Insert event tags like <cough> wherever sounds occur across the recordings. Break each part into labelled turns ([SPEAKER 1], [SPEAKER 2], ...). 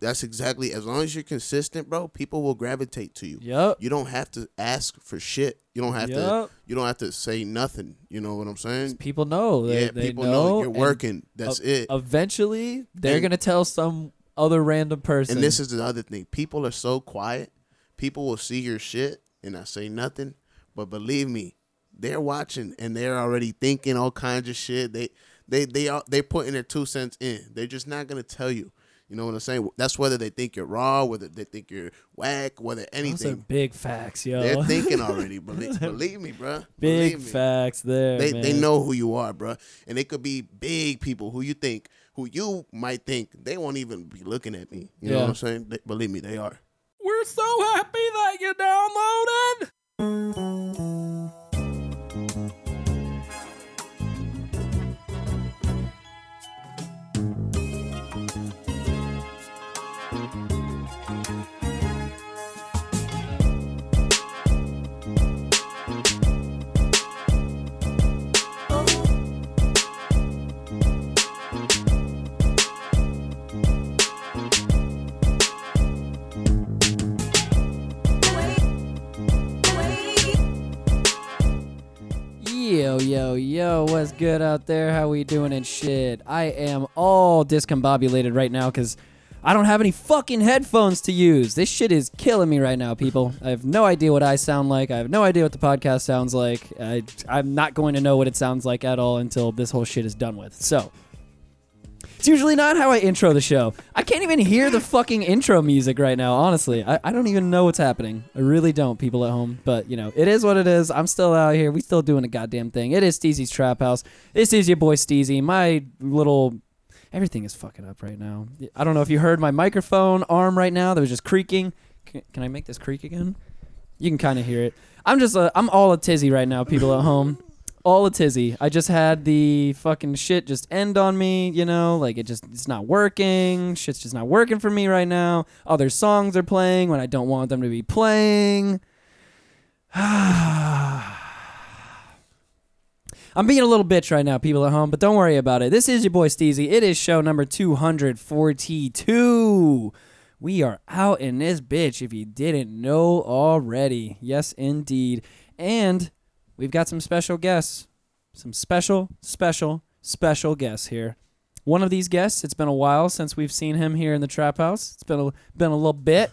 [SPEAKER 1] that's exactly as long as you're consistent, bro. People will gravitate to you.
[SPEAKER 2] Yep.
[SPEAKER 1] You don't have to ask for shit. You don't have to.
[SPEAKER 2] Yup.
[SPEAKER 1] You don't have to say nothing. You know what I'm saying?
[SPEAKER 2] People know. They,
[SPEAKER 1] yeah,
[SPEAKER 2] they
[SPEAKER 1] people know, you're
[SPEAKER 2] and
[SPEAKER 1] working. That's
[SPEAKER 2] ev-
[SPEAKER 1] it.
[SPEAKER 2] Eventually, they're
[SPEAKER 1] And-
[SPEAKER 2] gonna tell some other random person.
[SPEAKER 1] and this is another thing. People are so quiet. People will see your shit and I say nothing. But believe me, they're watching and they're already thinking all kinds of shit. They they they are they putting their two cents in. They're just not gonna tell you. You know what I'm saying? That's whether they think you're raw, whether they think you're whack, whether
[SPEAKER 2] those are
[SPEAKER 1] anything.
[SPEAKER 2] big facts,
[SPEAKER 1] They're
[SPEAKER 2] yo.
[SPEAKER 1] thinking already. Believe, believe me, bruh.
[SPEAKER 2] <laughs> big
[SPEAKER 1] Believe me.
[SPEAKER 2] facts there.
[SPEAKER 1] They
[SPEAKER 2] man.
[SPEAKER 1] they know who you are, bruh. And it could be big people who you think, who you might think they won't even be looking at me. You know what
[SPEAKER 2] Yeah.
[SPEAKER 1] I'm saying? They, believe me, they are.
[SPEAKER 2] We're so happy that you downloaded. Yo, yo, yo, what's good out there? How we doing and shit? I am all discombobulated right now because I don't have any fucking headphones to use. This shit is killing me right now, people. I have no idea what I sound like. I have no idea what the podcast sounds like. I, I'm not going to know what it sounds like at all until this whole shit is done with. So, it's usually not how I intro the show. I can't even hear the fucking intro music right now, honestly. I, I don't even know what's happening. I really don't, people at home. But, you know, it is what it is. I'm still out here. We still doing the goddamn thing. It is Steezy's Trap House. This is your boy Steezy. My little. Everything is fucking up right now. I don't know if you heard my microphone arm right now that was just creaking. Can, can I make this creak again? You can kind of hear it. I'm just, uh, I'm all a tizzy right now, people at home. All a tizzy. I just had the fucking shit just end on me, you know? Like, it just, it's not working. Shit's just not working for me right now. Other songs are playing when I don't want them to be playing. <sighs> I'm being a little bitch right now, people at home, but don't worry about it. This is your boy Steezy. It is show number 242. We are out in this bitch if you didn't know already. Yes, indeed. And we've got some special guests. Some special, special, special guests here. One of these guests, it's been a while since we've seen him here in the trap house. It's been a, been a little bit.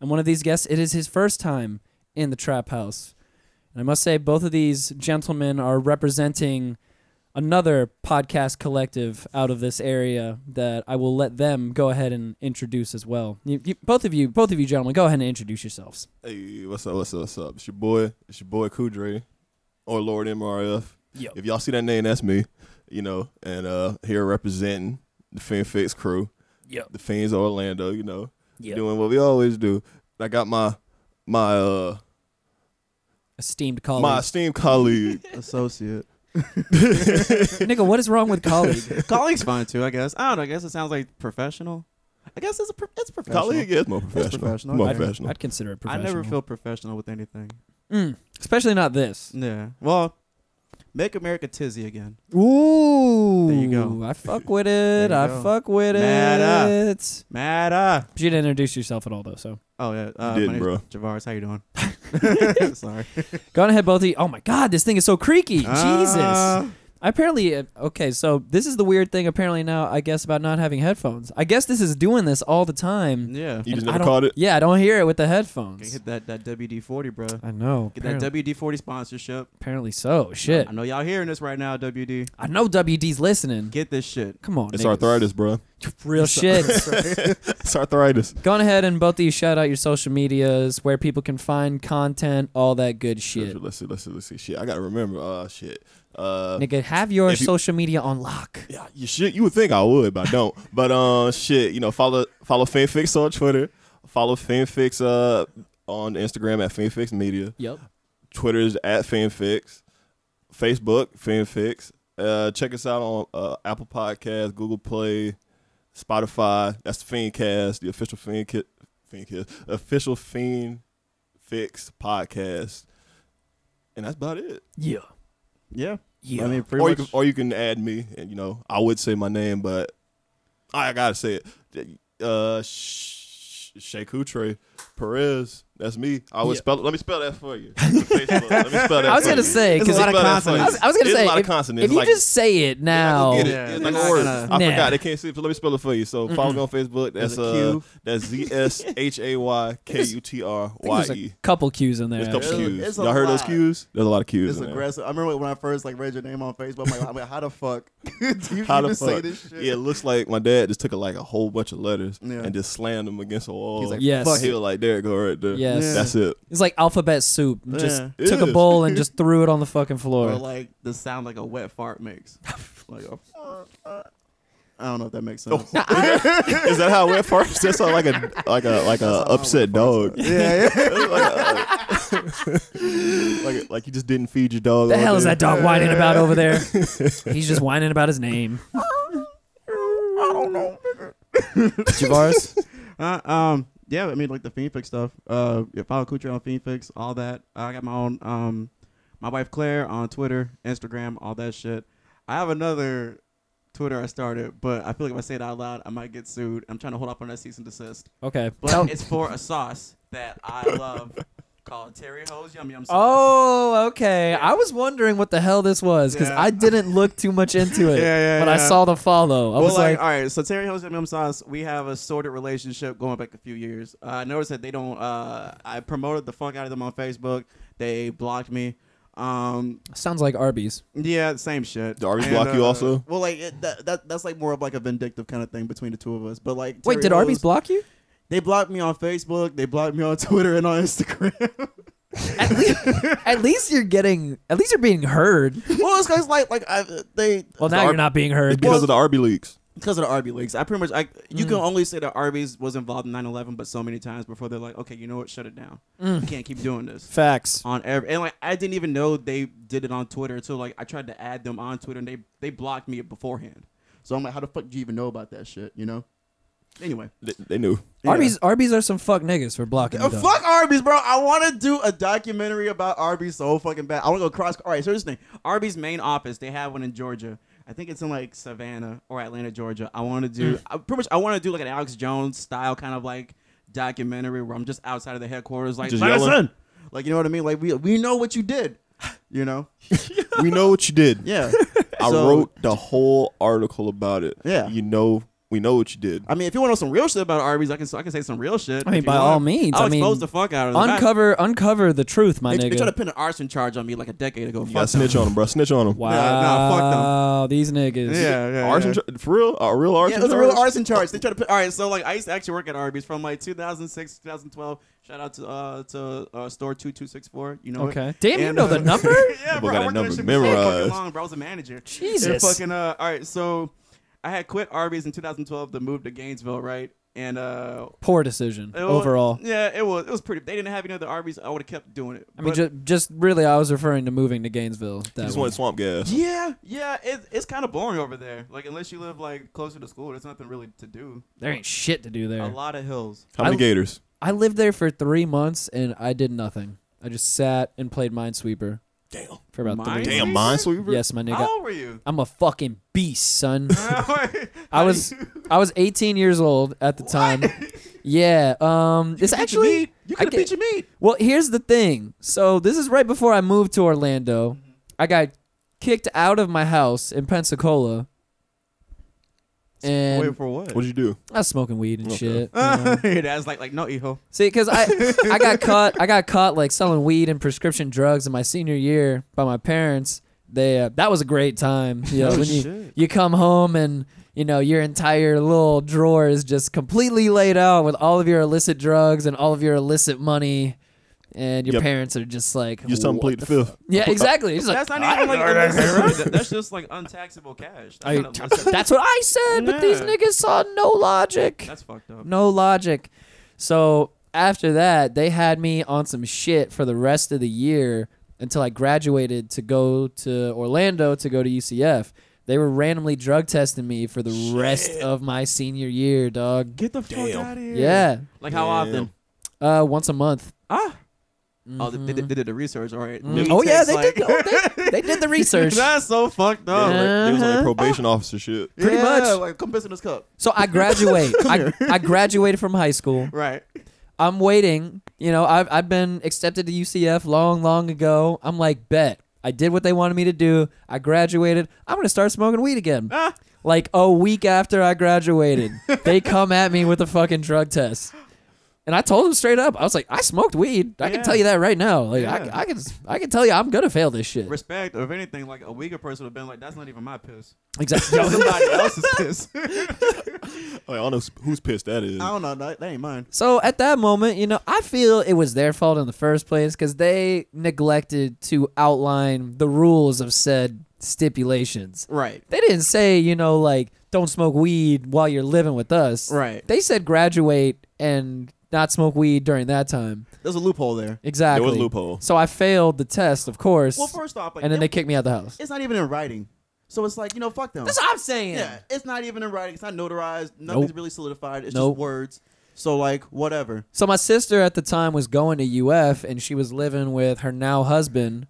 [SPEAKER 2] And one of these guests, it is his first time in the trap house. And I must say, both of these gentlemen are representing another podcast collective out of this area that I will let them go ahead and introduce as well. You, you, both of you, both of you gentlemen, go ahead and introduce yourselves.
[SPEAKER 3] Hey, what's up? What's up? What's up? It's your boy. It's your boy Kudre, or Lord MRF.
[SPEAKER 2] Yo.
[SPEAKER 3] If y'all see that name, that's me. You know, and uh here representing the Fiend Fix crew.
[SPEAKER 2] Yep.
[SPEAKER 3] The Fiends of Orlando. You know,
[SPEAKER 2] Yep.
[SPEAKER 3] doing what we always do. I got my my uh
[SPEAKER 2] Esteemed
[SPEAKER 3] my
[SPEAKER 2] colleague.
[SPEAKER 3] esteemed colleague.
[SPEAKER 4] associate.
[SPEAKER 2] Nigga, what is wrong with colleague?
[SPEAKER 4] Colleague's fine too, I guess. I don't know. I guess it sounds like professional. I guess it's a pro- it's professional.
[SPEAKER 3] colleague, yeah, it's more professional.
[SPEAKER 4] professional.
[SPEAKER 3] More
[SPEAKER 4] I don't-
[SPEAKER 3] professional.
[SPEAKER 2] I'd consider it
[SPEAKER 4] I
[SPEAKER 2] professional.
[SPEAKER 4] never feel professional with anything.
[SPEAKER 2] Mm, especially not this.
[SPEAKER 4] Yeah. Well, make America tizzy again.
[SPEAKER 2] Ooh.
[SPEAKER 4] There you go.
[SPEAKER 2] I fuck with it.
[SPEAKER 4] you
[SPEAKER 2] I
[SPEAKER 4] go.
[SPEAKER 2] fuck with
[SPEAKER 4] Mad up.
[SPEAKER 2] it.
[SPEAKER 4] Mada.
[SPEAKER 2] But you didn't introduce yourself at all, though, so.
[SPEAKER 4] uh, Oh yeah. Uh,
[SPEAKER 3] You did,
[SPEAKER 4] my name's
[SPEAKER 3] bro.
[SPEAKER 4] Javars, how you
[SPEAKER 3] <laughs>
[SPEAKER 4] doing? <laughs> Sorry.
[SPEAKER 2] Go on ahead, both of you. Oh my God, this thing is so creaky. Jesus.
[SPEAKER 3] Ah.
[SPEAKER 4] Uh,
[SPEAKER 2] I apparently uh, okay so this is the weird thing apparently now i guess about not having headphones i guess this is doing this all the time
[SPEAKER 4] yeah.
[SPEAKER 3] you just
[SPEAKER 2] I
[SPEAKER 3] never
[SPEAKER 2] don't-
[SPEAKER 3] caught it.
[SPEAKER 2] yeah i don't hear it with the
[SPEAKER 4] Okay,
[SPEAKER 2] headphones
[SPEAKER 4] hit that that WD forty, bro.
[SPEAKER 2] i know
[SPEAKER 4] Get that
[SPEAKER 2] apparently,
[SPEAKER 4] WD-40 sponsorship.
[SPEAKER 2] apparently so shit
[SPEAKER 4] I know y'all hearing this right now, WD.
[SPEAKER 2] i know wd's listening
[SPEAKER 4] Get this shit.
[SPEAKER 2] come on
[SPEAKER 3] It's
[SPEAKER 2] niggas.
[SPEAKER 3] arthritis, bro.
[SPEAKER 2] real shit
[SPEAKER 3] It's arthritis.
[SPEAKER 2] go on ahead and both of you shout out your social medias where people can find content all that good shit
[SPEAKER 3] Let's see. Let's see. Let's see. Shit, I gotta remember. Uh, shit. Uh,
[SPEAKER 2] nigga have your
[SPEAKER 3] If you-
[SPEAKER 2] social media on lock
[SPEAKER 3] Yeah, you should. You would think I would, but I don't. but um, shit, you know, follow follow FanFix on Twitter, follow FanFix uh on Instagram at FanFix Media,
[SPEAKER 2] yep
[SPEAKER 3] Twitter is at FanFix, Facebook FanFix. Uh, check us out on uh, Apple Podcasts, Google Play, Spotify. That's the Fiendcast, the official Fiend Kit, Fiendcast, official Fiend Fix podcast, and that's about it.
[SPEAKER 2] yeah
[SPEAKER 4] Yeah.
[SPEAKER 2] yeah
[SPEAKER 4] I mean, pretty
[SPEAKER 3] Or you,
[SPEAKER 4] much.
[SPEAKER 3] can, or you can add me, and you know, I would say my name, but I gotta say it. uh, Sh- Shekutre Perez. That's me. I would
[SPEAKER 2] Yeah.
[SPEAKER 3] spell. Let me spell that for
[SPEAKER 2] <laughs>
[SPEAKER 3] you. On Facebook. Let me spell that.
[SPEAKER 2] I was
[SPEAKER 3] for
[SPEAKER 2] gonna
[SPEAKER 3] you.
[SPEAKER 2] say
[SPEAKER 4] There's a
[SPEAKER 2] because
[SPEAKER 4] lot of
[SPEAKER 3] Spell that for you.
[SPEAKER 2] I was, I was gonna
[SPEAKER 3] It's
[SPEAKER 2] say
[SPEAKER 3] a lot
[SPEAKER 2] if,
[SPEAKER 3] of consonants.
[SPEAKER 2] if you
[SPEAKER 3] like,
[SPEAKER 2] just say it now,
[SPEAKER 3] Yeah, go get it.
[SPEAKER 4] Yeah,
[SPEAKER 3] It's
[SPEAKER 4] they're
[SPEAKER 3] like
[SPEAKER 4] not
[SPEAKER 3] words.
[SPEAKER 4] gonna-
[SPEAKER 3] I
[SPEAKER 2] Nah.
[SPEAKER 3] forgot. They can't see it. so Let me spell it for you. So follow me on Facebook. That's
[SPEAKER 1] There's a
[SPEAKER 3] uh,
[SPEAKER 1] Q.
[SPEAKER 2] <laughs>
[SPEAKER 3] that's Z S H A Y K U T R
[SPEAKER 2] I think
[SPEAKER 3] Y
[SPEAKER 2] there's a
[SPEAKER 3] E.
[SPEAKER 2] couple cues in there.
[SPEAKER 3] There's a couple
[SPEAKER 2] actually.
[SPEAKER 3] Qs.
[SPEAKER 5] It's a
[SPEAKER 3] Y'all heard those
[SPEAKER 5] lot.
[SPEAKER 3] Qs? There's a lot of Qs.
[SPEAKER 5] It's
[SPEAKER 3] in there.
[SPEAKER 5] aggressive. I remember when I first like read your name on Facebook. I'm like, I'm like how the fuck <laughs> do you
[SPEAKER 3] How
[SPEAKER 5] even
[SPEAKER 3] the
[SPEAKER 5] say
[SPEAKER 3] fuck?
[SPEAKER 5] this shit?
[SPEAKER 3] Yeah, it looks like my dad just took like a whole bunch of letters
[SPEAKER 5] Yeah.
[SPEAKER 3] and just slammed them against a wall.
[SPEAKER 5] He's like,
[SPEAKER 2] Yes.
[SPEAKER 5] fuck
[SPEAKER 3] he was like, "There it go right there."
[SPEAKER 2] Yes.
[SPEAKER 5] Yeah.
[SPEAKER 3] that's it.
[SPEAKER 2] It's like alphabet soup. Just
[SPEAKER 5] Yeah.
[SPEAKER 3] It
[SPEAKER 2] took a
[SPEAKER 3] is.
[SPEAKER 2] bowl
[SPEAKER 3] <laughs>
[SPEAKER 2] and just threw it on the fucking floor.
[SPEAKER 5] Or
[SPEAKER 4] like
[SPEAKER 5] the sound like a wet fart
[SPEAKER 4] <laughs>
[SPEAKER 5] makes. like a, I don't know if that makes
[SPEAKER 3] Oh.
[SPEAKER 5] sense.
[SPEAKER 3] Is that how it went first? That sound like a like a like a upset dog.
[SPEAKER 5] yeah, yeah.
[SPEAKER 2] <laughs>
[SPEAKER 3] <laughs> like like you just didn't feed your dog.
[SPEAKER 2] the
[SPEAKER 3] all
[SPEAKER 2] hell is
[SPEAKER 3] day.
[SPEAKER 2] that dog whining about over
[SPEAKER 3] <laughs>
[SPEAKER 2] there? He's just whining about his name. I don't know. Javaris?
[SPEAKER 4] <laughs> Uh, um, yeah, I mean, like the Fiend Fix stuff. Uh, yeah, follow Kuchar on Fiend Fix, all that. I got my own, um, my wife Claire on Twitter, Instagram, all that shit. I have another Twitter I started, but I feel like if I say it out loud, I might get sued. I'm trying to hold off on that cease and desist.
[SPEAKER 2] Okay.
[SPEAKER 4] But
[SPEAKER 2] Tell-
[SPEAKER 4] it's for a sauce that I love called Terry Ho's Yum Yum Sauce.
[SPEAKER 2] Oh, okay. I was wondering what the hell this was because
[SPEAKER 4] Yeah.
[SPEAKER 2] I didn't look too much into it.
[SPEAKER 4] <laughs> Yeah, yeah,
[SPEAKER 2] But I
[SPEAKER 4] yeah.
[SPEAKER 2] saw the follow. I
[SPEAKER 4] well,
[SPEAKER 2] was like,
[SPEAKER 4] like, all right, so Terry Ho's Yum Yum Sauce, we have a sordid relationship going back a few years. Uh, I noticed that they don't, uh, I promoted the fuck out of them on Facebook. They blocked me. Um,
[SPEAKER 2] sounds like Arby's.
[SPEAKER 4] yeah, same shit.
[SPEAKER 3] Did Arby's
[SPEAKER 4] And,
[SPEAKER 3] block you
[SPEAKER 4] uh,
[SPEAKER 3] also?
[SPEAKER 5] Well, like it, that, that that's like more of like a vindictive kind of thing between the two of us. But like,
[SPEAKER 2] Wait,
[SPEAKER 5] Terry
[SPEAKER 2] did Arby's
[SPEAKER 5] Rose-
[SPEAKER 2] block
[SPEAKER 4] <laughs>
[SPEAKER 2] you?
[SPEAKER 5] They blocked me on Facebook. They blocked me on Twitter and on Instagram.
[SPEAKER 4] <laughs>
[SPEAKER 2] At, le- at least you're getting, at least you're being heard.
[SPEAKER 5] well, it's guys like like I, they
[SPEAKER 2] Well, now
[SPEAKER 3] Ar-
[SPEAKER 2] you're not being
[SPEAKER 3] It's
[SPEAKER 2] heard.
[SPEAKER 3] because of the Arby leaks.
[SPEAKER 5] because of the Arby leaks.
[SPEAKER 4] Leaks. I pretty much, I you can only say that Arby's was involved in 9/11, but so many times before they're like, okay, you know what, shut it down. You can't keep doing this
[SPEAKER 2] Facts.
[SPEAKER 4] on every. And like, I didn't even know they did it on Twitter until like I tried to add them on Twitter, and they they blocked me beforehand.
[SPEAKER 5] So I'm like, how the fuck do you even know about that shit? You know?
[SPEAKER 4] Anyway,
[SPEAKER 3] They, they knew.
[SPEAKER 2] Arby's, Arby's are some fuck niggas for blocking.
[SPEAKER 4] Oh,
[SPEAKER 5] Uh,
[SPEAKER 2] you, though.
[SPEAKER 5] fuck Arby's, bro. I want to do a documentary about Arby's so fucking bad. I want to go cross.
[SPEAKER 4] all right. So here's the thing: Arby's main office, they have one in Georgia. I think it's in like Savannah or Atlanta, Georgia. I want to
[SPEAKER 2] Mm.
[SPEAKER 4] do I, pretty much. I want to do like an Alex Jones style kind of like documentary where I'm just outside of the headquarters, like
[SPEAKER 3] Just
[SPEAKER 4] "Let us
[SPEAKER 3] yelling.
[SPEAKER 4] in!"
[SPEAKER 5] Like, you know what I mean? Like, we we know what you did. You know?
[SPEAKER 3] we know what you did.
[SPEAKER 2] <laughs>
[SPEAKER 5] Yeah.
[SPEAKER 3] I
[SPEAKER 5] So-
[SPEAKER 3] wrote the whole article about it.
[SPEAKER 5] Yeah.
[SPEAKER 3] You know, we know what you did.
[SPEAKER 4] I mean, if you want to know some real shit about Arby's, I can I can say some real shit.
[SPEAKER 2] I mean,
[SPEAKER 4] if you
[SPEAKER 2] by
[SPEAKER 4] want.
[SPEAKER 2] all means.
[SPEAKER 4] I'll
[SPEAKER 2] I mean,
[SPEAKER 4] expose the fuck out of them.
[SPEAKER 2] uncover, uncover the truth, my
[SPEAKER 4] They, they
[SPEAKER 2] nigga.
[SPEAKER 4] tried to pin an arson charge on me like a decade ago.
[SPEAKER 3] You
[SPEAKER 4] Fuck
[SPEAKER 3] got snitch
[SPEAKER 4] them.
[SPEAKER 3] on him, bro. Snitch on him.
[SPEAKER 2] wow,
[SPEAKER 4] nah,
[SPEAKER 2] these niggas.
[SPEAKER 4] Yeah, yeah,
[SPEAKER 3] Arson
[SPEAKER 4] yeah.
[SPEAKER 3] char- for real? A real arson?
[SPEAKER 4] Yeah, it was a real
[SPEAKER 3] charge?
[SPEAKER 4] arson charge. They tried to put. All right, so like I used to actually work at Arby's from like 2006, 2012. Shout out to uh to uh, store two two six four. You know. it.
[SPEAKER 2] Okay. Damn, you
[SPEAKER 4] And,
[SPEAKER 2] know
[SPEAKER 4] uh,
[SPEAKER 2] the number.
[SPEAKER 4] <laughs> yeah,
[SPEAKER 3] People
[SPEAKER 4] bro.
[SPEAKER 3] got
[SPEAKER 4] I
[SPEAKER 3] that
[SPEAKER 4] worked
[SPEAKER 3] number
[SPEAKER 4] at that shit for so fucking
[SPEAKER 3] memorized.
[SPEAKER 4] long, bro. I was a manager.
[SPEAKER 2] Jesus.
[SPEAKER 4] Yeah, fucking. Uh, all right, so I had quit Arby's in 2012 to move to Gainesville, right? And uh,
[SPEAKER 2] Poor decision
[SPEAKER 4] it was-
[SPEAKER 2] overall.
[SPEAKER 4] yeah, it was it was pretty. They didn't have any other Arby's. I would have kept doing it.
[SPEAKER 2] I mean,
[SPEAKER 4] But-
[SPEAKER 2] just, just really, I was referring to moving to Gainesville. That
[SPEAKER 3] You just
[SPEAKER 2] one.
[SPEAKER 3] wanted swamp gas.
[SPEAKER 4] Yeah, yeah, it, it's kind of boring over there. Like unless you live like closer to school, there's nothing really to do.
[SPEAKER 2] There ain't shit to do
[SPEAKER 4] A
[SPEAKER 2] there.
[SPEAKER 4] lot of hills.
[SPEAKER 3] How many
[SPEAKER 2] I-
[SPEAKER 3] gators?
[SPEAKER 2] I lived there for three months and I did nothing. I just sat and played Minesweeper
[SPEAKER 3] Damn.
[SPEAKER 2] for about
[SPEAKER 4] Mine-
[SPEAKER 2] three.
[SPEAKER 3] Damn,
[SPEAKER 4] Minesweeper?
[SPEAKER 3] Minesweeper?
[SPEAKER 2] Yes, my nigga.
[SPEAKER 4] How old
[SPEAKER 2] <laughs>
[SPEAKER 4] were you?
[SPEAKER 2] I'm a fucking beast,
[SPEAKER 4] <laughs>
[SPEAKER 2] son. I
[SPEAKER 4] I
[SPEAKER 2] was I was 18 years old at the time. Yeah. Um. It's actually
[SPEAKER 4] you
[SPEAKER 2] I
[SPEAKER 4] could have
[SPEAKER 2] get-
[SPEAKER 4] beat your meat.
[SPEAKER 2] Well, here's the thing. So this is right before I moved to Orlando. I got kicked out of my house in Pensacola. And
[SPEAKER 4] for what? <laughs>
[SPEAKER 3] What'd you do?
[SPEAKER 2] I was smoking weed and
[SPEAKER 3] Okay.
[SPEAKER 2] shit. you know.
[SPEAKER 4] That's like like no hijo.
[SPEAKER 2] See, because I I got caught I got caught like selling weed and prescription drugs in my senior year by my parents. They uh, that was a great time. You know,
[SPEAKER 4] Oh,
[SPEAKER 2] when you
[SPEAKER 4] shit.
[SPEAKER 2] you come home and you know your entire little drawer is just completely laid out with all of your illicit drugs and all of your illicit money, and your
[SPEAKER 3] Yep.
[SPEAKER 2] parents are just like,
[SPEAKER 3] You just tell them to
[SPEAKER 2] "What
[SPEAKER 3] plead the
[SPEAKER 2] the
[SPEAKER 3] fifth.
[SPEAKER 2] Yeah, exactly. It's like,
[SPEAKER 4] That's not even like illicit. That- that's just like untaxable cash. That's,
[SPEAKER 2] I-
[SPEAKER 4] not illicit.
[SPEAKER 2] that's what I said, but these
[SPEAKER 4] Yeah.
[SPEAKER 2] niggas saw no logic.
[SPEAKER 4] that's
[SPEAKER 2] <laughs>
[SPEAKER 4] fucked up.
[SPEAKER 2] No logic. So after that, they had me on some shit for the rest of the year until I graduated to go to Orlando to go to UCF. They were randomly drug testing me for the rest of my senior year, dog.
[SPEAKER 4] Get the fuck
[SPEAKER 3] Damn.
[SPEAKER 4] out of here.
[SPEAKER 2] Yeah.
[SPEAKER 4] Like how often?
[SPEAKER 2] Uh, once a month.
[SPEAKER 4] Ah.
[SPEAKER 5] Oh, they, they, they did the research, all right.
[SPEAKER 2] Mm. Oh yeah, they did. oh, they, they did the
[SPEAKER 4] <laughs>
[SPEAKER 2] research.
[SPEAKER 4] That's so fucked
[SPEAKER 3] It was
[SPEAKER 4] up.
[SPEAKER 3] like, it was like
[SPEAKER 2] Uh-huh.
[SPEAKER 3] probation officer shit.
[SPEAKER 2] Pretty
[SPEAKER 5] yeah,
[SPEAKER 2] much.
[SPEAKER 5] Like, come piss in this cup.
[SPEAKER 2] So I graduate. I, I graduated from high school.
[SPEAKER 5] Right.
[SPEAKER 2] I'm waiting. You know, I've, I've been accepted to UCF long, long ago. I'm like, bet. I did what they wanted me to do. I graduated. I'm going to start smoking weed again.
[SPEAKER 4] Ah.
[SPEAKER 2] Like a week after I
[SPEAKER 4] <laughs>
[SPEAKER 2] graduated, they come at me with a fucking drug test. And I told them straight up, I was like, I smoked weed. I
[SPEAKER 4] Yeah.
[SPEAKER 2] can tell you that right now. Like,
[SPEAKER 4] Yeah.
[SPEAKER 2] I, I can, I can tell you, I'm gonna fail this shit.
[SPEAKER 4] <laughs> Respect, or if anything, like a weaker person would have been like, "That's not even
[SPEAKER 2] <laughs>
[SPEAKER 4] my piss.
[SPEAKER 2] Exactly.
[SPEAKER 4] That's somebody else's piss. <laughs>
[SPEAKER 3] Like, I don't know who's pissed that is.
[SPEAKER 5] I don't know. That, that ain't mine.
[SPEAKER 2] So at that moment, you know, I feel it was their fault in the first place because they neglected to outline the rules of said stipulations.
[SPEAKER 5] Right.
[SPEAKER 2] They didn't say, you know, like, don't smoke weed while you're living with us.
[SPEAKER 5] Right.
[SPEAKER 2] They said graduate and not smoke weed during that time.
[SPEAKER 5] There's a loophole there.
[SPEAKER 2] Exactly.
[SPEAKER 3] There was a loophole.
[SPEAKER 2] So I failed the test, of course.
[SPEAKER 5] Well, first off, like,
[SPEAKER 2] and then they
[SPEAKER 5] it-
[SPEAKER 2] kicked me out the house.
[SPEAKER 5] it's not even in writing. So it's like, you know, fuck them.
[SPEAKER 2] That's what I'm saying.
[SPEAKER 5] yeah, it's not even in writing. It's not notarized. Nothing's really solidified. It's
[SPEAKER 2] Nope.
[SPEAKER 5] just words. So, like, whatever.
[SPEAKER 2] So my sister at the time was going to UF and she was living with her now husband.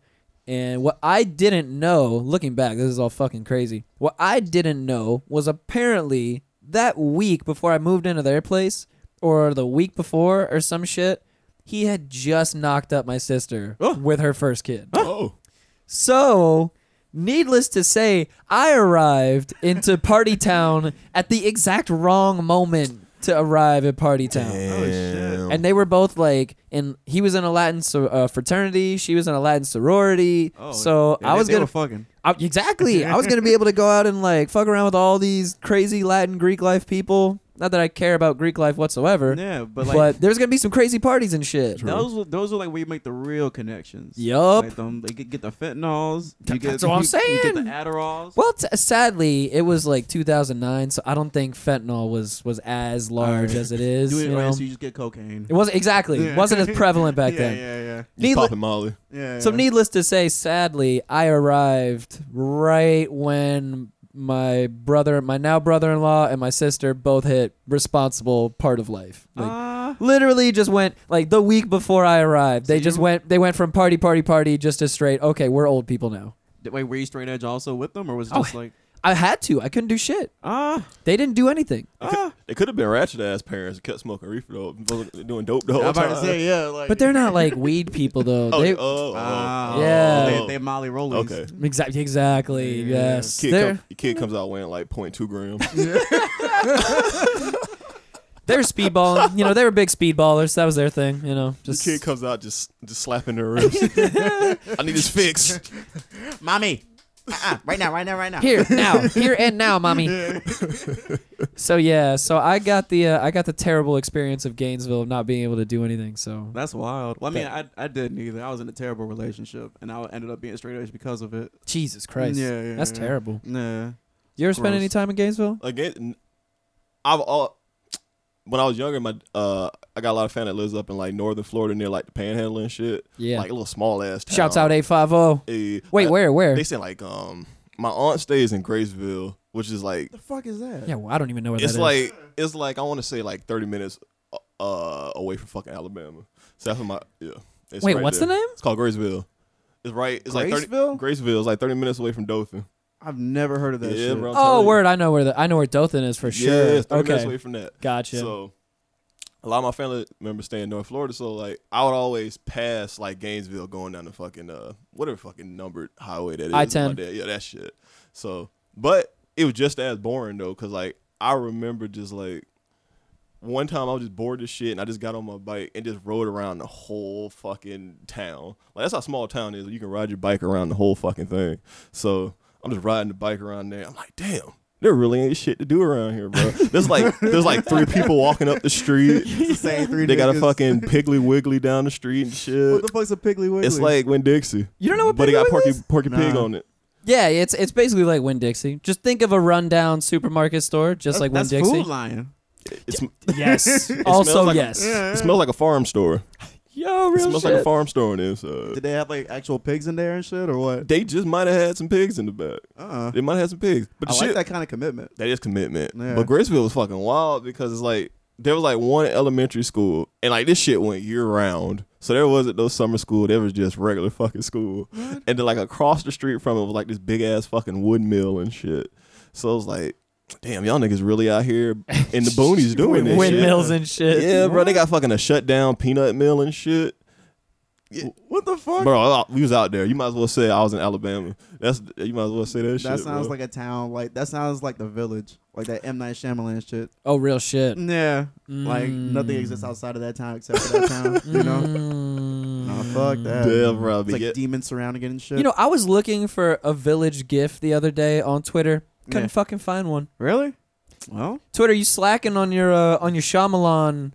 [SPEAKER 2] And what I didn't know, looking back, this is all fucking crazy. What I didn't know was apparently that week before I moved into their place, or the week before, or some shit, he had just knocked up my sister with her first kid.
[SPEAKER 3] Oh,
[SPEAKER 2] So, needless to say, I arrived into Party Town at the exact wrong moment to arrive at Party Town
[SPEAKER 4] Oh,
[SPEAKER 3] Damn.
[SPEAKER 2] and they were both like in he was in a latin so, uh, fraternity she was in a latin sorority so
[SPEAKER 4] yeah,
[SPEAKER 2] i
[SPEAKER 4] Oh, they-
[SPEAKER 2] was
[SPEAKER 4] they
[SPEAKER 2] gonna
[SPEAKER 4] were fucking.
[SPEAKER 2] I- exactly i was gonna be able to go out and like fuck around with all these crazy latin greek life people not that i care about greek life whatsoever
[SPEAKER 4] Yeah, but
[SPEAKER 2] but,
[SPEAKER 4] like
[SPEAKER 2] there's gonna be some crazy parties and shit
[SPEAKER 4] those were- those are like where you make the real connections.
[SPEAKER 2] Yup.
[SPEAKER 4] Like them, they get, get the fentanyls. You get,
[SPEAKER 2] that's what I'm
[SPEAKER 4] you- You get the
[SPEAKER 2] saying.
[SPEAKER 4] Adderalls.
[SPEAKER 2] well t- sadly it was like 2009 so i don't think fentanyl was was as large
[SPEAKER 4] Alright.
[SPEAKER 2] as it is
[SPEAKER 5] Do it
[SPEAKER 2] you know?
[SPEAKER 5] right, so you just get cocaine.
[SPEAKER 2] it wasn't exactly
[SPEAKER 4] Yeah.
[SPEAKER 2] it wasn't as prevalent back
[SPEAKER 4] <laughs> yeah,
[SPEAKER 2] then
[SPEAKER 4] yeah, yeah,
[SPEAKER 3] He's
[SPEAKER 2] Needle-
[SPEAKER 3] popping Molly.
[SPEAKER 4] yeah.
[SPEAKER 2] So
[SPEAKER 4] yeah.
[SPEAKER 2] needless to say, sadly, I arrived right when my brother, my now brother-in-law, and my sister both hit responsible part of life. Like,
[SPEAKER 4] Ah.
[SPEAKER 2] literally, just went like the week before I arrived. They just went. They went from party, party, party, just to straight. Okay, we're old people now.
[SPEAKER 4] Did- Wait, were you straight edge also with them, or was it
[SPEAKER 2] Oh.
[SPEAKER 4] just like
[SPEAKER 2] I had to. I couldn't do shit.
[SPEAKER 4] ah?
[SPEAKER 2] They didn't do anything.
[SPEAKER 3] They could, they could have been ratchet ass parents. who Kept smoking reefer though, doing dope the whole
[SPEAKER 5] I'm about
[SPEAKER 3] time.
[SPEAKER 5] to say, yeah. Like,
[SPEAKER 2] But they're not like weed people though.
[SPEAKER 3] oh,
[SPEAKER 2] they,
[SPEAKER 3] oh, oh,
[SPEAKER 4] Ah,
[SPEAKER 3] oh,
[SPEAKER 2] Yeah.
[SPEAKER 4] They, they Molly Rollers.
[SPEAKER 3] okay.
[SPEAKER 2] exactly. Exactly. Yes.
[SPEAKER 3] Kid,
[SPEAKER 2] They're-
[SPEAKER 3] come, the kid comes out weighing like 0.2 grams.
[SPEAKER 2] They were speedballing. you know, they were big speedballers. That was their thing. You know, <laughs>
[SPEAKER 3] this
[SPEAKER 2] just
[SPEAKER 3] kid comes out just just slapping
[SPEAKER 2] <laughs>
[SPEAKER 3] their wrist. <laughs> I need this fixed.
[SPEAKER 5] mommy. Uh-uh, right now, right now, right now.
[SPEAKER 2] here
[SPEAKER 3] <laughs>
[SPEAKER 2] now here and now mommy so yeah so i got the uh, i got the terrible experience of gainesville of not being able to do anything so
[SPEAKER 4] That's wild. Well, I mean,
[SPEAKER 2] That-
[SPEAKER 4] I, I didn't either. I was in a terrible relationship, and I ended up being straight edge because of it.
[SPEAKER 2] jesus christ
[SPEAKER 4] Yeah, yeah,
[SPEAKER 2] that's
[SPEAKER 4] yeah.
[SPEAKER 2] terrible
[SPEAKER 4] Nah.
[SPEAKER 2] you ever spend
[SPEAKER 4] Gross.
[SPEAKER 2] any time in gainesville
[SPEAKER 3] Again, I've all when I was younger, my uh, I got a lot of fan that lives up in like northern Florida near like the Panhandle and shit.
[SPEAKER 2] Yeah.
[SPEAKER 3] like a little small ass. Town.
[SPEAKER 2] shouts out 850
[SPEAKER 3] Hey,
[SPEAKER 2] wait
[SPEAKER 3] I-
[SPEAKER 2] where where
[SPEAKER 3] They said like um, my aunt stays in Graceville, which is like
[SPEAKER 5] The fuck is that?
[SPEAKER 2] yeah well, i don't even know where that
[SPEAKER 3] it's
[SPEAKER 2] is.
[SPEAKER 3] like it's like I want to say like 30 minutes uh away from fucking Alabama. So that's what my yeah. It's
[SPEAKER 2] wait
[SPEAKER 3] right
[SPEAKER 2] what's
[SPEAKER 3] there.
[SPEAKER 2] the name
[SPEAKER 3] It's called Graceville. It's right. It's
[SPEAKER 5] Graceville?
[SPEAKER 3] like 30, Graceville is like 30 minutes away from Dothan.
[SPEAKER 5] I've never heard of that
[SPEAKER 3] Yeah,
[SPEAKER 5] shit.
[SPEAKER 3] bro. I'm telling
[SPEAKER 2] oh
[SPEAKER 3] you.
[SPEAKER 2] word i know where the i know where dothan is for
[SPEAKER 3] Yeah,
[SPEAKER 2] sure
[SPEAKER 3] it's 30 minutes away
[SPEAKER 2] okay
[SPEAKER 3] from that.
[SPEAKER 2] gotcha
[SPEAKER 3] So a lot of my family members stay in North Florida, so like I would always pass like Gainesville going down the fucking uh whatever fucking numbered highway that is.
[SPEAKER 2] I-10.
[SPEAKER 3] like that. Yeah, that shit. So, but it was just as boring though, cause like I remember just like one time I was just bored as shit and I just got on my bike and just rode around the whole fucking town. Like that's how small town is. You can ride your bike around the whole fucking thing. So I'm just riding the bike around there. I'm like, damn. There really ain't shit to do around here, bro. There's like there's like three people walking up the street.
[SPEAKER 5] Same
[SPEAKER 4] <laughs>
[SPEAKER 5] three
[SPEAKER 3] They got a
[SPEAKER 5] niggas.
[SPEAKER 3] fucking Piggly Wiggly down the street and shit.
[SPEAKER 5] What the fuck's a piggly wiggly?
[SPEAKER 3] It's like Win Dixie.
[SPEAKER 2] You don't know what
[SPEAKER 3] But
[SPEAKER 2] Piggly
[SPEAKER 3] it got
[SPEAKER 2] Wiggly
[SPEAKER 3] Porky
[SPEAKER 2] is?
[SPEAKER 3] Porky Pig
[SPEAKER 5] Nah.
[SPEAKER 3] on it.
[SPEAKER 2] yeah it's it's basically like winn dixie just think of a rundown supermarket store just like winn
[SPEAKER 4] That's
[SPEAKER 2] dixie
[SPEAKER 4] food lying.
[SPEAKER 3] It's,
[SPEAKER 2] yes
[SPEAKER 3] <laughs> it
[SPEAKER 2] also
[SPEAKER 3] smells like a-
[SPEAKER 2] yes
[SPEAKER 3] it smells like a farm store.
[SPEAKER 2] yo
[SPEAKER 3] It
[SPEAKER 2] real
[SPEAKER 3] smells
[SPEAKER 2] shit.
[SPEAKER 3] like a farm store on the inside.
[SPEAKER 5] Did they have like actual pigs in there and shit or what?
[SPEAKER 3] They just might have had some pigs in the back.
[SPEAKER 5] Uh-uh.
[SPEAKER 3] <laughs> They might have had some pigs. But
[SPEAKER 5] I
[SPEAKER 3] the
[SPEAKER 5] like
[SPEAKER 3] shit
[SPEAKER 5] that kind of commitment.
[SPEAKER 3] that is commitment.
[SPEAKER 5] Yeah.
[SPEAKER 3] But Graceville was fucking wild because it's like there was like one elementary school and like this shit went year round. So there wasn't no summer school. There was just regular fucking school. And then like across the street from it was like this big ass fucking wood mill and shit. So it was like, damn, y'all niggas really out here in the boonies doing this. shit.
[SPEAKER 2] Windmills and shit.
[SPEAKER 3] Yeah, bro, they got fucking a shutdown peanut mill and shit.
[SPEAKER 4] What the fuck?
[SPEAKER 3] Bro, I- we was out there. You might as well say I was in Alabama. That's you might as well say that, shit.
[SPEAKER 4] that sounds
[SPEAKER 3] bro.
[SPEAKER 4] like a town. Like that sounds like the village. Like that M Night Shyamalan shit.
[SPEAKER 2] Oh, real shit.
[SPEAKER 4] Yeah. Like nothing
[SPEAKER 2] Mm.
[SPEAKER 4] exists outside of that town except for that town. You
[SPEAKER 2] <laughs>
[SPEAKER 4] know.
[SPEAKER 2] Mm.
[SPEAKER 4] Nah, fuck that.
[SPEAKER 3] damn, bro.
[SPEAKER 4] uh, It's
[SPEAKER 3] but
[SPEAKER 4] like
[SPEAKER 3] yeah.
[SPEAKER 4] demons surrounding it and shit.
[SPEAKER 2] You know, I was looking for a village gif the other day on Twitter. Couldn't
[SPEAKER 4] Yeah.
[SPEAKER 2] fucking find one.
[SPEAKER 4] really? Well,
[SPEAKER 2] Twitter, you slacking on your uh, on your Shyamalan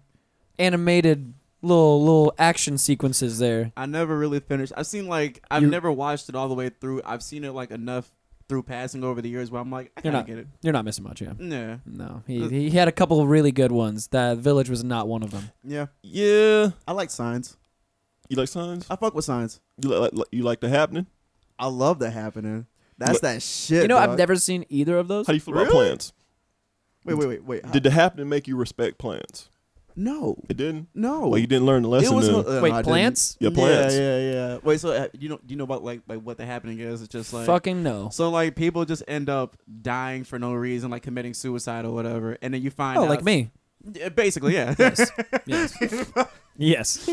[SPEAKER 2] animated little little action sequences there.
[SPEAKER 4] I never really finished. I've seen like I've
[SPEAKER 2] You-
[SPEAKER 4] never watched it all the way through. I've seen it like enough through passing over the years where I'm like, I
[SPEAKER 2] You're
[SPEAKER 4] gotta
[SPEAKER 2] not-
[SPEAKER 4] get it.
[SPEAKER 2] You're not missing much, yeah.
[SPEAKER 4] Yeah.
[SPEAKER 2] No,
[SPEAKER 4] Uh,
[SPEAKER 2] he he had a couple of really good ones. That village was not one of them.
[SPEAKER 4] Yeah.
[SPEAKER 3] yeah.
[SPEAKER 4] I like signs.
[SPEAKER 3] You like signs?
[SPEAKER 4] I fuck with signs.
[SPEAKER 3] You like, like you like the happening?
[SPEAKER 4] I love that happening. That's
[SPEAKER 3] Look-
[SPEAKER 4] that shit.
[SPEAKER 2] You know, I've
[SPEAKER 4] dog.
[SPEAKER 2] never seen either of those.
[SPEAKER 3] How do you feel about
[SPEAKER 4] Really?
[SPEAKER 3] plants?
[SPEAKER 4] Wait, wait, wait, wait.
[SPEAKER 3] Did the happening make you respect plants?
[SPEAKER 4] no,
[SPEAKER 3] It didn't.
[SPEAKER 4] no.
[SPEAKER 3] Well, you didn't learn the lesson. then.
[SPEAKER 4] uh, no, I
[SPEAKER 2] Wait,
[SPEAKER 4] didn't.
[SPEAKER 2] plants?
[SPEAKER 3] Yeah, plants.
[SPEAKER 4] Yeah, yeah, yeah. Wait, so uh, you know, you know about like like what the happening is? It's just like
[SPEAKER 2] Fucking no.
[SPEAKER 4] So like people just end up dying for no reason, like committing suicide or whatever, and then you find
[SPEAKER 2] Oh,
[SPEAKER 4] out
[SPEAKER 2] like
[SPEAKER 4] <laughs>
[SPEAKER 2] me.
[SPEAKER 4] Yeah, basically, yeah.
[SPEAKER 2] <laughs> Yes. yes.
[SPEAKER 4] <laughs>
[SPEAKER 2] Yes.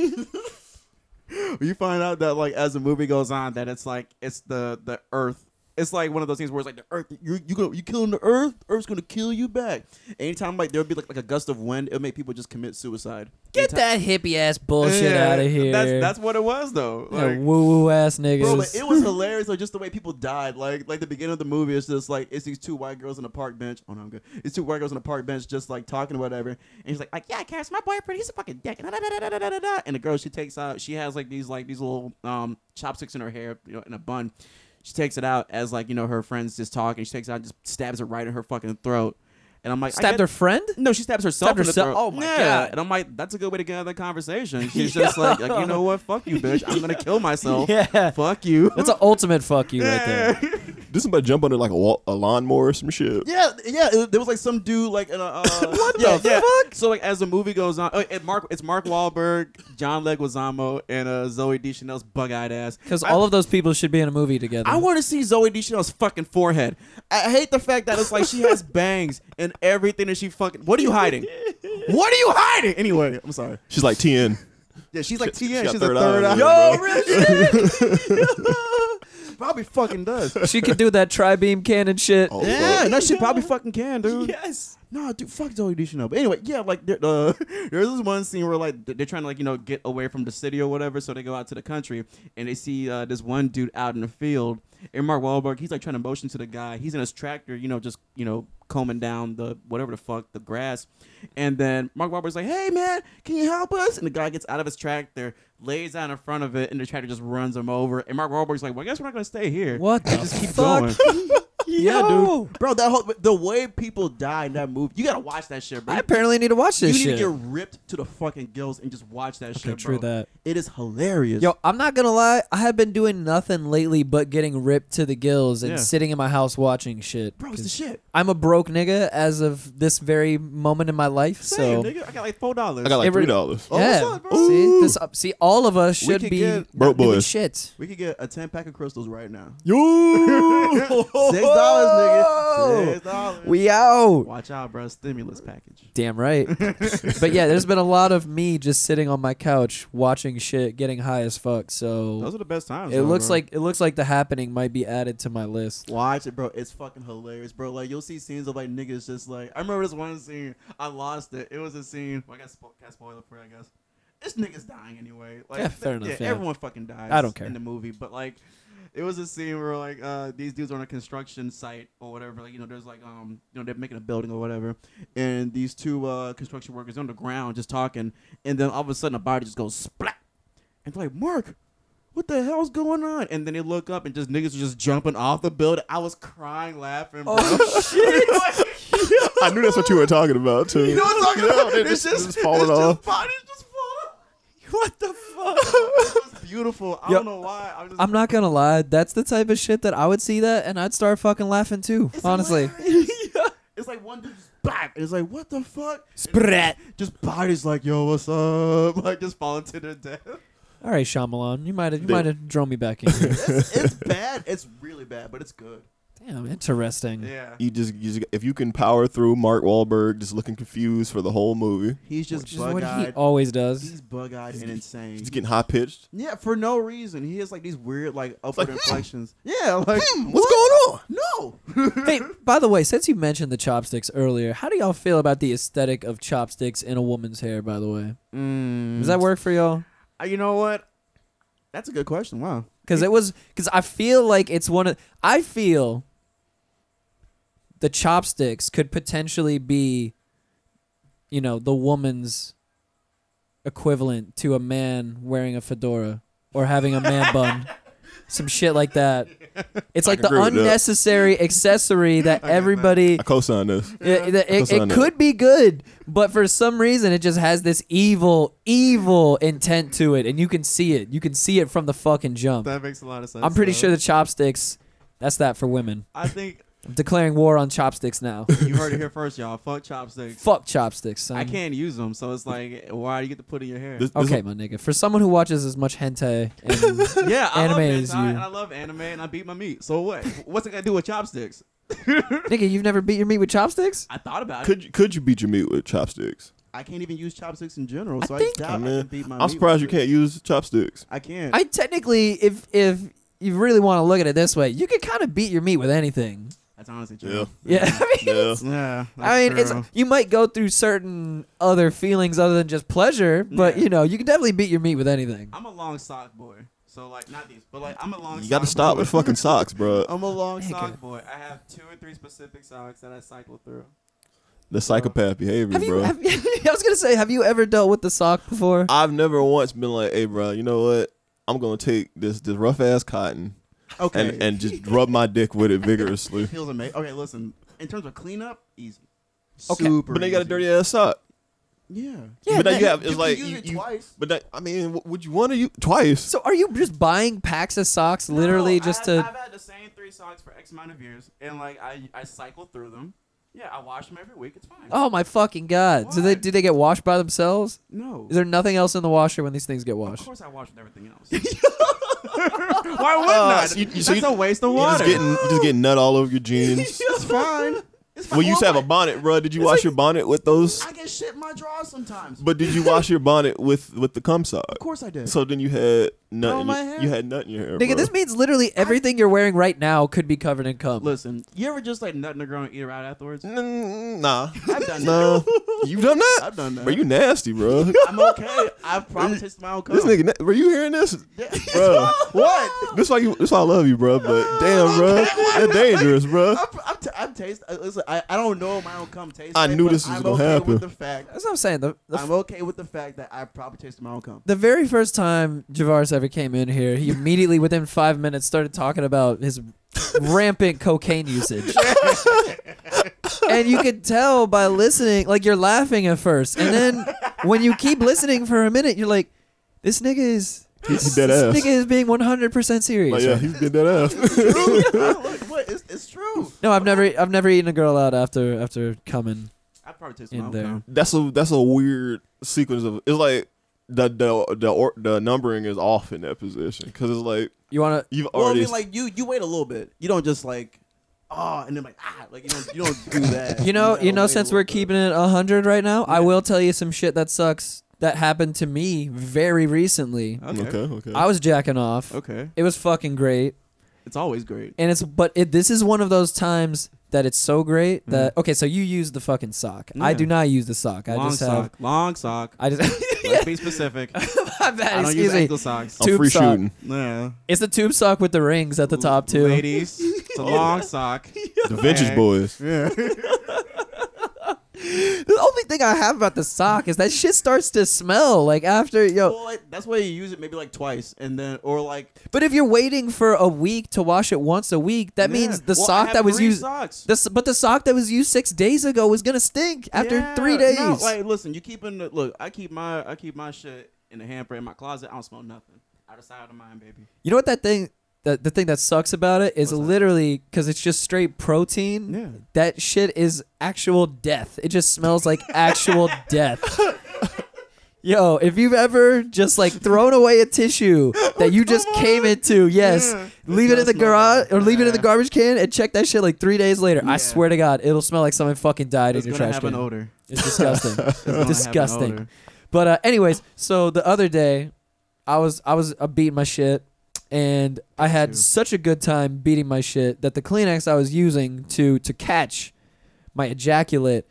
[SPEAKER 4] you find out that like as the movie goes on, that it's like it's the the Earth. It's like one of those things where it's like the Earth, you you go you killing the Earth, Earth's gonna kill you back. Anytime like there would be like like a gust of wind, it would make people just commit suicide.
[SPEAKER 2] Get that
[SPEAKER 4] Anytime-
[SPEAKER 2] hippie ass bullshit
[SPEAKER 4] Yeah,
[SPEAKER 2] out of here.
[SPEAKER 4] That's that's what it was though. Like,
[SPEAKER 2] woo woo ass niggas.
[SPEAKER 4] Bro, but it
[SPEAKER 2] <laughs>
[SPEAKER 4] was hilarious. Like just the way people died. Like like the beginning of the movie is just like it's these two white girls on a park bench. Oh no, I'm good. It's two white girls on a park bench just like talking or whatever. And he's like, like yeah, Cass, my boyfriend, he's a fucking dick. And da- da- da- da- da- da- da. And the girl she takes out, she has like these like these little um chopsticks in her hair, you know, in a bun. She takes it out as like you know her friends just talking. She takes it out, and just stabs it right in her fucking throat. And I'm like, I
[SPEAKER 2] Stabbed
[SPEAKER 4] get-
[SPEAKER 2] her friend?
[SPEAKER 4] <laughs> No, she stabs herself
[SPEAKER 2] Stabbed
[SPEAKER 4] in the
[SPEAKER 2] herself?
[SPEAKER 4] throat.
[SPEAKER 2] Oh my
[SPEAKER 4] Yeah.
[SPEAKER 2] God.
[SPEAKER 4] And I'm like, that's a good way to get out of
[SPEAKER 2] <laughs>
[SPEAKER 4] the conversation. She's just like, like, you know what? Fuck you, bitch. I'm gonna kill
[SPEAKER 2] <laughs>
[SPEAKER 4] myself.
[SPEAKER 2] Yeah.
[SPEAKER 4] Fuck you.
[SPEAKER 2] That's an ultimate fuck you right there.
[SPEAKER 3] Did somebody jump under like a, wall, a lawnmower or some shit?
[SPEAKER 4] Yeah, yeah. it- there was like some dude like in a.
[SPEAKER 2] <laughs>
[SPEAKER 4] Uh, what
[SPEAKER 2] the
[SPEAKER 4] fuck? So like as the movie goes on, oh, it Mark it's Mark Wahlberg, John Leguizamo, and uh, Zoe Deschanel's bug-eyed ass. <laughs>
[SPEAKER 2] Because
[SPEAKER 4] I-
[SPEAKER 2] all of those people should be in a movie together. <laughs>
[SPEAKER 4] I want to see Zoe Deschanel's fucking forehead. I hate the fact that it's like she has <laughs> bangs and everything that she fucking. What are
[SPEAKER 2] <laughs>
[SPEAKER 4] you hiding? what are you hiding? Anyway, I'm sorry.
[SPEAKER 3] She's like ten.
[SPEAKER 4] Yeah, she's like TN.
[SPEAKER 3] she got
[SPEAKER 4] she's
[SPEAKER 3] third
[SPEAKER 4] a third
[SPEAKER 3] eye,
[SPEAKER 4] eye.
[SPEAKER 3] yeah, bro.
[SPEAKER 4] Yo, <laughs> probably fucking does.
[SPEAKER 2] she could do that tri beam cannon shit.
[SPEAKER 3] Oh,
[SPEAKER 4] Yeah,
[SPEAKER 3] fuck.
[SPEAKER 4] and that shit probably fucking can, dude.
[SPEAKER 2] Yes.
[SPEAKER 4] No, dude, fuck Zoe Deschanel. But anyway, yeah, like there, uh, <laughs> there's this one scene where like th- they're trying to like you know get away from the city or whatever, so they go out to the country and they see uh, this one dude out in the field. And Mark Wahlberg, he's like trying to motion to the guy. He's in his tractor, you know, just you know combing down the whatever the fuck the grass. And then Mark Wahlberg's like, "Hey man, can you help us?" And the guy gets out of his tractor, lays down in front of it, and the tractor just runs him over. And Mark Wahlberg's like, "Well, I guess we're not gonna stay here."
[SPEAKER 2] <laughs> What the
[SPEAKER 4] And just keep
[SPEAKER 2] fuck? <laughs>
[SPEAKER 4] going.
[SPEAKER 2] Yeah, dude.
[SPEAKER 4] Bro, that whole the way people die in that movie, you gotta watch that shit, bro.
[SPEAKER 2] I apparently need to watch
[SPEAKER 4] you
[SPEAKER 2] this
[SPEAKER 4] need
[SPEAKER 2] shit.
[SPEAKER 4] to get ripped to the fucking gills and just watch that
[SPEAKER 2] okay,
[SPEAKER 4] shit,
[SPEAKER 2] true
[SPEAKER 4] bro.
[SPEAKER 2] that.
[SPEAKER 4] It is hilarious.
[SPEAKER 2] Yo, I'm not gonna lie. I have been doing nothing lately but getting ripped to the gills and
[SPEAKER 4] Yeah.
[SPEAKER 2] sitting in my house watching shit.
[SPEAKER 4] bro, it's the
[SPEAKER 2] 'Cause
[SPEAKER 4] shit.
[SPEAKER 2] I'm a broke nigga as of this very moment in my life.
[SPEAKER 4] Same,
[SPEAKER 2] so
[SPEAKER 4] nigga. I got like four dollars.
[SPEAKER 3] I got like
[SPEAKER 2] Every-
[SPEAKER 3] three dollars. <laughs>
[SPEAKER 4] Oh,
[SPEAKER 2] yeah,
[SPEAKER 4] what's up, bro?
[SPEAKER 2] see
[SPEAKER 3] Ooh.
[SPEAKER 2] this. Up, see, all of us
[SPEAKER 4] We
[SPEAKER 2] should
[SPEAKER 4] could
[SPEAKER 2] be
[SPEAKER 4] get-
[SPEAKER 2] not
[SPEAKER 3] Broke
[SPEAKER 2] doing
[SPEAKER 3] boys.
[SPEAKER 2] Shit.
[SPEAKER 4] we could get a ten pack of crystals right now.
[SPEAKER 3] Yo.
[SPEAKER 4] <laughs> Six dollars, nigga. Six dollars.
[SPEAKER 2] We out.
[SPEAKER 4] watch out, bro. Stimulus package.
[SPEAKER 2] Damn right.
[SPEAKER 4] <laughs>
[SPEAKER 2] but yeah, there's been a lot of me just sitting on my couch watching shit, getting high as fuck.
[SPEAKER 4] Those
[SPEAKER 2] So
[SPEAKER 4] are the best times.
[SPEAKER 2] it
[SPEAKER 4] though,
[SPEAKER 2] looks
[SPEAKER 4] bro.
[SPEAKER 2] like it looks like the happening might be added to my list.
[SPEAKER 4] Watch it, bro. It's fucking hilarious, bro. Like you'll see scenes of like niggas just like I remember this one scene. I lost it. It was a scene. Well, I got spo- can I spoil it for you, I guess. This nigga's dying anyway. Like
[SPEAKER 2] Yeah, fair enough, yeah.
[SPEAKER 4] everyone fucking dies.
[SPEAKER 2] I don't care.
[SPEAKER 4] in the movie, but like it was a scene where like uh these dudes are on a construction site or whatever. Like you know, there's like um you know they're making a building or whatever, and these two uh construction workers on the ground just talking, and then all of a sudden a body just goes splat, and they're like Mark, what the hell's going on? And then they look up and just niggas are just jumping off the building. I was crying laughing, bro. <laughs>
[SPEAKER 2] Oh shit!
[SPEAKER 3] I knew that's what you were talking about too.
[SPEAKER 4] you know what I'm talking about?
[SPEAKER 3] they
[SPEAKER 4] It's
[SPEAKER 3] just-
[SPEAKER 4] just,
[SPEAKER 3] just falling
[SPEAKER 4] it's
[SPEAKER 3] off.
[SPEAKER 4] Just, bodies just
[SPEAKER 2] <laughs>
[SPEAKER 4] falling off.
[SPEAKER 2] what the fuck?
[SPEAKER 4] It was beautiful. I
[SPEAKER 2] Yo,
[SPEAKER 4] don't know why. I'm just.
[SPEAKER 2] I'm not gonna lie. That's the type of shit that I would see that, and I'd start fucking laughing too.
[SPEAKER 5] <laughs>
[SPEAKER 4] It's
[SPEAKER 2] honestly.
[SPEAKER 4] hilarious. It's like one dude just bam, and it's like what the fuck?
[SPEAKER 2] Sprat.
[SPEAKER 5] <laughs>
[SPEAKER 4] Just bodies like yo, what's up? Like just falling to their death.
[SPEAKER 2] All right, Shyamalan, you might have you
[SPEAKER 3] They-
[SPEAKER 2] might have drawn me back in. Here.
[SPEAKER 4] <laughs>
[SPEAKER 5] It's, it's bad. It's really bad, but it's good.
[SPEAKER 2] Damn, interesting.
[SPEAKER 5] Yeah.
[SPEAKER 3] You just, you just if you can power through Mark Wahlberg just looking confused for the whole movie.
[SPEAKER 5] He's just
[SPEAKER 2] Which is what
[SPEAKER 5] bug
[SPEAKER 2] he
[SPEAKER 5] eyed.
[SPEAKER 2] always does.
[SPEAKER 5] He's bug eyed and insane.
[SPEAKER 3] He's getting high pitched.
[SPEAKER 5] Yeah, for no reason. He has like these weird like
[SPEAKER 3] like,
[SPEAKER 5] upward
[SPEAKER 3] hmm.
[SPEAKER 5] inflections. Yeah, like
[SPEAKER 4] Hmm,
[SPEAKER 1] What's going on?
[SPEAKER 2] <laughs>
[SPEAKER 5] no.
[SPEAKER 2] hey, by the way, since you mentioned the chopsticks earlier, how do y'all feel about the aesthetic of chopsticks in a woman's hair? By the way, does that work for y'all?
[SPEAKER 5] Uh, You know what?
[SPEAKER 4] That's a good question. Wow.
[SPEAKER 2] Because it was because I feel like it's one of I feel the chopsticks could potentially be, you know, the woman's equivalent to a man wearing a fedora or having a man bun. Some shit like that. It's like the
[SPEAKER 3] agree with that.
[SPEAKER 2] unnecessary accessory that everybody
[SPEAKER 3] I co-sign this.
[SPEAKER 4] Uh-huh.
[SPEAKER 2] it, it, it,
[SPEAKER 3] That's what I
[SPEAKER 2] it
[SPEAKER 3] know.
[SPEAKER 2] could be good, but for some reason, it just has this evil, evil intent to it, and you can see it. You can see it from the fucking jump.
[SPEAKER 4] That makes a lot of sense.
[SPEAKER 2] I'm pretty
[SPEAKER 4] though.
[SPEAKER 2] sure the chopsticks. That's that for women.
[SPEAKER 4] I think
[SPEAKER 2] I'm declaring war on chopsticks now.
[SPEAKER 4] <laughs> you heard it here first, y'all. Fuck chopsticks.
[SPEAKER 2] Fuck chopsticks, son.
[SPEAKER 4] I can't use them, so it's like, why do you get to put in your hair?
[SPEAKER 3] This, this
[SPEAKER 2] Okay, my nigga. For someone who watches as much hentai,
[SPEAKER 4] <laughs>
[SPEAKER 2] and
[SPEAKER 4] yeah, I
[SPEAKER 2] Anime
[SPEAKER 4] love hentai,
[SPEAKER 2] is you.
[SPEAKER 4] and I love anime, and I beat my meat. So what? What's it got to do with chopsticks?
[SPEAKER 2] nigga, you've never beat your meat with chopsticks.
[SPEAKER 4] I thought about it.
[SPEAKER 3] could you, could you beat your meat with chopsticks?
[SPEAKER 5] I can't even use chopsticks in general, so I,
[SPEAKER 2] think-
[SPEAKER 5] doubt I
[SPEAKER 3] Man,
[SPEAKER 5] can beat my.
[SPEAKER 3] I'm
[SPEAKER 5] meat
[SPEAKER 3] surprised you
[SPEAKER 5] with it.
[SPEAKER 3] can't use
[SPEAKER 5] <laughs>
[SPEAKER 3] chopsticks.
[SPEAKER 5] I can't.
[SPEAKER 2] I technically, if if you really want to look at it this way, you could kind of beat your meat with anything.
[SPEAKER 4] That's honestly
[SPEAKER 3] Yeah,
[SPEAKER 4] true.
[SPEAKER 2] Yeah, <laughs> I mean,
[SPEAKER 3] yeah.
[SPEAKER 4] Yeah.
[SPEAKER 2] I mean, it's
[SPEAKER 4] that's true.
[SPEAKER 2] you might go through certain other feelings other than just pleasure, but
[SPEAKER 4] Yeah.
[SPEAKER 2] you know, you can definitely beat your meat with anything.
[SPEAKER 4] I'm a long sock boy. So like not these, but like I'm a long.
[SPEAKER 3] You got to
[SPEAKER 4] sock
[SPEAKER 3] stop
[SPEAKER 4] boy.
[SPEAKER 3] with
[SPEAKER 5] <laughs>
[SPEAKER 3] fucking socks, bro.
[SPEAKER 5] Oh,
[SPEAKER 4] I'm a long
[SPEAKER 2] Nigga.
[SPEAKER 4] sock boy. I have two or three specific socks that I cycle through.
[SPEAKER 3] The psychopath behavior,
[SPEAKER 2] Have you,
[SPEAKER 3] bro.
[SPEAKER 2] have, <laughs> I was gonna say, have you ever dealt with the sock before?
[SPEAKER 3] I've never once been like, "Hey, bro, you know what? I'm gonna take this this rough ass cotton
[SPEAKER 5] okay.
[SPEAKER 3] and and just rub my dick with it
[SPEAKER 5] <laughs>
[SPEAKER 3] vigorously."
[SPEAKER 5] feels amazing. Okay, listen. In terms of cleanup, easy.
[SPEAKER 2] Okay.
[SPEAKER 5] Super.
[SPEAKER 3] but they got a
[SPEAKER 5] easy.
[SPEAKER 3] dirty ass sock.
[SPEAKER 5] Yeah.
[SPEAKER 2] Yeah,
[SPEAKER 3] but now
[SPEAKER 2] man.
[SPEAKER 3] you have it's
[SPEAKER 5] You can
[SPEAKER 3] like
[SPEAKER 5] use
[SPEAKER 3] you,
[SPEAKER 5] it
[SPEAKER 3] you-
[SPEAKER 5] twice.
[SPEAKER 3] But that, I mean, w- would you want to use twice?
[SPEAKER 2] So are you just buying packs of socks literally
[SPEAKER 4] No,
[SPEAKER 2] just
[SPEAKER 4] I,
[SPEAKER 2] to
[SPEAKER 4] I've had the same three socks for X amount of years, and like I I cycle through them. Yeah, I wash them every week. It's fine.
[SPEAKER 2] Oh my fucking god. Do they
[SPEAKER 4] What?
[SPEAKER 2] do they get washed by themselves?
[SPEAKER 4] no.
[SPEAKER 2] Is there nothing else in the washer when these things get
[SPEAKER 4] of
[SPEAKER 2] washed?
[SPEAKER 4] course, I wash with everything
[SPEAKER 3] <laughs>
[SPEAKER 4] else. <laughs> Why wouldn't I?
[SPEAKER 3] Uh, so you- you-
[SPEAKER 4] That's
[SPEAKER 3] so you-
[SPEAKER 4] a waste of
[SPEAKER 3] you just
[SPEAKER 4] water.
[SPEAKER 3] getting
[SPEAKER 4] <laughs>
[SPEAKER 3] you just getting nut
[SPEAKER 5] <laughs>
[SPEAKER 3] all over your jeans. <laughs>
[SPEAKER 5] It's fine. It's fine.
[SPEAKER 3] well, you used to have a
[SPEAKER 5] Well,
[SPEAKER 3] bonnet, bro. Did you wash your bonnet with those?
[SPEAKER 5] I get shit in my drawers sometimes.
[SPEAKER 3] But did you wash your bonnet with with the cum sock?
[SPEAKER 5] of course I did.
[SPEAKER 3] So then you had nut.
[SPEAKER 5] Oh,
[SPEAKER 3] in
[SPEAKER 5] my
[SPEAKER 3] your,
[SPEAKER 5] hair.
[SPEAKER 3] You had nut in your hair,
[SPEAKER 2] Nigga,
[SPEAKER 3] bro.
[SPEAKER 2] this means literally everything you're wearing right now could be covered in cum.
[SPEAKER 4] Listen, you ever just like nut in the ground and eat her
[SPEAKER 3] <laughs>
[SPEAKER 4] out afterwards?
[SPEAKER 3] Mm, Nah,
[SPEAKER 4] I've done that.
[SPEAKER 3] nah.
[SPEAKER 5] <laughs>
[SPEAKER 3] You done that?
[SPEAKER 5] I've done that.
[SPEAKER 3] Bro, you nasty, bro.
[SPEAKER 4] I'm okay. I've probably tasted my own cum.
[SPEAKER 3] <laughs> This nigga, na- were you hearing this,
[SPEAKER 4] <laughs>
[SPEAKER 3] bro?
[SPEAKER 5] <laughs> what?
[SPEAKER 3] This why you, this why I love you,
[SPEAKER 5] <laughs>
[SPEAKER 3] bro. But damn, bro, that's dangerous, bro.
[SPEAKER 5] I'm, I'm, t- I'm taste. I, listen, I, I don't know my own cum taste.
[SPEAKER 3] I
[SPEAKER 5] yet,
[SPEAKER 3] knew
[SPEAKER 5] but
[SPEAKER 3] this was
[SPEAKER 5] I'm
[SPEAKER 3] gonna
[SPEAKER 5] okay
[SPEAKER 3] happen.
[SPEAKER 5] With the fact,
[SPEAKER 2] That's what I'm saying. The, the,
[SPEAKER 5] I'm okay with the fact that I probably tasted my own cum.
[SPEAKER 2] the very first time Javaris ever came in here, he immediately within five minutes started talking about his rampant cocaine usage. and you could tell by listening, like you're laughing at first, and then when you keep listening for a minute, you're like, "This nigga is
[SPEAKER 3] He's
[SPEAKER 2] this,
[SPEAKER 3] dead
[SPEAKER 2] this
[SPEAKER 3] ass.
[SPEAKER 2] nigga is being 100 percent serious."
[SPEAKER 3] Like, yeah,
[SPEAKER 2] right
[SPEAKER 3] he's did that ass. <laughs>
[SPEAKER 2] <laughs>
[SPEAKER 5] Look, what? It's, it's true.
[SPEAKER 2] now." No, I've never, I've never eaten a girl out after after coming.
[SPEAKER 4] I probably tasted
[SPEAKER 2] In
[SPEAKER 4] my own
[SPEAKER 2] there.
[SPEAKER 4] cum.
[SPEAKER 3] that's a that's a weird sequence of. It's like the the the or, the numbering is off in that position because it's like
[SPEAKER 2] You wanna?
[SPEAKER 3] you've
[SPEAKER 5] Well, I
[SPEAKER 3] already.
[SPEAKER 5] mean, like you, you wait a little bit. You don't just like, oh, and then like ah, like you don't, you don't
[SPEAKER 3] <laughs>
[SPEAKER 5] do that.
[SPEAKER 2] You know,
[SPEAKER 5] gotta
[SPEAKER 2] you know,
[SPEAKER 5] wait a
[SPEAKER 2] since
[SPEAKER 5] little
[SPEAKER 2] we're
[SPEAKER 5] bit.
[SPEAKER 2] keeping it 100 right now, I
[SPEAKER 5] Yeah.
[SPEAKER 2] will tell you some shit that sucks that happened to me very recently.
[SPEAKER 3] okay, okay.
[SPEAKER 2] I was jacking off.
[SPEAKER 4] Okay.
[SPEAKER 2] It was fucking great.
[SPEAKER 4] It's always great.
[SPEAKER 2] And it's but it, this is one of those times that it's so great that okay, so you use the fucking sock. I
[SPEAKER 4] Mm-hmm. Yeah.
[SPEAKER 2] do not use the sock. I
[SPEAKER 4] long
[SPEAKER 2] just
[SPEAKER 4] sock.
[SPEAKER 2] have
[SPEAKER 4] Long sock.
[SPEAKER 2] I just <laughs>
[SPEAKER 4] Let's be specific.
[SPEAKER 2] my bad,
[SPEAKER 4] I don't use
[SPEAKER 2] excuse me.
[SPEAKER 4] ankle socks.
[SPEAKER 3] I'm
[SPEAKER 2] tube
[SPEAKER 3] free
[SPEAKER 2] sock.
[SPEAKER 3] shooting.
[SPEAKER 4] Yeah.
[SPEAKER 2] It's the tube sock with the rings at the top too.
[SPEAKER 4] Ladies, it's
[SPEAKER 2] <laughs>
[SPEAKER 4] a long sock.
[SPEAKER 3] The Vintage
[SPEAKER 4] Okay.
[SPEAKER 3] Boys.
[SPEAKER 2] The only thing I have about the sock is that shit starts to smell like after yo
[SPEAKER 5] Well, like, that's why you use it maybe like twice, and then or like
[SPEAKER 2] But if you're waiting for a week to wash it once a week, that means the
[SPEAKER 4] Well, I
[SPEAKER 2] sock
[SPEAKER 4] have
[SPEAKER 2] that was
[SPEAKER 4] three
[SPEAKER 2] used.
[SPEAKER 4] Socks.
[SPEAKER 2] The, s- but the sock that was used six days ago was gonna stink after
[SPEAKER 4] Yeah,
[SPEAKER 2] three days.
[SPEAKER 4] No, like, listen, you keeping the look. I keep my I keep my shit in the hamper in my closet. I don't smell nothing. I decided to mine, baby.
[SPEAKER 2] you know what that thing? That the thing that sucks about it is
[SPEAKER 4] What's that?
[SPEAKER 2] literally because it's just straight protein.
[SPEAKER 4] Yeah.
[SPEAKER 2] That
[SPEAKER 4] <laughs>
[SPEAKER 2] shit is actual death. It just smells like actual death. Yo, if you've ever just like thrown away a tissue that you just came into, yes, leave it in the garage or leave it in the garbage can and check that shit like three days later. I swear to God, it'll smell like someone fucking died
[SPEAKER 4] It's
[SPEAKER 2] in your
[SPEAKER 4] gonna
[SPEAKER 2] trash
[SPEAKER 4] have
[SPEAKER 2] can.
[SPEAKER 4] an odor.
[SPEAKER 2] It's disgusting.
[SPEAKER 4] <laughs> gonna have an
[SPEAKER 2] disgusting.
[SPEAKER 4] odor.
[SPEAKER 2] But uh, anyways, so the other day, I was I was uh, beating my shit, and I had
[SPEAKER 4] too.
[SPEAKER 2] such a good time beating my shit that the Kleenex I was using to to catch my ejaculate,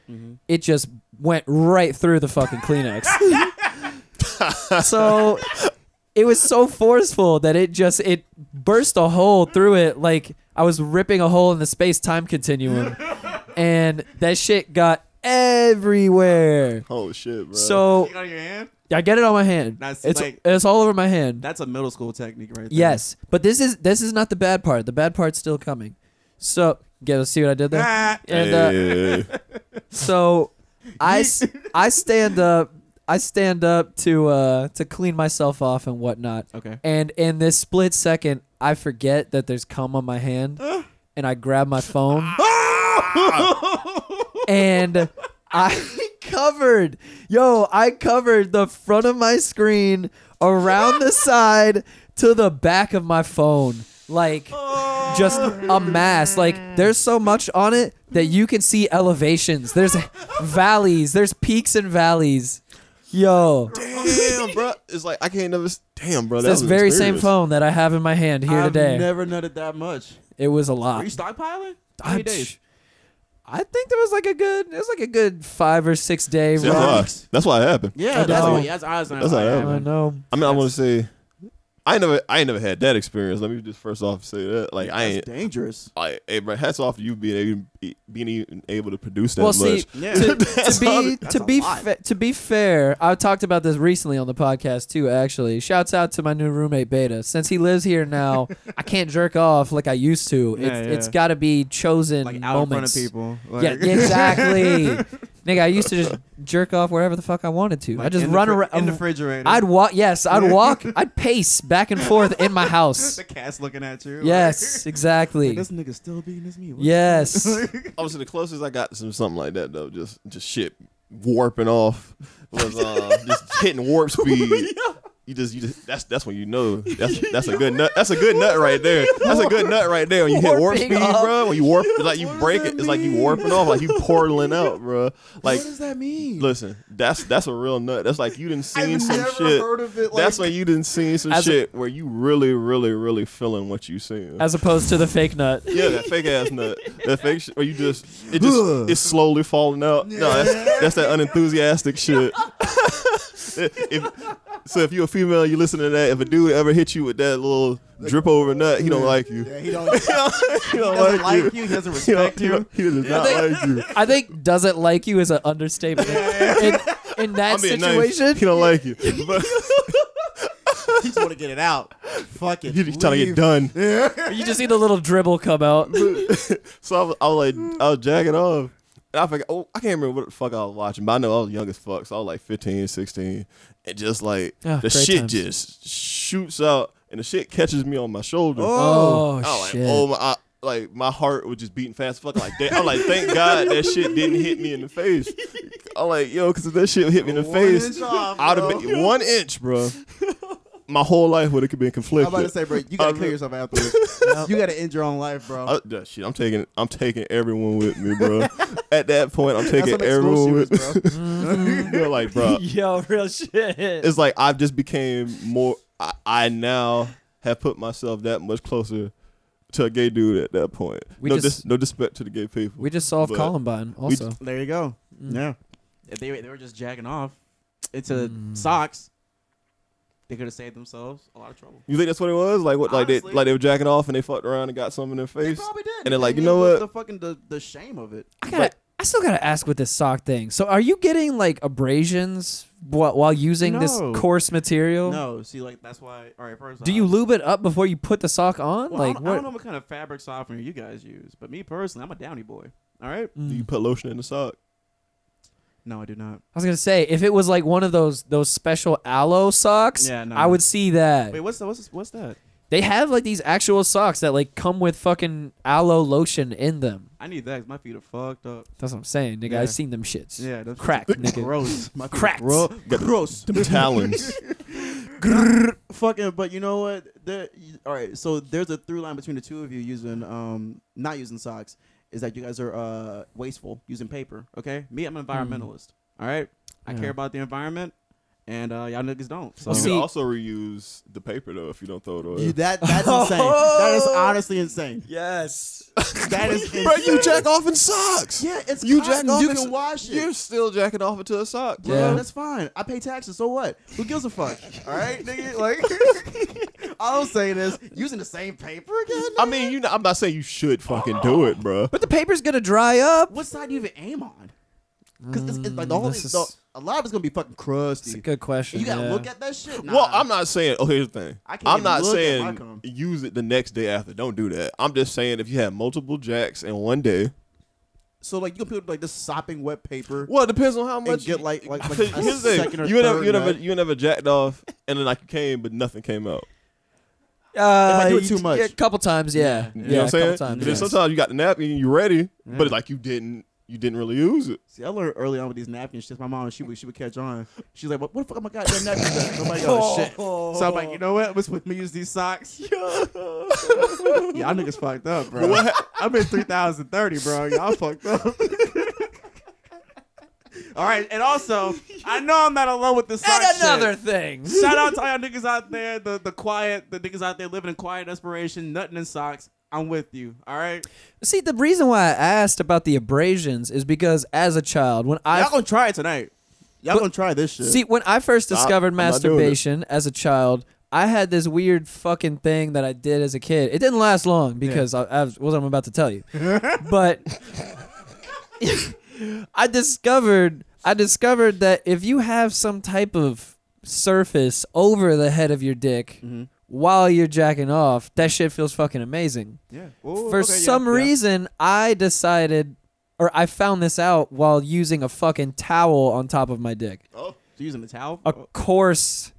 [SPEAKER 2] it just went right through the fucking Kleenex. so it was so forceful that it just it burst a hole through it like I was ripping a hole in the space time continuum, and that shit got everywhere.
[SPEAKER 3] Oh shit, bro.
[SPEAKER 2] So
[SPEAKER 4] You got it in your hand?
[SPEAKER 2] I get it on my hand.
[SPEAKER 4] That's
[SPEAKER 2] it's
[SPEAKER 4] like-
[SPEAKER 2] it's all over my hand.
[SPEAKER 4] That's a middle school technique, right? There.
[SPEAKER 2] yes, but this is this is not the bad part. The bad part's still coming. So get see what I did there.
[SPEAKER 4] Ah,
[SPEAKER 2] And uh,
[SPEAKER 3] Yeah.
[SPEAKER 2] so I
[SPEAKER 4] <laughs>
[SPEAKER 2] s- I stand up I stand up to uh to clean myself off and whatnot.
[SPEAKER 4] okay.
[SPEAKER 2] And in this split second, I forget that there's cum on my hand, and I grab my phone,
[SPEAKER 4] <laughs>
[SPEAKER 2] and I <laughs> covered, yo, I covered the front of my screen around <laughs> the side to the back of my phone, like just a mass. Like there's so much on it that you can see elevations. <laughs> There's valleys. There's peaks and valleys. Yo,
[SPEAKER 3] damn, bro. It's like I can't never. s- Damn, bro. That
[SPEAKER 2] this
[SPEAKER 3] was an
[SPEAKER 2] very same
[SPEAKER 3] experience.
[SPEAKER 2] phone that I have in my hand here
[SPEAKER 4] I've
[SPEAKER 2] today. Uh,
[SPEAKER 4] never nutted that much.
[SPEAKER 2] It was a
[SPEAKER 4] Are
[SPEAKER 2] lot.
[SPEAKER 4] you stockpiling?
[SPEAKER 2] I,
[SPEAKER 4] How many days?
[SPEAKER 2] I think there was like a good, it was like a good five or six day
[SPEAKER 3] See, That's
[SPEAKER 2] run.
[SPEAKER 3] why. That's why it happened.
[SPEAKER 4] Yeah,
[SPEAKER 2] that's
[SPEAKER 4] that's
[SPEAKER 2] know.
[SPEAKER 4] what.
[SPEAKER 2] what-
[SPEAKER 4] That's honestly.
[SPEAKER 3] That's what
[SPEAKER 2] I don't know.
[SPEAKER 3] I mean, I want to say, I ain't never, I ain't never had that experience. Let me just first off say that, like, I ain't,
[SPEAKER 5] That's dangerous.
[SPEAKER 3] like, hey, bro, hats off to you being able, being even able to produce that
[SPEAKER 2] Well, see,
[SPEAKER 3] much.
[SPEAKER 4] Yeah. <laughs>
[SPEAKER 2] to, to
[SPEAKER 3] <laughs> That's
[SPEAKER 2] be
[SPEAKER 3] all-
[SPEAKER 2] to be fa- to be fair, I talked about this recently on the podcast too. Actually, shouts out to my new roommate Beta. Since he lives here now, I can't jerk off like I used to.
[SPEAKER 4] Yeah,
[SPEAKER 2] It's
[SPEAKER 4] yeah.
[SPEAKER 2] it's got to be chosen
[SPEAKER 4] Like out
[SPEAKER 2] moments.
[SPEAKER 4] in front of people.
[SPEAKER 2] yeah,
[SPEAKER 4] Like, <laughs>
[SPEAKER 2] exactly. Nigga, I used to just jerk off wherever the fuck I wanted to.
[SPEAKER 4] like
[SPEAKER 2] I just
[SPEAKER 4] in the
[SPEAKER 2] run
[SPEAKER 4] fri-
[SPEAKER 2] around um,
[SPEAKER 4] in the refrigerator.
[SPEAKER 5] <laughs>
[SPEAKER 2] I'd walk. Yes, I'd
[SPEAKER 4] <laughs>
[SPEAKER 2] walk. I'd pace back and forth in my house.
[SPEAKER 4] the cat's looking at you.
[SPEAKER 2] Yes,
[SPEAKER 4] Like,
[SPEAKER 2] exactly.
[SPEAKER 4] this nigga still beating this meat.
[SPEAKER 5] <laughs>
[SPEAKER 4] What- <laughs>
[SPEAKER 2] Yes.
[SPEAKER 3] Obviously, the closest I got to some- something like that though, just just shit warping off was uh, just
[SPEAKER 4] <laughs>
[SPEAKER 3] hitting warp speed. You just, you just, that's that's when you know
[SPEAKER 4] <laughs>
[SPEAKER 3] that's that's a good nut. That's a good nut right there. That's a good nut right there. When you hit warp
[SPEAKER 2] Warping
[SPEAKER 3] speed,
[SPEAKER 2] off.
[SPEAKER 3] bro. When you warp, it's like you
[SPEAKER 4] What does
[SPEAKER 3] break
[SPEAKER 4] that
[SPEAKER 3] it. It's like you
[SPEAKER 4] mean?
[SPEAKER 3] warping off,
[SPEAKER 4] <laughs>
[SPEAKER 3] like you portling out, bro. Like
[SPEAKER 4] what does that mean?
[SPEAKER 3] Listen, that's that's a real nut. That's like you didn't seen
[SPEAKER 4] I've
[SPEAKER 3] some
[SPEAKER 4] never
[SPEAKER 3] shit.
[SPEAKER 4] heard of it. Like,
[SPEAKER 3] that's when you didn't seen some
[SPEAKER 2] As a-
[SPEAKER 3] shit where you really, really, really feeling what you seeing.
[SPEAKER 2] As opposed to the fake nut.
[SPEAKER 3] yeah, that fake ass nut. That fake shit where you just it just it's slowly falling out. No, that's that's that unenthusiastic shit. if, so if you're a female, you listen to that. If a dude ever hit you with that little drip over nut, he don't like you. <laughs>
[SPEAKER 5] Yeah, he don't. <laughs>
[SPEAKER 3] He
[SPEAKER 4] he
[SPEAKER 3] don't
[SPEAKER 4] doesn't like
[SPEAKER 3] like
[SPEAKER 4] you.
[SPEAKER 3] <laughs>
[SPEAKER 4] He doesn't
[SPEAKER 3] He don't-
[SPEAKER 4] respect
[SPEAKER 3] he
[SPEAKER 4] you.
[SPEAKER 3] don't- he does not
[SPEAKER 2] they-
[SPEAKER 3] like you.
[SPEAKER 2] I think doesn't like you is an understatement. In, in that
[SPEAKER 3] I'm being nice.
[SPEAKER 2] situation,
[SPEAKER 3] He don't like you. But <laughs>
[SPEAKER 5] He just want to get it out. Fuck it.
[SPEAKER 3] he's just trying to get done.
[SPEAKER 2] you just need a little dribble come out.
[SPEAKER 3] So I was, I was like, I was jacking off. And I forgot, oh, I can't remember what the fuck I was watching, but I know I was young as fuck. So I was like 15, 16. And just like,
[SPEAKER 2] Ah,
[SPEAKER 3] the
[SPEAKER 2] great
[SPEAKER 3] shit
[SPEAKER 2] times.
[SPEAKER 3] just shoots out and the shit catches me on my shoulder.
[SPEAKER 2] Oh,
[SPEAKER 3] I was
[SPEAKER 2] shit!
[SPEAKER 3] like, oh my, I, like my heart was just beating fast. Fuck, like, damn. I'm like, thank God that shit didn't hit me in
[SPEAKER 5] <laughs>
[SPEAKER 3] the face. I'm like, yo, because if that shit hit me in the face,
[SPEAKER 5] inch
[SPEAKER 3] <laughs>
[SPEAKER 5] off,
[SPEAKER 3] I'd have
[SPEAKER 5] bro.
[SPEAKER 3] been one
[SPEAKER 5] <laughs>
[SPEAKER 3] inch, bro. My whole life would have been
[SPEAKER 5] I'm
[SPEAKER 3] conflicted.
[SPEAKER 5] about to say, bro, you gotta
[SPEAKER 3] I'm-
[SPEAKER 5] kill yourself afterwards.
[SPEAKER 3] <laughs>
[SPEAKER 5] <laughs> You gotta end your own life, bro.
[SPEAKER 4] Uh,
[SPEAKER 3] I, that shit, I'm taking, I'm taking everyone with me, bro. At that point, I'm
[SPEAKER 5] That's
[SPEAKER 3] taking
[SPEAKER 5] what makes school
[SPEAKER 3] everyone
[SPEAKER 5] shooters,
[SPEAKER 3] with me.
[SPEAKER 5] bro.
[SPEAKER 3] <laughs> You're
[SPEAKER 2] <laughs>
[SPEAKER 3] like, bro,
[SPEAKER 2] Yo, real shit.
[SPEAKER 3] it's like I've just became more. I, I now have put myself that much closer to a gay dude at that point.
[SPEAKER 2] We
[SPEAKER 3] no,
[SPEAKER 2] just-
[SPEAKER 3] dis, no disrespect to the gay people.
[SPEAKER 2] We just solved
[SPEAKER 3] But
[SPEAKER 2] Columbine. Also,
[SPEAKER 5] There you go. Yeah.
[SPEAKER 4] If Mm. they they were just jacking off into
[SPEAKER 3] Mm.
[SPEAKER 4] socks, they could have saved themselves a lot of trouble.
[SPEAKER 3] you think that's what it was? Like what? Like they,
[SPEAKER 4] Honestly.
[SPEAKER 3] like they were jacking off and they fucked around and got some in their
[SPEAKER 5] They
[SPEAKER 3] face.
[SPEAKER 5] probably did.
[SPEAKER 3] And they're like,
[SPEAKER 5] They
[SPEAKER 3] you know
[SPEAKER 5] did
[SPEAKER 3] what?
[SPEAKER 5] The fucking the, the shame of it.
[SPEAKER 2] I gotta. I still gotta ask with this sock thing. So, are you getting like abrasions wh- while using this
[SPEAKER 4] No.
[SPEAKER 2] coarse material?
[SPEAKER 4] No, see, like that's why. All right, first,
[SPEAKER 2] Do
[SPEAKER 4] off-
[SPEAKER 2] you lube it up before you put the sock on?
[SPEAKER 4] Well, I,
[SPEAKER 2] like
[SPEAKER 4] don't, I
[SPEAKER 2] what?
[SPEAKER 4] don't know what kind of fabric softener you guys use, but me personally, I'm a downy boy. All right.
[SPEAKER 3] Do
[SPEAKER 2] Mm.
[SPEAKER 3] you put lotion in the sock?
[SPEAKER 4] No, I do not.
[SPEAKER 2] I was gonna say if it was like one of those those special aloe socks,
[SPEAKER 4] Yeah, no,
[SPEAKER 2] I
[SPEAKER 4] no.
[SPEAKER 2] would see that.
[SPEAKER 4] Wait, what's that? What's what's that?
[SPEAKER 2] They have like these actual socks that like come with fucking aloe lotion in them.
[SPEAKER 4] I need that. 'cause My feet are fucked up.
[SPEAKER 2] That's what I'm saying, nigga.
[SPEAKER 4] Yeah.
[SPEAKER 2] I've seen them shits.
[SPEAKER 4] Yeah, those shits
[SPEAKER 2] crack,
[SPEAKER 4] are
[SPEAKER 2] nigga. <laughs>
[SPEAKER 4] Gross. My feet are
[SPEAKER 2] Cracks.
[SPEAKER 4] Gro-
[SPEAKER 3] Got
[SPEAKER 4] gross.
[SPEAKER 3] Them talons.
[SPEAKER 4] <laughs> Fucking. But you know what? The, all right. So there's a through line between the two of you using um not using socks is that you guys are uh wasteful using paper. Okay. Me, I'm an environmentalist. All right. I
[SPEAKER 2] Hmm. Yeah.
[SPEAKER 4] care about the environment, and uh, y'all niggas don't. So
[SPEAKER 2] Well,
[SPEAKER 3] you
[SPEAKER 2] see-
[SPEAKER 3] can also reuse the paper though if you don't throw it away.
[SPEAKER 4] You- that
[SPEAKER 3] <laughs>
[SPEAKER 4] that's insane. <laughs> That
[SPEAKER 2] Oh!
[SPEAKER 4] is
[SPEAKER 2] <laughs>
[SPEAKER 4] honestly insane.
[SPEAKER 2] Yes.
[SPEAKER 4] That is insane.
[SPEAKER 3] bro, you jack off in socks.
[SPEAKER 4] Yeah, it's
[SPEAKER 3] you
[SPEAKER 4] cotton.
[SPEAKER 3] jack off.
[SPEAKER 4] You
[SPEAKER 3] in
[SPEAKER 4] can
[SPEAKER 3] so-
[SPEAKER 4] wash it.
[SPEAKER 3] You're still jacking off into a sock. Bro.
[SPEAKER 4] Bro,
[SPEAKER 2] Yeah.
[SPEAKER 4] that's fine. I pay taxes, so what? Who gives a <laughs> fuck? All right, nigga. Like, <laughs> all I'm saying is using the same paper again.
[SPEAKER 3] I mean, you. Know, I'm not saying you should fucking do it, bro.
[SPEAKER 2] But the paper's gonna dry up.
[SPEAKER 4] what side do you even aim on? Because it's, it's like the
[SPEAKER 2] Mm,
[SPEAKER 4] whole
[SPEAKER 2] this
[SPEAKER 4] thing,
[SPEAKER 2] is-
[SPEAKER 4] the, a lot of it's gonna be fucking
[SPEAKER 2] It's a
[SPEAKER 4] crusty.
[SPEAKER 2] good question.
[SPEAKER 4] You gotta
[SPEAKER 2] yeah.
[SPEAKER 4] look at that shit. Nah.
[SPEAKER 3] Well, I'm not saying. Oh, here's the thing.
[SPEAKER 4] I can't
[SPEAKER 3] I'm
[SPEAKER 4] even
[SPEAKER 3] not
[SPEAKER 4] look at my
[SPEAKER 3] saying
[SPEAKER 4] cum.
[SPEAKER 3] use it the next day after. Don't do that. I'm just saying if you have multiple jacks in one day.
[SPEAKER 4] So like you can put like this sopping wet paper.
[SPEAKER 3] Well, it depends on how much.
[SPEAKER 4] get,
[SPEAKER 3] you- <laughs>
[SPEAKER 4] like- like- like
[SPEAKER 3] Here's
[SPEAKER 4] a
[SPEAKER 3] the thing.
[SPEAKER 4] second or
[SPEAKER 3] You never,
[SPEAKER 4] third
[SPEAKER 3] you never,
[SPEAKER 4] nut.
[SPEAKER 3] you never jacked off, and then like you came, but nothing came out.
[SPEAKER 2] Uh,
[SPEAKER 4] If I do it
[SPEAKER 2] you-
[SPEAKER 4] too much.
[SPEAKER 2] yeah, a couple times, yeah.
[SPEAKER 3] You
[SPEAKER 2] yeah,
[SPEAKER 3] know what I'm
[SPEAKER 2] a
[SPEAKER 3] saying?
[SPEAKER 2] couple times.
[SPEAKER 3] Then
[SPEAKER 2] yes.
[SPEAKER 3] sometimes you got the napkin, you ready,
[SPEAKER 4] Yeah.
[SPEAKER 3] but it's like you didn't, you didn't really use it.
[SPEAKER 4] See, I learned early on with these napkins. Shit, my mom she would she would catch on. She's like, "What what the fuck? am I goddamn napkins at?" Nobody got oh, shit. So I'm like, you know what? Let's let me use these socks. Y'all niggas fucked up, bro. <laughs> I'm in 3030, bro. Y'all fucked up. <laughs> All right, and also, I know I'm not alone with this sock
[SPEAKER 2] And
[SPEAKER 4] shit. <laughs>
[SPEAKER 2] another thing.
[SPEAKER 4] Shout out to all y'all niggas out there, the, the quiet, the niggas out there living in quiet desperation, nothing in socks. I'm with you, all right?
[SPEAKER 2] See, the reason why I asked about the abrasions is because as a child, when I
[SPEAKER 4] Y'all gonna try it tonight. Y'all
[SPEAKER 2] But-
[SPEAKER 4] gonna try this shit.
[SPEAKER 2] See, when I first discovered
[SPEAKER 3] I'm not doing it.
[SPEAKER 2] masturbation as a child, I had this weird fucking thing that I did as a kid. It didn't last long because I, I was what I'm about to tell you. but <laughs> I discovered I discovered that if you have some type of surface over the head of your dick
[SPEAKER 3] Mm-hmm.
[SPEAKER 2] while you're jacking off, that shit feels fucking amazing.
[SPEAKER 4] yeah.
[SPEAKER 2] For some reason, I decided or I found this out while using a fucking towel on top of my dick
[SPEAKER 4] Oh, using the towel? Oh.
[SPEAKER 2] a coarse,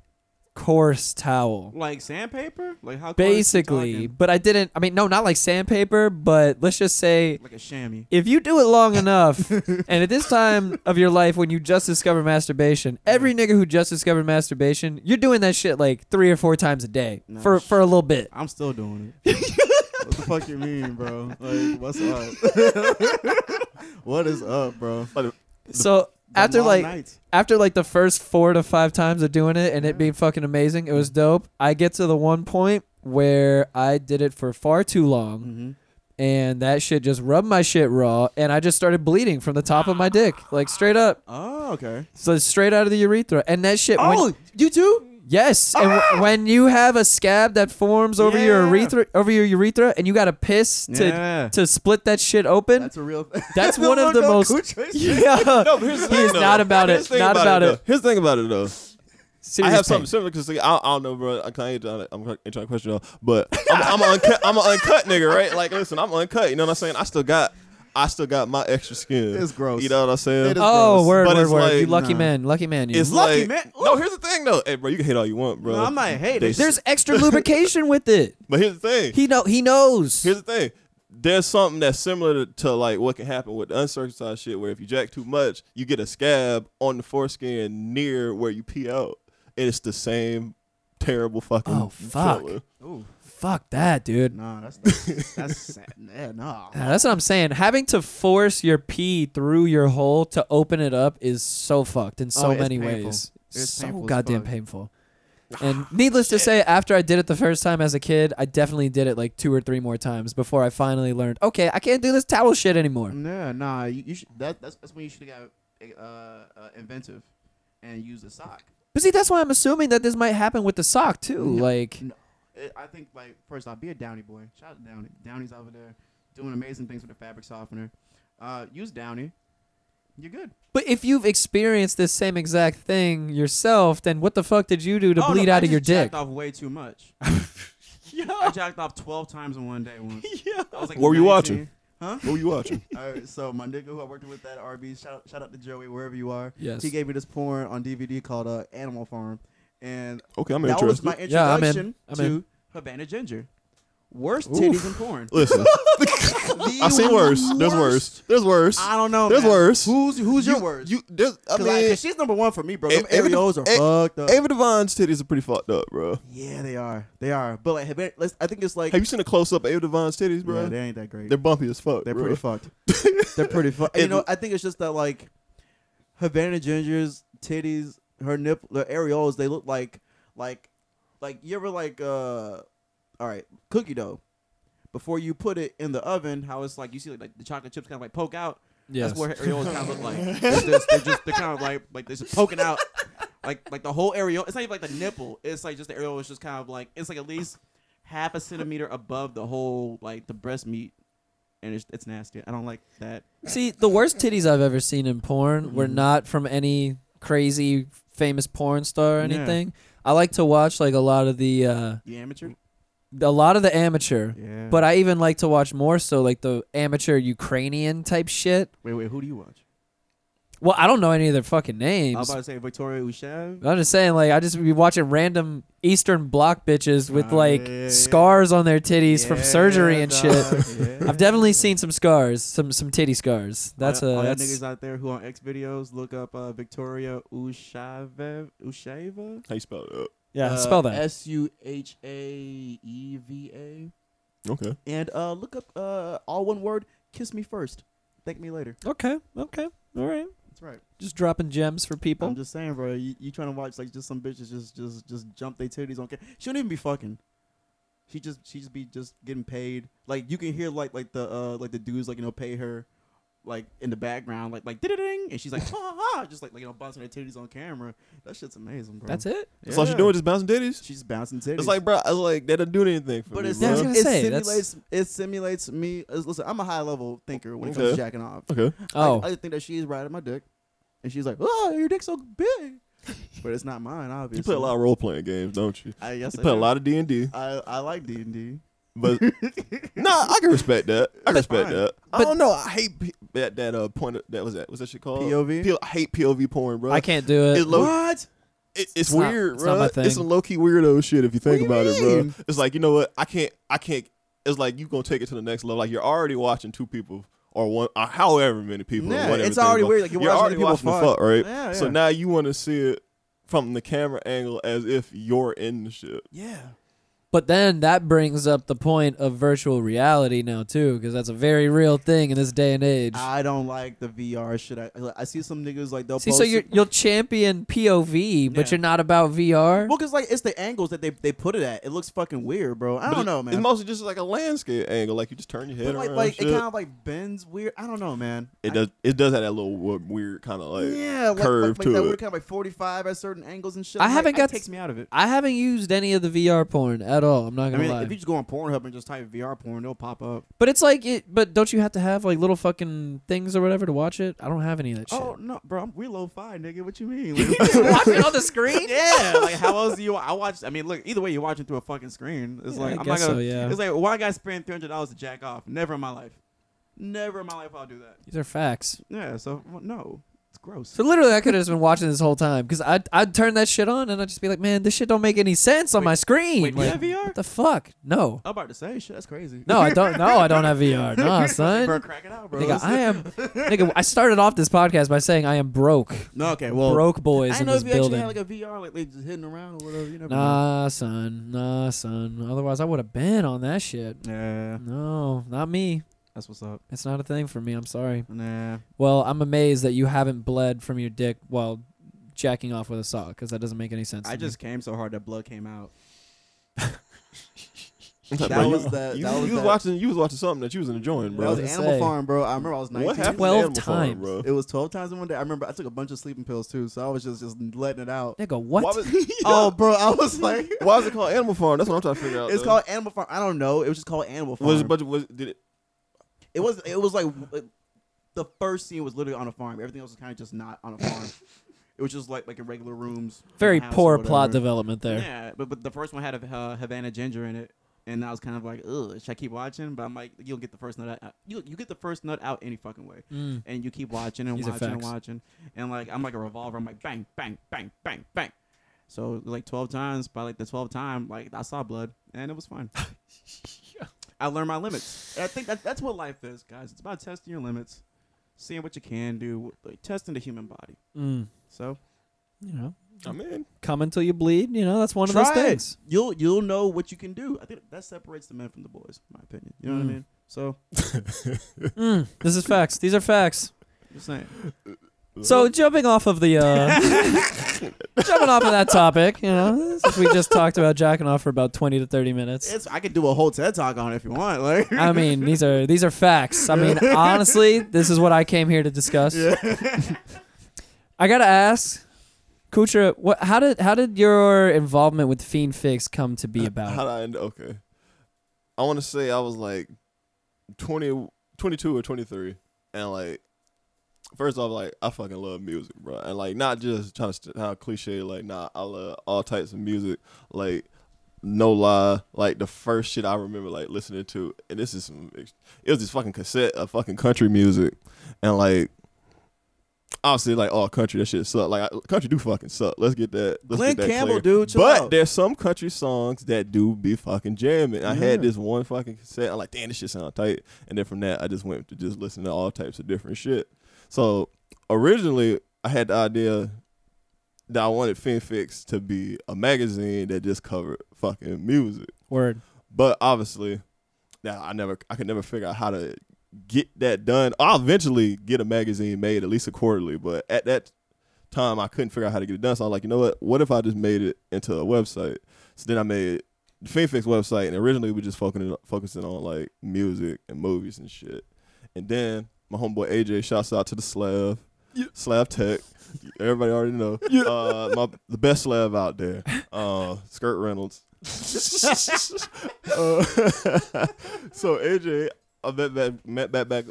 [SPEAKER 2] coarse towel.
[SPEAKER 4] like sandpaper? Like how? close you
[SPEAKER 2] Basically,
[SPEAKER 4] talking?
[SPEAKER 2] but I didn't. I mean, no, not like sandpaper, but let's just say
[SPEAKER 4] like a chamois.
[SPEAKER 2] if you do it long enough, and at this time of your life when you just discovered masturbation, every nigga who just discovered masturbation, you're doing that shit like three or four times a day
[SPEAKER 4] Nah,
[SPEAKER 2] for
[SPEAKER 4] sh-
[SPEAKER 2] for a little bit.
[SPEAKER 4] I'm still doing it.
[SPEAKER 2] <laughs>
[SPEAKER 4] what the fuck you mean, bro? Like, what's up? <laughs> what is up, bro?
[SPEAKER 2] So
[SPEAKER 4] The
[SPEAKER 2] after
[SPEAKER 4] long
[SPEAKER 2] like
[SPEAKER 4] nights.
[SPEAKER 2] after like the first four to five times of doing it and it being fucking amazing, it was dope. I get to the one point where I did it for far too long.
[SPEAKER 4] Mhm.
[SPEAKER 2] and that shit just rubbed my shit raw and I just started bleeding from the top of my dick. Like straight up.
[SPEAKER 4] Oh, okay.
[SPEAKER 2] So it's straight out of the urethra. And that shit when-
[SPEAKER 4] you too?
[SPEAKER 2] Yes. And w- when you have a scab that forms over your
[SPEAKER 4] Ah! Yeah.
[SPEAKER 2] urethra over your urethra and you gotta piss to
[SPEAKER 4] Yeah.
[SPEAKER 2] to split that shit open.
[SPEAKER 4] That's a real <laughs> thing.
[SPEAKER 2] That's
[SPEAKER 3] <laughs>
[SPEAKER 2] one of the most- <laughs> yeah.
[SPEAKER 3] No, but here's the
[SPEAKER 2] He is
[SPEAKER 3] thing, though.
[SPEAKER 2] not about
[SPEAKER 3] Here's
[SPEAKER 2] it.
[SPEAKER 3] the thing
[SPEAKER 2] Not about
[SPEAKER 3] though.
[SPEAKER 2] it.
[SPEAKER 3] Here's the thing about it though. I
[SPEAKER 2] Serious
[SPEAKER 3] have
[SPEAKER 2] pain.
[SPEAKER 3] something similar because I, I don't know, bro. I kind of I'm trying to question y'all, but
[SPEAKER 4] <laughs>
[SPEAKER 3] I'm, I'm an uncut, I'm an uncut nigga, right? Like, listen, I'm uncut. You know what I'm saying? I still got, I still got my extra skin.
[SPEAKER 4] It's gross.
[SPEAKER 3] You know what I'm saying?
[SPEAKER 4] It is-
[SPEAKER 2] Oh,
[SPEAKER 4] gross.
[SPEAKER 2] word,
[SPEAKER 3] But
[SPEAKER 2] word,
[SPEAKER 3] it's
[SPEAKER 2] word. you
[SPEAKER 3] like-
[SPEAKER 2] lucky
[SPEAKER 4] Nah.
[SPEAKER 2] man. Lucky man. You.
[SPEAKER 3] It's
[SPEAKER 4] Lucky,
[SPEAKER 3] like,
[SPEAKER 4] man.
[SPEAKER 3] no. Here's the thing, though. Hey, bro, you can hate all you want, bro.
[SPEAKER 4] No, I'm not hating.
[SPEAKER 3] They- <laughs>
[SPEAKER 2] There's extra lubrication with it.
[SPEAKER 3] but here's the thing.
[SPEAKER 2] He know he knows.
[SPEAKER 3] Here's the thing. There's something that's similar to, to like what can happen with the uncircumcised shit, where if you jack too much, you get a scab on the foreskin near where you pee out, and it's the same terrible fucking.
[SPEAKER 2] Oh, fuck.
[SPEAKER 3] feeling.
[SPEAKER 4] Ooh,
[SPEAKER 2] Fuck that, dude.
[SPEAKER 4] nah, that's that's, that's sad. Yeah, nah.
[SPEAKER 2] Yeah, that's what I'm saying. Having to force your pee through your hole to open it up is so fucked in so
[SPEAKER 4] Oh, it's
[SPEAKER 2] many
[SPEAKER 4] painful.
[SPEAKER 2] ways.
[SPEAKER 4] It's
[SPEAKER 2] so
[SPEAKER 4] painful as
[SPEAKER 2] goddamn
[SPEAKER 4] fuck.
[SPEAKER 3] <sighs>
[SPEAKER 2] painful. And needless to say, after I did it the first time as a kid, I definitely did it like two or three more times before I finally learned. Okay, I can't do this towel shit anymore.
[SPEAKER 4] Yeah, nah. You, you should. That, that's that's when you should have got uh, uh, inventive and used a sock.
[SPEAKER 2] But see, that's why I'm assuming that this might happen with the sock too. Like,
[SPEAKER 4] No, It- I think like first off, be a Downy boy. Shout out to Downy. Downey's over there doing amazing things with the fabric softener. Uh, use Downy. You're good.
[SPEAKER 2] but if you've experienced this same exact thing yourself, then what the fuck did you do to
[SPEAKER 4] Oh,
[SPEAKER 2] bleed out of your dick?
[SPEAKER 4] off way
[SPEAKER 2] <laughs>
[SPEAKER 4] too much. I jacked off twelve times in one day
[SPEAKER 2] <laughs>
[SPEAKER 4] once. Yeah. I was like
[SPEAKER 3] What were you watching?
[SPEAKER 4] Huh?
[SPEAKER 3] What were you watching?
[SPEAKER 4] All right, so my nigga who I worked with at RB, shout out, shout out to Joey wherever you are.
[SPEAKER 2] Yes.
[SPEAKER 4] He gave me this porn on DVD called uh, Animal Farm, and
[SPEAKER 3] Okay, I'm
[SPEAKER 4] that was
[SPEAKER 3] interested.
[SPEAKER 4] my
[SPEAKER 2] Yeah, I'm in.
[SPEAKER 4] introduction
[SPEAKER 2] I'm
[SPEAKER 4] to
[SPEAKER 2] in.
[SPEAKER 4] Havana Ginger. Worst titties in porn. <laughs>
[SPEAKER 3] Listen, I've seen worse. There's worse. There's worse.
[SPEAKER 5] I don't know.
[SPEAKER 3] There's
[SPEAKER 5] man.
[SPEAKER 3] worse.
[SPEAKER 5] Who's who's your
[SPEAKER 3] You-
[SPEAKER 5] worst?
[SPEAKER 3] You, there's, I
[SPEAKER 5] 'Cause
[SPEAKER 3] mean, eh,
[SPEAKER 5] I- 'cause she's number one for me, bro. Them
[SPEAKER 3] Ava- Ava-
[SPEAKER 5] Areos are
[SPEAKER 3] A-
[SPEAKER 5] fucked up.
[SPEAKER 3] Ava Devine's titties are pretty fucked up, bro.
[SPEAKER 5] yeah, they are. They are. But like, Havana- let's, I think it's like
[SPEAKER 3] Have you seen a close up of Ava Devine's titties, bro?
[SPEAKER 4] Yeah, they ain't that great.
[SPEAKER 3] They're bumpy as fuck.
[SPEAKER 4] They're
[SPEAKER 3] bro.
[SPEAKER 4] pretty fucked.
[SPEAKER 5] They're pretty fun. you know, I think it's just that like Havana Ginger's titties, her nipple, the areolas, they look like like like you ever like uh all right, cookie dough. Before you put it in the oven, how it's like you see like, the chocolate chips kind of like poke out.
[SPEAKER 2] Yes.
[SPEAKER 5] That's what areolas kind of look like. It's just- they're just they're kind of like like they're just poking out, like like the whole areola. It's not even like the nipple. It's like just the areola is just kind of like it's like at least half a centimeter above the whole like the breast meat, and it's it's nasty. I don't like that.
[SPEAKER 2] See, the worst titties I've ever seen in porn were not from any crazy famous porn star or
[SPEAKER 4] Yeah.
[SPEAKER 2] anything. I like to watch like a lot of the uh
[SPEAKER 4] You amateur?
[SPEAKER 2] a lot of the amateur.
[SPEAKER 4] Yeah.
[SPEAKER 2] But I even like to watch more so like the amateur Ukrainian type shit.
[SPEAKER 4] wait, wait, who do you watch?
[SPEAKER 2] Well, I don't know any of their fucking
[SPEAKER 4] I was
[SPEAKER 2] names.
[SPEAKER 4] about to say Victoria Ushav.
[SPEAKER 2] I'm just saying, like, I just be watching random Eastern Bloc bitches with
[SPEAKER 4] Oh,
[SPEAKER 2] like
[SPEAKER 4] yeah, yeah.
[SPEAKER 2] scars on their titties from surgery and shit.
[SPEAKER 4] <laughs> Yeah.
[SPEAKER 2] I've definitely seen some scars, some some titty scars. That's
[SPEAKER 4] all,
[SPEAKER 2] a
[SPEAKER 4] all y'all
[SPEAKER 2] that's
[SPEAKER 4] niggas out there who on X videos look up uh, Victoria Ushave Ushava.
[SPEAKER 3] How you spell it? Up?
[SPEAKER 2] yeah.
[SPEAKER 5] Uh,
[SPEAKER 2] spell that.
[SPEAKER 5] S U H A E V A.
[SPEAKER 3] Okay.
[SPEAKER 5] And uh, look up uh, all one word. Kiss me first. Thank me later.
[SPEAKER 2] okay, okay, all right.
[SPEAKER 4] That's right.
[SPEAKER 2] Just dropping gems for people.
[SPEAKER 4] I'm just saying, bro. You, you trying to watch like just some bitches just just just jump their titties on camera? She don't even be fucking. She just she just be just getting paid. Like you can hear like like the uh like the dudes like you know pay her like in the background like like ding and she's like ha ha ha, just like, like you know bouncing her titties on camera. That shit's amazing, bro.
[SPEAKER 2] that's it.
[SPEAKER 4] Yeah.
[SPEAKER 3] That's all she doing, just bouncing titties.
[SPEAKER 4] She's bouncing titties.
[SPEAKER 3] It's like, bro, I was like, that don't do anything for
[SPEAKER 5] But
[SPEAKER 3] me,
[SPEAKER 5] it's,
[SPEAKER 2] Yeah, I was
[SPEAKER 3] bro.
[SPEAKER 2] gonna
[SPEAKER 5] it
[SPEAKER 2] say, that's-
[SPEAKER 5] simulates it simulates me. it's- Listen, I'm a high level thinker when it comes
[SPEAKER 3] Okay.
[SPEAKER 5] to jacking off.
[SPEAKER 3] Okay.
[SPEAKER 2] Oh,
[SPEAKER 5] I, I just think that she's riding my dick, and she's like, "Oh, your dick's so big,"
[SPEAKER 4] but it's not mine, obviously.
[SPEAKER 3] You play a lot of role playing games, don't you?
[SPEAKER 4] I guess
[SPEAKER 3] You
[SPEAKER 4] I
[SPEAKER 3] play a
[SPEAKER 4] do.
[SPEAKER 3] lot of D and D,
[SPEAKER 4] I I like D and D.
[SPEAKER 3] but nah, I can respect that. I can respect
[SPEAKER 4] fine.
[SPEAKER 3] that. I
[SPEAKER 2] But-
[SPEAKER 3] don't know. I hate P- that that uh point of, that was that was that shit called
[SPEAKER 4] POV?
[SPEAKER 3] P- I hate POV porn, bro.
[SPEAKER 2] I can't do it.
[SPEAKER 3] It's low.
[SPEAKER 4] What?
[SPEAKER 3] It, it's,
[SPEAKER 2] It's not-
[SPEAKER 3] weird,
[SPEAKER 2] it's
[SPEAKER 3] bro.
[SPEAKER 2] not my
[SPEAKER 3] It's
[SPEAKER 2] thing.
[SPEAKER 3] some low key weirdo shit if you think
[SPEAKER 4] What
[SPEAKER 3] about
[SPEAKER 4] do you
[SPEAKER 3] it,
[SPEAKER 4] mean?
[SPEAKER 3] bro. It's like you know what? I can't. I can't. It's like you gonna take it to the next level. Like you're already watching two people or one, or however many people. or
[SPEAKER 4] Yeah,
[SPEAKER 3] whatever
[SPEAKER 5] it's
[SPEAKER 3] thing,
[SPEAKER 5] already
[SPEAKER 3] bro.
[SPEAKER 5] weird, like, you're
[SPEAKER 3] you're,
[SPEAKER 5] watching
[SPEAKER 3] already
[SPEAKER 5] people
[SPEAKER 3] watching
[SPEAKER 5] fuck.
[SPEAKER 3] the fuck, right?
[SPEAKER 4] Yeah,
[SPEAKER 3] So
[SPEAKER 4] yeah.
[SPEAKER 3] now you want to see it from the camera angle as if you're in the shit.
[SPEAKER 5] yeah.
[SPEAKER 2] But then that brings up the point of virtual reality now too, because that's a very real thing in this day and age.
[SPEAKER 5] I don't like the VR shit. I, I see some niggas like they'll
[SPEAKER 2] See,
[SPEAKER 5] post
[SPEAKER 2] so you're,
[SPEAKER 5] it-
[SPEAKER 2] you'll champion POV, but
[SPEAKER 5] Yeah.
[SPEAKER 2] you're not about VR.
[SPEAKER 5] well, cause like it's the angles that they, they put it at. It looks fucking weird, bro. I
[SPEAKER 3] But
[SPEAKER 5] don't
[SPEAKER 3] it-
[SPEAKER 5] know, man.
[SPEAKER 3] It's mostly just like a landscape angle. Like you just turn your head
[SPEAKER 5] But like,
[SPEAKER 3] around.
[SPEAKER 5] like it
[SPEAKER 3] shit.
[SPEAKER 5] kind of like bends weird. I don't know, man.
[SPEAKER 3] It
[SPEAKER 5] I-
[SPEAKER 3] does. It does have that little wo- weird kind of like
[SPEAKER 5] yeah, like,
[SPEAKER 3] curve
[SPEAKER 5] like, like
[SPEAKER 3] to
[SPEAKER 5] that
[SPEAKER 3] it.
[SPEAKER 5] weird kind of like forty five at certain angles and shit.
[SPEAKER 2] I
[SPEAKER 5] I'm like,
[SPEAKER 2] haven't
[SPEAKER 5] that
[SPEAKER 2] got-
[SPEAKER 5] takes me out of it.
[SPEAKER 2] I haven't used any of the VR porn at all. I'm not
[SPEAKER 5] I
[SPEAKER 2] gonna
[SPEAKER 5] mean,
[SPEAKER 2] lie.
[SPEAKER 5] if you just go on Pornhub and just type VR porn, it'll pop up.
[SPEAKER 2] but it's like it. But don't you have to have like little fucking things or whatever to watch it? I don't have any of that shit.
[SPEAKER 5] <laughs>
[SPEAKER 4] Oh no, bro, I'm- we low fi, nigga. What you <laughs> mean? Like,
[SPEAKER 2] watch it <laughs> on the screen.
[SPEAKER 4] yeah, like how else do you? I watch. I mean, look, either way, you're watching through a fucking screen. It's
[SPEAKER 2] Yeah,
[SPEAKER 4] like
[SPEAKER 2] I
[SPEAKER 4] I'm
[SPEAKER 2] guess
[SPEAKER 4] not
[SPEAKER 2] so,
[SPEAKER 4] gonna.
[SPEAKER 2] yeah.
[SPEAKER 4] It's like why I gotta spend three hundred dollars to jack off? Never in my life. Never in my life I'll do that.
[SPEAKER 2] These are facts.
[SPEAKER 4] Yeah, so well, no, it's gross.
[SPEAKER 2] So literally, I could have just been watching this whole time because I'd, I'd turn that shit on and I'd just be like, man, this shit don't make any sense on my screen.
[SPEAKER 4] wait, you
[SPEAKER 2] Like,
[SPEAKER 4] have VR?
[SPEAKER 2] What the fuck? No.
[SPEAKER 4] I'm about to say shit. That's crazy.
[SPEAKER 2] No, I don't. No, I don't
[SPEAKER 5] <laughs>
[SPEAKER 2] have VR. Nah,
[SPEAKER 4] bro,
[SPEAKER 2] son.
[SPEAKER 4] crack it out, bro.
[SPEAKER 2] Nigga, I am. Nigga, I started off this podcast by saying I am broke.
[SPEAKER 5] No, okay, well,
[SPEAKER 2] broke
[SPEAKER 5] I
[SPEAKER 2] boys
[SPEAKER 5] didn't
[SPEAKER 2] in
[SPEAKER 5] know
[SPEAKER 2] this
[SPEAKER 5] if you
[SPEAKER 2] building.
[SPEAKER 5] actually had like a VR, like they just hitting around or whatever. You never know.
[SPEAKER 2] Nah, son. Nah, son. Otherwise, I would have been on that shit.
[SPEAKER 4] Yeah,
[SPEAKER 2] No, not me.
[SPEAKER 4] that's what's up.
[SPEAKER 2] It's not a thing for me. I'm sorry.
[SPEAKER 4] Nah,
[SPEAKER 2] Well, I'm amazed that you haven't bled from your dick while jacking off with a sock because that doesn't make any sense.
[SPEAKER 4] I
[SPEAKER 2] to me.
[SPEAKER 4] just came so hard that blood came out.
[SPEAKER 5] That
[SPEAKER 3] Bro,
[SPEAKER 5] was
[SPEAKER 3] you-
[SPEAKER 5] the-
[SPEAKER 3] You,
[SPEAKER 5] that was
[SPEAKER 3] you was
[SPEAKER 5] the-
[SPEAKER 3] watching. You was watching something that you was enjoying,
[SPEAKER 5] That
[SPEAKER 3] bro.
[SPEAKER 5] was
[SPEAKER 2] I was
[SPEAKER 5] Animal
[SPEAKER 2] gonna say.
[SPEAKER 5] Farm, bro. I remember I was 19.
[SPEAKER 3] what happened? to
[SPEAKER 2] 12
[SPEAKER 3] Animal Farm,
[SPEAKER 2] times.
[SPEAKER 3] bro.
[SPEAKER 5] It was 12 times in one day. I remember I took a bunch of sleeping pills too, so I was just just letting it out.
[SPEAKER 2] Nigga, what?
[SPEAKER 3] Why was,
[SPEAKER 5] <laughs>
[SPEAKER 2] <laughs>
[SPEAKER 5] Oh, bro, I was like, <laughs>
[SPEAKER 3] why is it called Animal Farm? That's what I'm trying to figure out.
[SPEAKER 5] it's
[SPEAKER 3] though.
[SPEAKER 5] called Animal Farm. I don't know. It was just called Animal Farm.
[SPEAKER 3] Was but was did it?
[SPEAKER 5] it was it was like the first scene was literally on a farm. Everything else was kind of just not on a farm.
[SPEAKER 2] <laughs>
[SPEAKER 5] it was just like like in regular rooms. in a
[SPEAKER 2] Very
[SPEAKER 5] house or
[SPEAKER 2] poor
[SPEAKER 5] whatever.
[SPEAKER 2] plot development there.
[SPEAKER 4] Yeah, but but the first one had a uh, Havana Ginger in it, and I was kind of like, ugh, should I keep watching? But I'm like, you'll get the first nut out. You you get the first nut out any fucking way,
[SPEAKER 2] Mm.
[SPEAKER 4] and you keep watching and
[SPEAKER 2] These are
[SPEAKER 4] watching and
[SPEAKER 2] facts.
[SPEAKER 4] watching, and like I'm like a revolver. I'm like bang bang bang bang bang. So like twelve times, by like the twelfth time, like I saw blood, and it
[SPEAKER 2] <laughs>
[SPEAKER 4] was fine. I learned my limits. And I think that that's what life is, guys. It's about testing your limits, seeing what you can do, like testing the human body.
[SPEAKER 2] Mm,
[SPEAKER 4] So
[SPEAKER 2] you know,
[SPEAKER 3] I'm in.
[SPEAKER 2] come until you bleed. You know, that's one of
[SPEAKER 4] Try
[SPEAKER 2] those
[SPEAKER 4] it.
[SPEAKER 2] things.
[SPEAKER 4] you'll you'll know what you can do. I think that separates the men from the boys, in my opinion. You know what
[SPEAKER 2] Mm.
[SPEAKER 4] I mean? So
[SPEAKER 2] Mm, this is facts. These are facts.
[SPEAKER 4] just saying.
[SPEAKER 2] So jumping off of the uh, jumping off of that topic, you know, since we just talked about jacking off for about twenty to thirty minutes.
[SPEAKER 4] It's I could do a whole TED talk on it if you want.
[SPEAKER 3] <laughs>
[SPEAKER 4] Like <laughs>
[SPEAKER 2] I mean, these are these are facts. I mean, honestly, this is what I came here to discuss. <laughs> I gotta ask, Kucha, what? How did how did your involvement with Fiend Fix come to be about?
[SPEAKER 3] Uh, How did I end? Okay. I want to say I was like 20, 22 or 23. And like, first off, like, I fucking love music, bro. And like, not just trying to, st- how cliche, like, nah, I love all types of music. Like, no lie, like the first shit I remember like listening to, and this is some, ex- it was this fucking cassette of fucking country music, and like, obviously like all country that shit suck. Like I- country do fucking suck. Let's get that. Let's
[SPEAKER 5] Glenn
[SPEAKER 3] get that
[SPEAKER 5] Campbell,
[SPEAKER 3] clear.
[SPEAKER 5] dude, chill
[SPEAKER 3] but
[SPEAKER 5] out.
[SPEAKER 3] there's some country songs that do be fucking jamming. I had this one fucking cassette. I'm like, damn, this shit sound tight. And then from that, I just went to just listen to all types of different shit. So originally, I had the idea that I wanted FinFix to be a magazine that just covered fucking music.
[SPEAKER 2] Word.
[SPEAKER 3] But obviously, now I never, I could never figure out how to get that done. I'll eventually get a magazine made, at least a quarterly. But at that time, I couldn't figure out how to get it done. So I was like, you know what? What if I just made it into a website? So then I made the FinFix website, and originally we just focusing focusing on like music and movies and shit. And then my homeboy AJ, shouts out to the Slav, Slav Tech. Everybody already know. Uh, my the best Slav out there, uh, Skirt Reynolds. Uh, <laughs> so AJ, I met back, met back, back,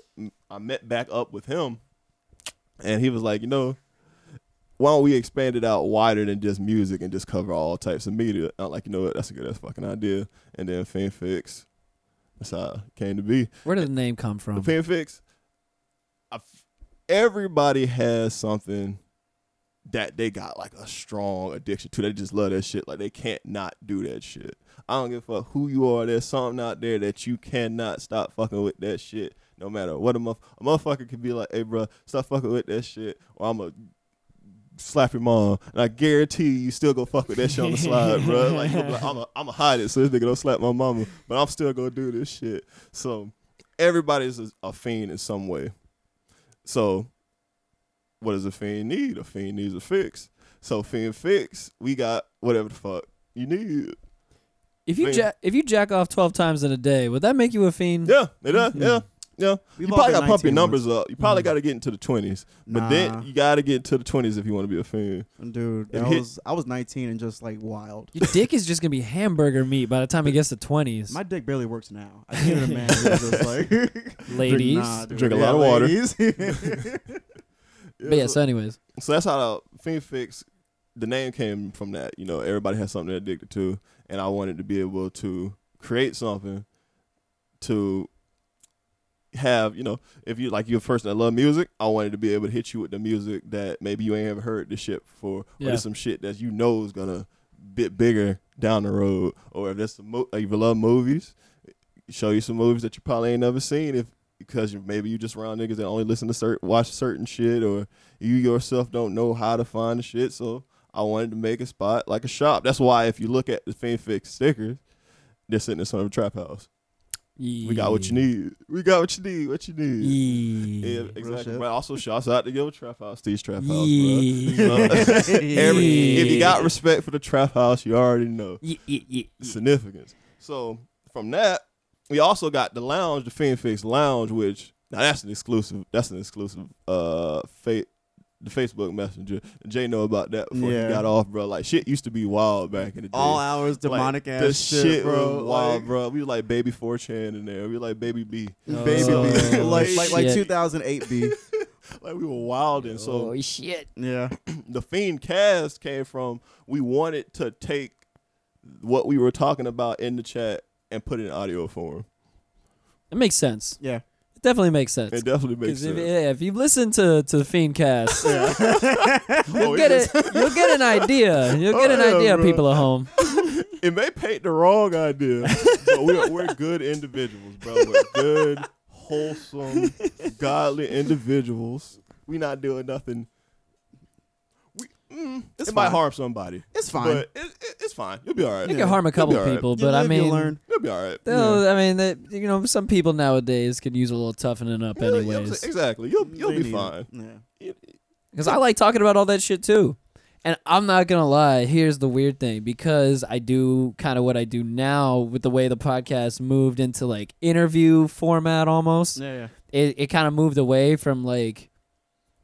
[SPEAKER 3] I met back up with him, and he was like, you know, why don't we expand it out wider than just music and just cover all types of media? I'm like, you know what, that's a good ass fucking idea. And then FanFix, that's how it came to be.
[SPEAKER 2] Where did the name come
[SPEAKER 3] The
[SPEAKER 2] from?
[SPEAKER 3] FanFix, I f- everybody has something that they got like a strong addiction to. They just love that shit. Like they can't not do that shit. I don't give a fuck who you are. There's something out there that you cannot stop fucking with that shit. No matter what a, motherf- a motherfucker could be like, hey, bro, stop fucking with that shit, or I'm going to slap your mom. And I guarantee you, you still gonna fuck with that shit on the slide, bro. Like, you'll be like I'm going to hide it so this nigga don't slap my mama, but I'm still going to do this shit. So everybody's a, a fiend in some way. So what does a fiend need? A fiend needs a fix. So fiend fix, we got whatever the fuck you need.
[SPEAKER 2] if you
[SPEAKER 3] Fiend.
[SPEAKER 2] ja- if you jack off twelve times in a day, would that make you a fiend?
[SPEAKER 3] Yeah, it does. Yeah, yeah.
[SPEAKER 4] We've
[SPEAKER 3] you
[SPEAKER 4] all
[SPEAKER 3] probably got
[SPEAKER 4] been
[SPEAKER 3] to pump your
[SPEAKER 4] 19
[SPEAKER 3] numbers up. You probably got to get into the twenties, but
[SPEAKER 4] Nah.
[SPEAKER 3] then you got to get into the twenties if you want to be a fiend.
[SPEAKER 4] Dude,
[SPEAKER 3] If
[SPEAKER 4] I
[SPEAKER 3] hit-
[SPEAKER 4] was I was 19 and just like wild.
[SPEAKER 2] Your dick is just gonna be hamburger meat by the time he gets to twenties.
[SPEAKER 4] <laughs> My dick barely works now.
[SPEAKER 2] <laughs>
[SPEAKER 4] I can't even imagine just like <laughs>
[SPEAKER 2] Ladies.
[SPEAKER 4] Nah, dude.
[SPEAKER 3] Drink a
[SPEAKER 4] Yeah,
[SPEAKER 3] lot of water. <laughs>
[SPEAKER 4] ladies.
[SPEAKER 2] But yeah. So, anyways,
[SPEAKER 3] So that's how the Fiend Fix, the name came from that. You know, everybody has something they're addicted to, and I wanted to be able to create something to have, you know, if you like you're a person that love music, I wanted to be able to hit you with the music that maybe you ain't ever heard this shit before, or
[SPEAKER 2] Yeah.
[SPEAKER 3] there's some shit that you know is gonna bit bigger down the road, or if there's some mo- if you love movies, show you some movies that you probably ain't never seen if because you, maybe you just around niggas that only listen to certain watch certain shit or you yourself don't know how to find the shit. So I wanted to make a spot like a shop. That's why if you look at the FanFix stickers, they're sitting in some trap house. We got what you need. We got what you need. What you need. Yeah,
[SPEAKER 2] need.
[SPEAKER 3] exactly.
[SPEAKER 4] shit.
[SPEAKER 3] But also, shouts out to your trap house, Steve's trap house, bro.
[SPEAKER 2] Yeah.
[SPEAKER 3] <laughs> Every, if you got
[SPEAKER 2] Yeah. <laughs>
[SPEAKER 3] respect for the trap house, you already know
[SPEAKER 2] Yeah, yeah, yeah.
[SPEAKER 3] significance. So from that, we also got the lounge, the FanFix Lounge, which now that's an exclusive. That's an exclusive. Uh, fa- the Facebook Messenger. Jay know about that before
[SPEAKER 4] Yeah. Oh,
[SPEAKER 3] he got off, bro. Like shit used to be wild back in the day.
[SPEAKER 4] All hours
[SPEAKER 3] Like,
[SPEAKER 4] demonic ass
[SPEAKER 3] the
[SPEAKER 4] shit, bro.
[SPEAKER 3] was wild,
[SPEAKER 4] Like-
[SPEAKER 3] bro. We was like baby 4chan in there. We was like baby B.
[SPEAKER 4] Baby
[SPEAKER 2] Oh, <laughs>
[SPEAKER 4] B.
[SPEAKER 5] like like like
[SPEAKER 2] shit.
[SPEAKER 5] 2008 B.
[SPEAKER 3] <laughs> Like we were wild, and so
[SPEAKER 2] oh shit.
[SPEAKER 4] Yeah.
[SPEAKER 3] the Fiend cast came from we wanted to take what we were talking about in the chat and put it in audio form.
[SPEAKER 2] It makes sense.
[SPEAKER 4] Yeah.
[SPEAKER 2] It definitely makes sense.
[SPEAKER 3] It definitely makes
[SPEAKER 2] 'Cause if,
[SPEAKER 3] sense.
[SPEAKER 2] yeah, if you've listened to to the
[SPEAKER 3] <laughs>
[SPEAKER 2] Fiendcast,
[SPEAKER 3] Oh,
[SPEAKER 2] you'll
[SPEAKER 3] it
[SPEAKER 2] get
[SPEAKER 3] is-
[SPEAKER 2] it. You'll get an idea. You'll get an
[SPEAKER 3] Oh, yeah,
[SPEAKER 2] idea,
[SPEAKER 3] bro.
[SPEAKER 2] people at home.
[SPEAKER 3] It may paint the wrong idea, but we're, we're good individuals, bro. We're good, wholesome, godly individuals. We not doing nothing. We, mm, it might
[SPEAKER 1] fine.
[SPEAKER 3] harm somebody,
[SPEAKER 1] It's fine.
[SPEAKER 3] but it, it, it's fine. You'll be all right.
[SPEAKER 2] It can harm a couple
[SPEAKER 3] You'll be all right.
[SPEAKER 2] people,
[SPEAKER 4] You
[SPEAKER 2] but I
[SPEAKER 4] live, you
[SPEAKER 2] mean,
[SPEAKER 4] learn.
[SPEAKER 3] You'll be all right.
[SPEAKER 2] they'll- I mean, that you know, some people nowadays could use a little toughening up,
[SPEAKER 3] Yeah, you know what I'm saying?
[SPEAKER 2] anyways.
[SPEAKER 3] exactly. You'll you'll
[SPEAKER 4] They
[SPEAKER 3] be
[SPEAKER 4] need it.
[SPEAKER 3] fine.
[SPEAKER 4] Yeah.
[SPEAKER 2] Because I like talking about all that shit too. And I'm not going to lie, here's the weird thing because I do kind of what I do now with the way the podcast moved into like interview format almost.
[SPEAKER 4] Yeah. Yeah.
[SPEAKER 2] It, it kind of moved away from like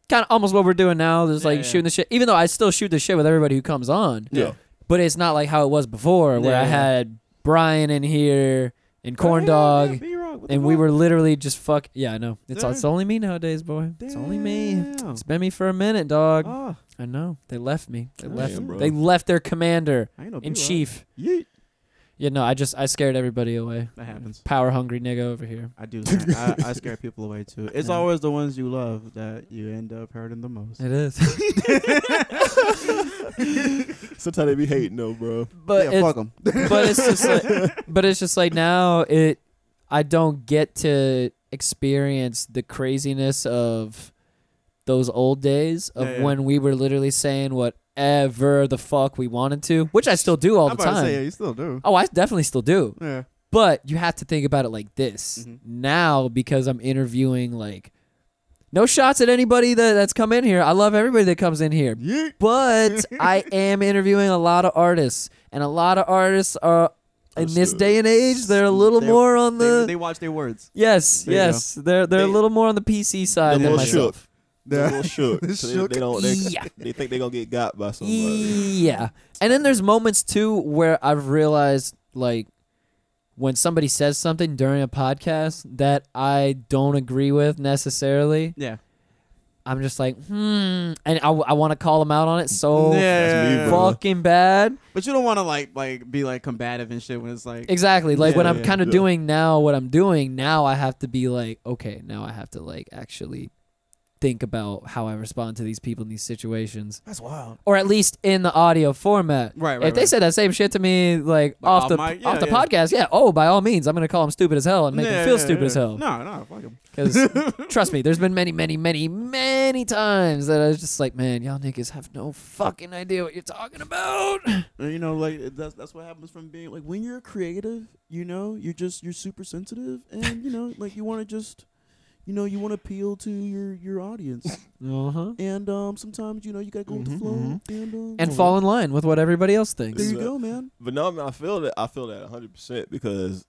[SPEAKER 2] kind of almost what we're doing now. There's
[SPEAKER 4] Yeah,
[SPEAKER 2] like
[SPEAKER 4] yeah.
[SPEAKER 2] shooting the shit, even though I still shoot the shit with everybody who comes on.
[SPEAKER 3] Yeah.
[SPEAKER 2] But it's not like how it was before where
[SPEAKER 4] Yeah,
[SPEAKER 2] I
[SPEAKER 4] yeah.
[SPEAKER 2] had Brian in here and Corn Dog. And we were literally just fuck. Yeah, I know. It's,
[SPEAKER 4] Yeah.
[SPEAKER 2] it's only me nowadays, boy. It's only me. It's been me for a minute, dog.
[SPEAKER 4] Oh,
[SPEAKER 2] I know. They left me. They
[SPEAKER 4] Damn,
[SPEAKER 2] left.
[SPEAKER 3] bro.
[SPEAKER 2] They left their commander
[SPEAKER 4] I ain't no
[SPEAKER 2] in
[SPEAKER 4] B-Rock.
[SPEAKER 2] chief.
[SPEAKER 4] Yeet.
[SPEAKER 2] Yeah, no. I just I scared everybody away.
[SPEAKER 4] That happens.
[SPEAKER 2] Power hungry nigga over here. <laughs>
[SPEAKER 4] I do. I, I scare people away too. It's
[SPEAKER 2] Yeah.
[SPEAKER 4] always the ones you love that you end up hurting the most.
[SPEAKER 2] It is.
[SPEAKER 3] Sometimes they be hating though, bro.
[SPEAKER 2] but
[SPEAKER 5] yeah,
[SPEAKER 2] it's,
[SPEAKER 5] fuck 'em.
[SPEAKER 2] but it's just like, but it's just like now it. I don't get to experience the craziness of those old days of
[SPEAKER 4] Yeah, yeah.
[SPEAKER 2] when we were literally saying whatever the fuck we wanted to, which I still do all
[SPEAKER 4] I'm
[SPEAKER 2] the
[SPEAKER 4] about
[SPEAKER 2] time.
[SPEAKER 4] to say, yeah, you still do.
[SPEAKER 2] Oh, I definitely still do.
[SPEAKER 4] Yeah.
[SPEAKER 2] But you have to think about it like this.
[SPEAKER 4] Mhm.
[SPEAKER 2] Now, because I'm interviewing, like, no shots at anybody that, that's come in here. I love everybody that comes in here.
[SPEAKER 4] Yeet.
[SPEAKER 2] But
[SPEAKER 4] <laughs>
[SPEAKER 2] I am interviewing a lot of artists, and a lot of artists are. In this
[SPEAKER 3] Understood.
[SPEAKER 2] day and age, they're a little
[SPEAKER 4] They're-
[SPEAKER 2] more on
[SPEAKER 4] Oh, They,
[SPEAKER 2] the
[SPEAKER 4] they watch their words.
[SPEAKER 2] yes,
[SPEAKER 4] There you
[SPEAKER 2] yes. They're they're a
[SPEAKER 3] They-
[SPEAKER 2] little more on the PC side
[SPEAKER 3] They're
[SPEAKER 2] than
[SPEAKER 3] a little
[SPEAKER 2] myself.
[SPEAKER 3] shook. They're a little shook. So they-
[SPEAKER 4] Shook.
[SPEAKER 3] They, don't. They,
[SPEAKER 2] Yeah.
[SPEAKER 3] they think they gonna get got by
[SPEAKER 4] Oh,
[SPEAKER 3] somebody.
[SPEAKER 2] Yeah. And then there's moments too where I've realized like when somebody says something during a podcast that I don't agree with necessarily,
[SPEAKER 4] Yeah.
[SPEAKER 2] I'm just like, hmm, and I, want to call them out on it so
[SPEAKER 3] That's me, bro.
[SPEAKER 2] fucking bad.
[SPEAKER 4] But you don't want to like like be like combative and shit when it's like
[SPEAKER 2] Exactly. Like what
[SPEAKER 4] Yeah,
[SPEAKER 2] I'm
[SPEAKER 4] yeah,
[SPEAKER 2] kind of
[SPEAKER 3] yeah.
[SPEAKER 2] doing now, what I'm doing now, I have to be like, okay, now I have to like actually think about how I respond to these people in these situations.
[SPEAKER 5] That's wild.
[SPEAKER 2] or at least in the audio format.
[SPEAKER 4] Right,
[SPEAKER 2] If
[SPEAKER 4] right,
[SPEAKER 2] they
[SPEAKER 4] right.
[SPEAKER 2] said that same shit to me, like,
[SPEAKER 4] Like,
[SPEAKER 2] off
[SPEAKER 4] off
[SPEAKER 2] the
[SPEAKER 4] mic? Yeah,
[SPEAKER 2] off the
[SPEAKER 4] yeah.
[SPEAKER 2] podcast, yeah. Oh, by all means, I'm gonna call them stupid as hell and make them feel stupid as hell.
[SPEAKER 4] No, no, fuck 'em.
[SPEAKER 2] Because
[SPEAKER 4] <laughs>
[SPEAKER 2] trust me, there's been many, many, many, many times that I was just like, man, y'all niggas have no fucking idea what you're talking about.
[SPEAKER 5] And, you know, like it- that's that's what happens from being like when you're creative. You know, you're just you're super sensitive, and you know, like you want to just, you know, you want to appeal to your your <laughs> audience,
[SPEAKER 2] Uh
[SPEAKER 4] Uh-huh.
[SPEAKER 2] huh.
[SPEAKER 5] and um, sometimes you know you gotta go with the
[SPEAKER 4] Mhm,
[SPEAKER 5] flow,
[SPEAKER 4] mhm.
[SPEAKER 5] Mm-hmm, and um,
[SPEAKER 2] And fall in line with what everybody else
[SPEAKER 5] There
[SPEAKER 2] thinks.
[SPEAKER 5] you go, man.
[SPEAKER 3] But no, I, mean, I feel that I feel that 100 percent because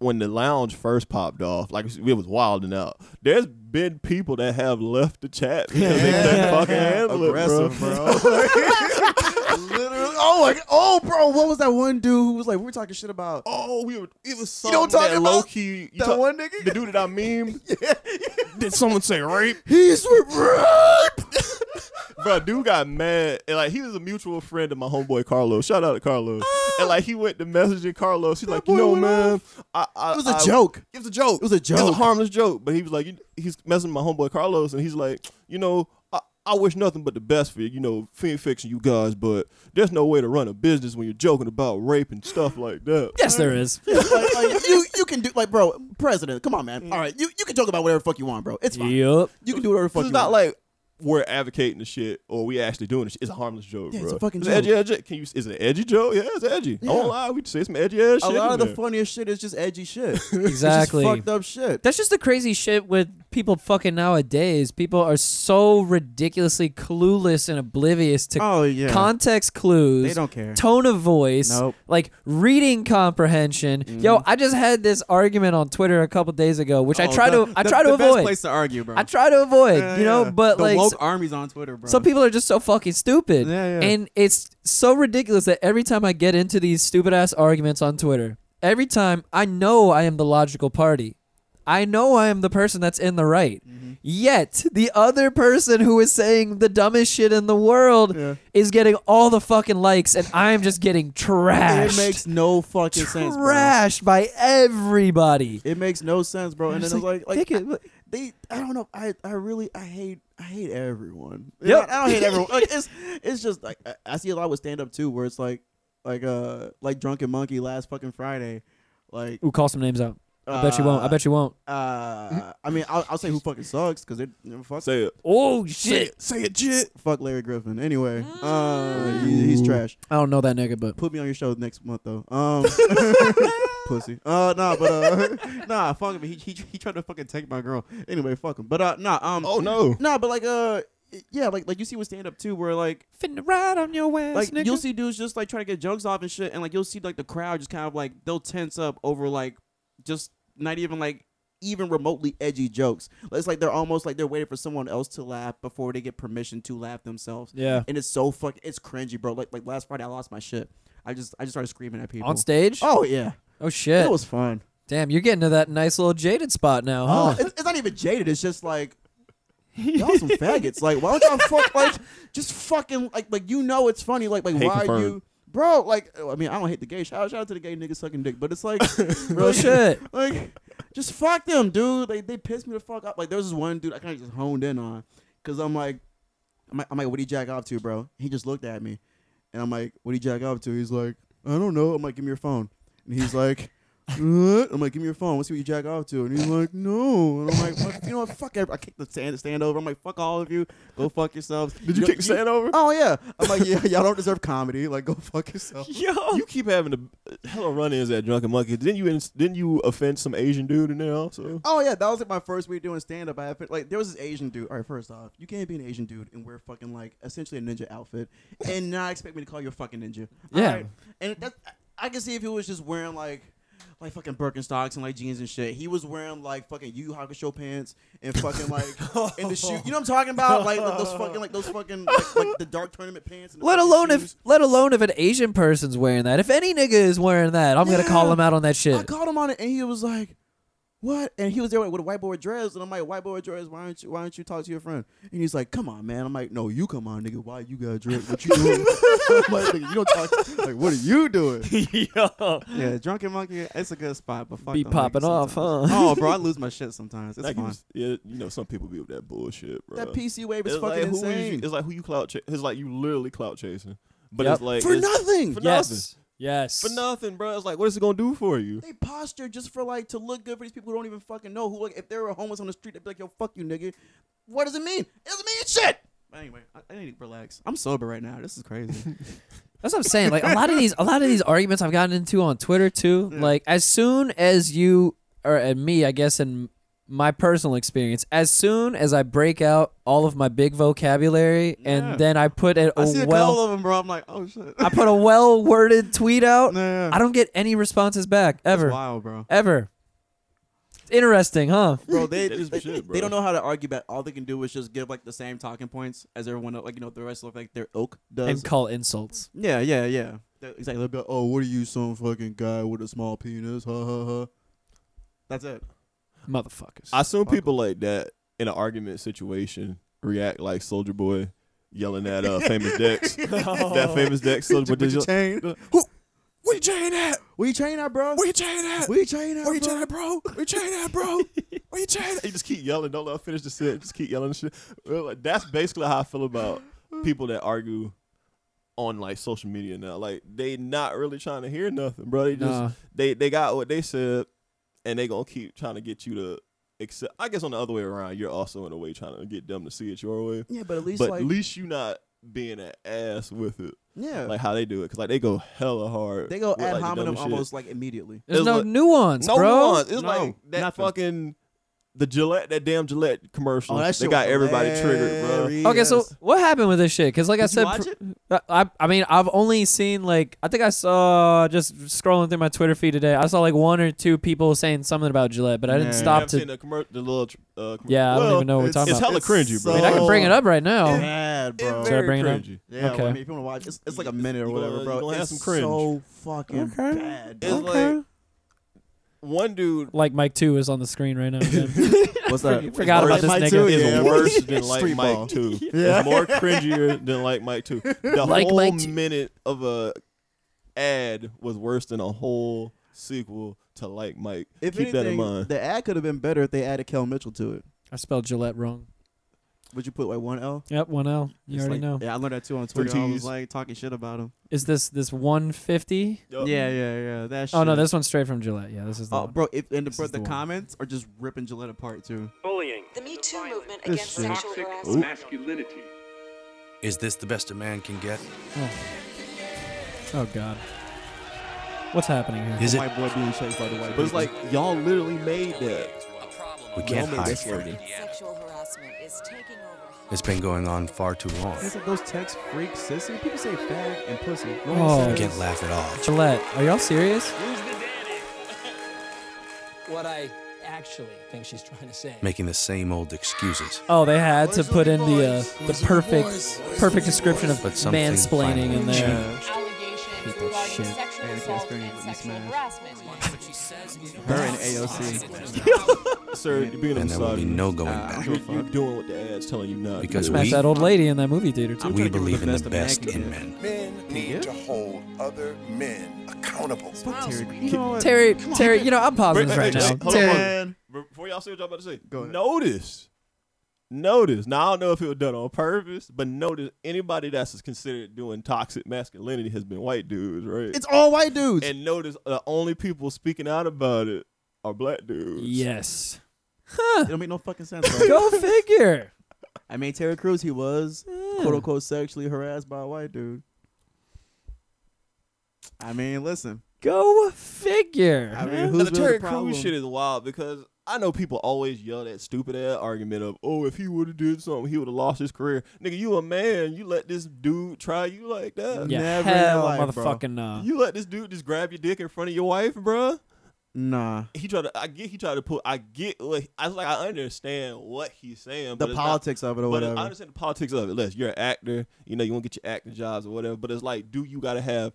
[SPEAKER 3] when the lounge first popped off, like it was wilding out. There's been people that have left the chat because they
[SPEAKER 5] Yeah.
[SPEAKER 3] couldn't fucking handle
[SPEAKER 4] Aggressive,
[SPEAKER 3] it, bro.
[SPEAKER 4] bro.
[SPEAKER 5] Literally, oh my, oh, bro, what was that one dude who was like, we were talking shit about
[SPEAKER 3] <laughs> Oh, we were. It was
[SPEAKER 5] You
[SPEAKER 3] something
[SPEAKER 5] know what I'm
[SPEAKER 3] that
[SPEAKER 5] talking
[SPEAKER 3] low
[SPEAKER 5] about?
[SPEAKER 3] key. You
[SPEAKER 5] that
[SPEAKER 3] talk-
[SPEAKER 5] one nigga?
[SPEAKER 3] the dude that I <laughs> memed. Did someone say rape?
[SPEAKER 5] He's with rape.
[SPEAKER 3] Bro, dude got mad. And like he was a mutual friend of my homeboy Carlos. Shout out to Carlos. and like he went to messaging Carlos. He's like, you
[SPEAKER 5] Ah. boy
[SPEAKER 3] know,
[SPEAKER 5] went
[SPEAKER 3] man, I, I,
[SPEAKER 5] It was
[SPEAKER 3] a
[SPEAKER 5] a joke.
[SPEAKER 3] It was a joke.
[SPEAKER 5] It was a
[SPEAKER 3] It was a
[SPEAKER 5] joke.
[SPEAKER 3] harmless joke. But he was like, you- he's messing with my homeboy Carlos, and he's like, you know, I, I wish nothing but the best for you. You know, fiend fiction, you guys. But there's no way to run a business when you're joking about rape and stuff like that.
[SPEAKER 2] Yes, there is.
[SPEAKER 5] <laughs> like, like, <laughs> Mm. you you can do like, bro, president. Come on, man. All right, you you can joke about whatever the fuck you want, bro. It's fine.
[SPEAKER 2] Yup.
[SPEAKER 5] You can do whatever the fuck
[SPEAKER 3] It's
[SPEAKER 5] you
[SPEAKER 3] not
[SPEAKER 5] want.
[SPEAKER 3] like we're advocating the shit or we actually doing this. It's a harmless joke,
[SPEAKER 5] Yeah,
[SPEAKER 3] bro.
[SPEAKER 5] it's a fucking
[SPEAKER 3] an
[SPEAKER 5] joke.
[SPEAKER 3] edgy, edgy. Can you? Is it an edgy joke? Yeah, it's edgy. I
[SPEAKER 5] Yeah.
[SPEAKER 3] won't lie. We say some edgy ass
[SPEAKER 5] a
[SPEAKER 3] shit.
[SPEAKER 5] lot
[SPEAKER 3] in
[SPEAKER 5] of the
[SPEAKER 3] there.
[SPEAKER 5] funniest shit is just edgy shit. It's just
[SPEAKER 2] Exactly.
[SPEAKER 5] fucked up shit.
[SPEAKER 2] That's just the crazy shit with people fucking nowadays. People are so ridiculously clueless and oblivious to
[SPEAKER 4] Oh yeah.
[SPEAKER 2] context clues.
[SPEAKER 4] they don't care.
[SPEAKER 2] tone of voice,
[SPEAKER 4] Nope. Mm-hmm.
[SPEAKER 2] like reading comprehension. Yo, I just had this argument on Twitter a couple days ago, which I
[SPEAKER 4] Oh,
[SPEAKER 2] try
[SPEAKER 4] the-
[SPEAKER 2] to I
[SPEAKER 4] the-
[SPEAKER 2] try to
[SPEAKER 4] the Best
[SPEAKER 2] avoid.
[SPEAKER 4] place to argue, bro.
[SPEAKER 2] I try to avoid,
[SPEAKER 4] Yeah,
[SPEAKER 2] you know,
[SPEAKER 4] yeah.
[SPEAKER 2] but
[SPEAKER 4] the
[SPEAKER 2] like
[SPEAKER 4] woke
[SPEAKER 2] s-
[SPEAKER 4] armies on Twitter, bro.
[SPEAKER 2] some people are just so fucking stupid.
[SPEAKER 4] Yeah, yeah.
[SPEAKER 2] And it's so ridiculous that every time I get into these stupid ass arguments on Twitter, every time I know I am the logical party. I know I am the person that's in the right. Yet the other person who is saying the dumbest shit in the world
[SPEAKER 4] Yeah.
[SPEAKER 2] is getting all the fucking likes, and I'm just getting trashed.
[SPEAKER 5] It makes no fucking sense, bro.
[SPEAKER 2] trashed by everybody.
[SPEAKER 5] It makes no sense, bro. And then
[SPEAKER 2] It's
[SPEAKER 5] it's like, like
[SPEAKER 2] dickhead, what-
[SPEAKER 4] they I don't know. I, I really I hate I hate everyone. Yeah,
[SPEAKER 2] Yep.
[SPEAKER 4] I don't hate everyone. Like,
[SPEAKER 2] <laughs>
[SPEAKER 4] it's it's just like I, I see a lot with stand up too, where it's like like uh like drunken monkey last fucking Friday, like
[SPEAKER 2] Ooh, call some names out. I bet you won't. I bet you won't.
[SPEAKER 4] uh I mean I'll, I'll say who fucking sucks because they fuck
[SPEAKER 3] Say it.
[SPEAKER 2] Oh shit!
[SPEAKER 3] Say it, jit.
[SPEAKER 4] fuck Larry Griffin anyway.
[SPEAKER 3] Mm.
[SPEAKER 4] Uh, he- he's trash.
[SPEAKER 2] I don't know that nigga, but
[SPEAKER 4] Put me on your show next month though.
[SPEAKER 3] <laughs>
[SPEAKER 4] Um, pussy. Uh, nah, but uh, <laughs> nah, fuck him. He, he he tried to fucking take my girl. Anyway, fuck him. But uh, nah, um,
[SPEAKER 3] Oh no.
[SPEAKER 4] nah, but like uh, yeah, like like you see with stand up too, where like
[SPEAKER 2] finna ride on your ass,
[SPEAKER 4] like
[SPEAKER 2] nigga.
[SPEAKER 4] you'll see dudes just like try to get jokes off and shit, and like you'll see like the crowd just kind of like they'll tense up over like just not even like even remotely edgy jokes. It's like they're almost like they're waiting for someone else to laugh before they get permission to laugh themselves.
[SPEAKER 2] Yeah.
[SPEAKER 4] and it's so fuck, it's cringy, bro. Like like last Friday, I lost my shit. I just I just started screaming at people
[SPEAKER 2] on stage.
[SPEAKER 4] Oh yeah,
[SPEAKER 2] Oh, shit!
[SPEAKER 4] it was fun.
[SPEAKER 2] Damn, you're getting to that nice little jaded spot now.
[SPEAKER 4] Oh,
[SPEAKER 2] Huh?
[SPEAKER 4] it's, it's not even jaded. It's just like y'all some faggots. Like why don't y'all fuck like just fucking like like you know it's funny. Like like
[SPEAKER 3] Hate
[SPEAKER 4] why are
[SPEAKER 3] confirmed.
[SPEAKER 4] you bro? Like I mean I don't hate the gay. Shout, shout out to the gay niggas sucking dick, but it's <laughs> like
[SPEAKER 2] Real
[SPEAKER 4] bro
[SPEAKER 2] shit.
[SPEAKER 4] Like just fuck them, dude. They they pissed me the fuck up. Like there was this one dude I kind of just honed in on because I'm like I'm like, I'm like what do you jack off to, bro? He just looked at me and I'm like what do you jack off to? He's like I don't know. I'm like give me your phone and he's like. What? I'm like, give me your phone. Let's see what you jack off to. And he's like, no. And I'm like, "Fuck, you know what? Fuck. Every-. I kicked the stand, stand over. I'm like, fuck all of you. Go fuck yourselves.
[SPEAKER 3] <laughs> Did you
[SPEAKER 4] Yo-
[SPEAKER 3] kick the sand over?
[SPEAKER 4] Oh yeah. I'm like, yeah. Y'all don't deserve comedy. Like, go
[SPEAKER 3] <laughs>
[SPEAKER 4] fuck yourself.
[SPEAKER 2] Yo.
[SPEAKER 3] You keep having the hella run-ins at Drunken Monkey. Didn't you? ins- Didn't you offend some Asian dude in there also?
[SPEAKER 2] Mm-hmm.
[SPEAKER 4] Oh yeah, that was like my first week doing stand up. I had, like there was this Asian dude. All right, first off, you can't be an Asian dude and wear fucking like essentially a ninja
[SPEAKER 2] <laughs>
[SPEAKER 4] outfit and not expect me to call you a fucking ninja. All
[SPEAKER 2] Yeah.
[SPEAKER 4] right? and that I I can see if he was just wearing like like fucking Birkenstocks and like jeans and shit. He was wearing like fucking Yu Yu Hakusho pants and fucking like in the shoe. You know what I'm talking about? Like, like, those fucking like those fucking like, like the dark tournament pants. And
[SPEAKER 2] <laughs>
[SPEAKER 4] the
[SPEAKER 2] Let
[SPEAKER 4] fucking
[SPEAKER 2] alone
[SPEAKER 4] shoes.
[SPEAKER 2] if, let alone if an Asian person's wearing that. If any nigga is wearing that, I'm gonna call
[SPEAKER 4] Yeah.
[SPEAKER 2] him out on that
[SPEAKER 4] I
[SPEAKER 2] shit.
[SPEAKER 4] called him on it, and he was like, "What?" And he was there with a white boy with dreads, and I'm like, "White boy with dreads, why don't you why don't you talk to your friend?" And he's like, "Come on, man." I'm like, "No, you come on, nigga. Why you got dreads? What
[SPEAKER 2] <laughs>
[SPEAKER 4] you doing?" I'm <laughs> like, "Nigga, you don't talk. Like, what are you doing?"
[SPEAKER 2] <laughs> Yo.
[SPEAKER 6] Yeah, drunken monkey. It's a good spot, but fuck
[SPEAKER 2] Be
[SPEAKER 6] them niggas
[SPEAKER 2] popping off,
[SPEAKER 6] sometimes.
[SPEAKER 2] huh?
[SPEAKER 4] <laughs>
[SPEAKER 6] Oh, bro, I lose my shit sometimes. It's
[SPEAKER 3] Like, you
[SPEAKER 6] fine.
[SPEAKER 3] was- yeah, you know some people be with that bullshit, bro.
[SPEAKER 4] That PC wave is
[SPEAKER 3] it's like
[SPEAKER 4] fucking
[SPEAKER 3] who is you-
[SPEAKER 4] insane
[SPEAKER 3] it's like who you clout. Cha- it's like you literally clout chasing, but
[SPEAKER 2] Yep.
[SPEAKER 3] it's like
[SPEAKER 4] for
[SPEAKER 3] it's,
[SPEAKER 4] nothing.
[SPEAKER 3] For nothing.
[SPEAKER 2] Yes. Yes.
[SPEAKER 3] For nothing, bro. It's like what is it gonna do for you?
[SPEAKER 4] They posture just for like to look good for these people who don't even fucking know who. Like, if they were homeless on the street, they'd be like, "Yo, fuck you, nigga." What does it mean? It doesn't mean shit.
[SPEAKER 6] But anyway, I, I need to relax. I'm sober right now. This is crazy.
[SPEAKER 2] That's what I'm saying. Like a lot of these, a lot of these arguments I've gotten into on Twitter too. Like as soon as you or and me, I guess in my personal experience, as soon as I break out all of my big vocabulary
[SPEAKER 6] Yeah.
[SPEAKER 2] and then I put it
[SPEAKER 4] Oh,
[SPEAKER 6] I see
[SPEAKER 2] a
[SPEAKER 6] a couple
[SPEAKER 2] well,
[SPEAKER 6] of them, bro. I'm like, oh shit. <laughs>
[SPEAKER 2] I put a well worded tweet out.
[SPEAKER 6] Yeah.
[SPEAKER 2] I don't get any responses back ever,
[SPEAKER 6] It's wild, bro.
[SPEAKER 2] ever. It's interesting, huh?
[SPEAKER 4] <laughs> bro. They
[SPEAKER 3] That is
[SPEAKER 4] they,
[SPEAKER 3] some shit,
[SPEAKER 4] they
[SPEAKER 3] bro.
[SPEAKER 4] don't know how to argue back. All they can do is just give like the same talking points as everyone else. Like you know, the rest look like their ilk does.
[SPEAKER 2] And call insults.
[SPEAKER 4] yeah, yeah, yeah. They're- Exactly. They'll be like, "Oh, what are you, some fucking guy with a small penis?" Ha ha ha. That's it.
[SPEAKER 2] Motherfuckers.
[SPEAKER 3] I assume people like that in an argument situation react like Soldier Boy yelling at uh, famous Dex. that famous <laughs> Dex Soldier Boy.
[SPEAKER 6] With your
[SPEAKER 3] did you-
[SPEAKER 6] chain.
[SPEAKER 3] Who? Where you chain at?
[SPEAKER 4] We train out, bro.
[SPEAKER 3] Where you chain at?
[SPEAKER 4] We train out,
[SPEAKER 3] Where you
[SPEAKER 4] bro.
[SPEAKER 3] chain at, bro? Where you chain at, bro? <laughs> Where you chain at? You just keep yelling. Don't let her finish the set. Just keep yelling and shit. Well, like, that's basically how I feel about people that argue on like social media now. Like they not really trying to hear nothing, bro. They just
[SPEAKER 2] Nah.
[SPEAKER 3] they they got what they said, and they gonna keep trying to get you to accept. I guess on the other way around, you're also in a way trying to get them to see it your way.
[SPEAKER 4] Yeah, but at least
[SPEAKER 3] but
[SPEAKER 4] like
[SPEAKER 3] at least you not being an ass with it,
[SPEAKER 4] yeah,
[SPEAKER 3] like how they do it, because like they go hella hard.
[SPEAKER 4] they go
[SPEAKER 3] with,
[SPEAKER 4] ad
[SPEAKER 3] like, the
[SPEAKER 4] hominem
[SPEAKER 3] dumbest shit.
[SPEAKER 4] almost like immediately.
[SPEAKER 2] There's
[SPEAKER 3] it's
[SPEAKER 2] no
[SPEAKER 3] like-
[SPEAKER 2] nuance,
[SPEAKER 3] No
[SPEAKER 2] bro.
[SPEAKER 3] nuance. It's
[SPEAKER 6] No,
[SPEAKER 3] like that
[SPEAKER 6] nothing.
[SPEAKER 3] fucking the Gillette, that damn Gillette commercial.
[SPEAKER 4] Oh, that
[SPEAKER 3] they
[SPEAKER 4] shit
[SPEAKER 3] got
[SPEAKER 4] was
[SPEAKER 3] everybody triggered,
[SPEAKER 4] hilarious.
[SPEAKER 2] Okay, so what happened with this shit? Because like I
[SPEAKER 6] Did
[SPEAKER 2] said,
[SPEAKER 6] you watch it?
[SPEAKER 2] I, I- I mean, I've only seen like I think I saw just scrolling through my Twitter feed today. I saw like one or two people saying something about Gillette, but I didn't
[SPEAKER 6] Yeah.
[SPEAKER 3] bro.
[SPEAKER 2] stop
[SPEAKER 3] I've
[SPEAKER 2] to.
[SPEAKER 3] seen the, commer- the little. tr- Uh, commer-
[SPEAKER 2] yeah, I don't
[SPEAKER 3] well,
[SPEAKER 2] even know what we're
[SPEAKER 6] it's-
[SPEAKER 2] talking
[SPEAKER 3] It's
[SPEAKER 2] about.
[SPEAKER 3] hella cringy, bro.
[SPEAKER 2] I mean, I can bring
[SPEAKER 6] Oh.
[SPEAKER 2] it up right
[SPEAKER 3] Oh.
[SPEAKER 2] now.
[SPEAKER 4] Bad, bro.
[SPEAKER 2] Should I bring it up?
[SPEAKER 3] It
[SPEAKER 4] yeah, well,
[SPEAKER 2] Okay.
[SPEAKER 4] I mean, if you want to watch, it's, it's like a minute or
[SPEAKER 3] You gonna-
[SPEAKER 4] whatever,
[SPEAKER 3] you
[SPEAKER 4] bro.
[SPEAKER 3] gonna have
[SPEAKER 4] it's
[SPEAKER 3] some cringe.
[SPEAKER 4] so fucking
[SPEAKER 2] Okay.
[SPEAKER 4] bad.
[SPEAKER 3] It's
[SPEAKER 4] Bro.
[SPEAKER 2] Okay. <laughs>
[SPEAKER 3] like one dude
[SPEAKER 2] Like Mike Two is on the screen right
[SPEAKER 6] <laughs>
[SPEAKER 2] now. again.
[SPEAKER 4] What's that?
[SPEAKER 2] Forgot about
[SPEAKER 3] Like
[SPEAKER 2] this
[SPEAKER 4] Mike
[SPEAKER 2] nigga.
[SPEAKER 4] Two
[SPEAKER 3] is <laughs>
[SPEAKER 4] Yeah.
[SPEAKER 3] worse than like
[SPEAKER 4] Street
[SPEAKER 3] Mike <laughs>
[SPEAKER 4] ball.
[SPEAKER 3] Two. It's more cringier than like Mike Two. The
[SPEAKER 2] <laughs> Like
[SPEAKER 3] whole
[SPEAKER 2] Mike Two.
[SPEAKER 3] minute of a ad was worse than a whole sequel to like Mike.
[SPEAKER 4] If
[SPEAKER 3] Keep
[SPEAKER 4] anything,
[SPEAKER 3] that in mind.
[SPEAKER 4] the ad could have been better if they added Kel Mitchell to it.
[SPEAKER 2] I spelled Gillette wrong.
[SPEAKER 5] Would you put like one L?
[SPEAKER 2] Yep, one L. You
[SPEAKER 5] It's
[SPEAKER 2] already
[SPEAKER 5] like-
[SPEAKER 2] know.
[SPEAKER 4] Yeah, I learned that too on Twitter. I was
[SPEAKER 3] T's.
[SPEAKER 4] like talking shit about him.
[SPEAKER 2] Is this this 150?
[SPEAKER 4] Yeah, yeah, yeah. That shit.
[SPEAKER 2] Oh no, this one's straight from Gillette. Yeah, this is the
[SPEAKER 4] Oh,
[SPEAKER 2] one.
[SPEAKER 4] bro, if, and the,
[SPEAKER 2] This
[SPEAKER 4] bro,
[SPEAKER 2] is the
[SPEAKER 4] the
[SPEAKER 2] one.
[SPEAKER 4] comments are just ripping Gillette apart too.
[SPEAKER 7] bullying,
[SPEAKER 8] The Me Too movement
[SPEAKER 4] This
[SPEAKER 8] against
[SPEAKER 4] shit.
[SPEAKER 8] sexual
[SPEAKER 7] toxic
[SPEAKER 8] harassment.
[SPEAKER 7] masculinity.
[SPEAKER 9] Is this the best a man can get?
[SPEAKER 2] Oh god. What's happening here?
[SPEAKER 9] Is it?
[SPEAKER 4] White boy being chased by the white.
[SPEAKER 3] But it's
[SPEAKER 4] people.
[SPEAKER 3] like y'all literally made that.
[SPEAKER 9] We
[SPEAKER 3] Y'all
[SPEAKER 9] can't
[SPEAKER 3] made
[SPEAKER 9] hide
[SPEAKER 3] this
[SPEAKER 9] from
[SPEAKER 3] lady.
[SPEAKER 9] it.
[SPEAKER 8] Sexual harassment is taking over.
[SPEAKER 9] It's been going on far too long.
[SPEAKER 4] It's like those text freak sissy. People say fag and pussy. No one
[SPEAKER 2] Oh.
[SPEAKER 9] We
[SPEAKER 4] says-
[SPEAKER 9] can't laugh it off.
[SPEAKER 2] Gillette, are y'all serious?
[SPEAKER 10] <laughs> what I actually think she's trying to say.
[SPEAKER 9] Making the same old excuses.
[SPEAKER 2] Oh, they had to put in the uh, the perfect perfect description of
[SPEAKER 9] But something
[SPEAKER 2] mansplaining in
[SPEAKER 9] finally
[SPEAKER 2] there.
[SPEAKER 8] Allegations
[SPEAKER 2] People regarding shit.
[SPEAKER 8] sexual
[SPEAKER 4] Man, I can't assault stand and Whitney sexual Smash.
[SPEAKER 8] harassment.
[SPEAKER 4] Her and AOC.
[SPEAKER 3] Sir, you're being a
[SPEAKER 9] And there will be
[SPEAKER 3] misogynist.
[SPEAKER 9] no going
[SPEAKER 4] Nah,
[SPEAKER 9] back.
[SPEAKER 3] You're, you're doing what the ads telling you not.
[SPEAKER 9] Because
[SPEAKER 3] to do.
[SPEAKER 9] we-
[SPEAKER 2] Smash that old lady in that movie theater too.
[SPEAKER 4] I'm
[SPEAKER 9] We
[SPEAKER 4] trying to give
[SPEAKER 9] believe
[SPEAKER 4] her
[SPEAKER 9] in
[SPEAKER 4] the
[SPEAKER 9] the
[SPEAKER 4] best
[SPEAKER 9] best
[SPEAKER 4] of
[SPEAKER 9] in
[SPEAKER 4] man
[SPEAKER 9] men.
[SPEAKER 11] Men
[SPEAKER 4] Yeah.
[SPEAKER 11] need to hold other men accountable.
[SPEAKER 4] Fuck Terry. You know what?
[SPEAKER 2] Terry, Terry, you know I'm pausing this right
[SPEAKER 3] Hey,
[SPEAKER 2] now.
[SPEAKER 3] hold on, hold on.
[SPEAKER 2] Terry,
[SPEAKER 3] Before y'all say what y'all about to say,
[SPEAKER 4] Go ahead.
[SPEAKER 3] notice. Notice. Now, I don't know if it was done on purpose, but notice anybody that's considered doing toxic masculinity has been white dudes, right?
[SPEAKER 4] It's all white dudes.
[SPEAKER 3] and notice the only people speaking out about it are black dudes.
[SPEAKER 2] yes.
[SPEAKER 4] it don't make no fucking sense.
[SPEAKER 2] <laughs>
[SPEAKER 4] Bro.
[SPEAKER 2] Go figure.
[SPEAKER 4] I mean, Terry Crews, he was quote unquote sexually harassed by a white dude. I mean, listen.
[SPEAKER 2] Go figure.
[SPEAKER 4] I
[SPEAKER 2] huh?
[SPEAKER 4] mean,
[SPEAKER 3] And
[SPEAKER 4] who's
[SPEAKER 3] the
[SPEAKER 4] really
[SPEAKER 3] Terry
[SPEAKER 4] the problem?
[SPEAKER 3] Crews shit is wild because I know people always yell that stupid ass argument of, "Oh, if he would have did something, he would have lost his career." Nigga, you a man. You let this dude try you like that.
[SPEAKER 2] yeah,
[SPEAKER 4] never in their
[SPEAKER 2] hell,
[SPEAKER 4] life, bro.
[SPEAKER 2] motherfucking no.
[SPEAKER 3] You let this dude just grab your dick in front of your wife, bruh.
[SPEAKER 4] Nah,
[SPEAKER 3] He tried to. I get. He tried to put. I get. What, I was like. I understand what he's saying.
[SPEAKER 4] the
[SPEAKER 3] but it's not-
[SPEAKER 4] politics of it or
[SPEAKER 3] but
[SPEAKER 4] whatever.
[SPEAKER 3] I understand the politics of it. Less you're an actor, you know, you want to get your acting jobs or whatever. But it's like, do you gotta have?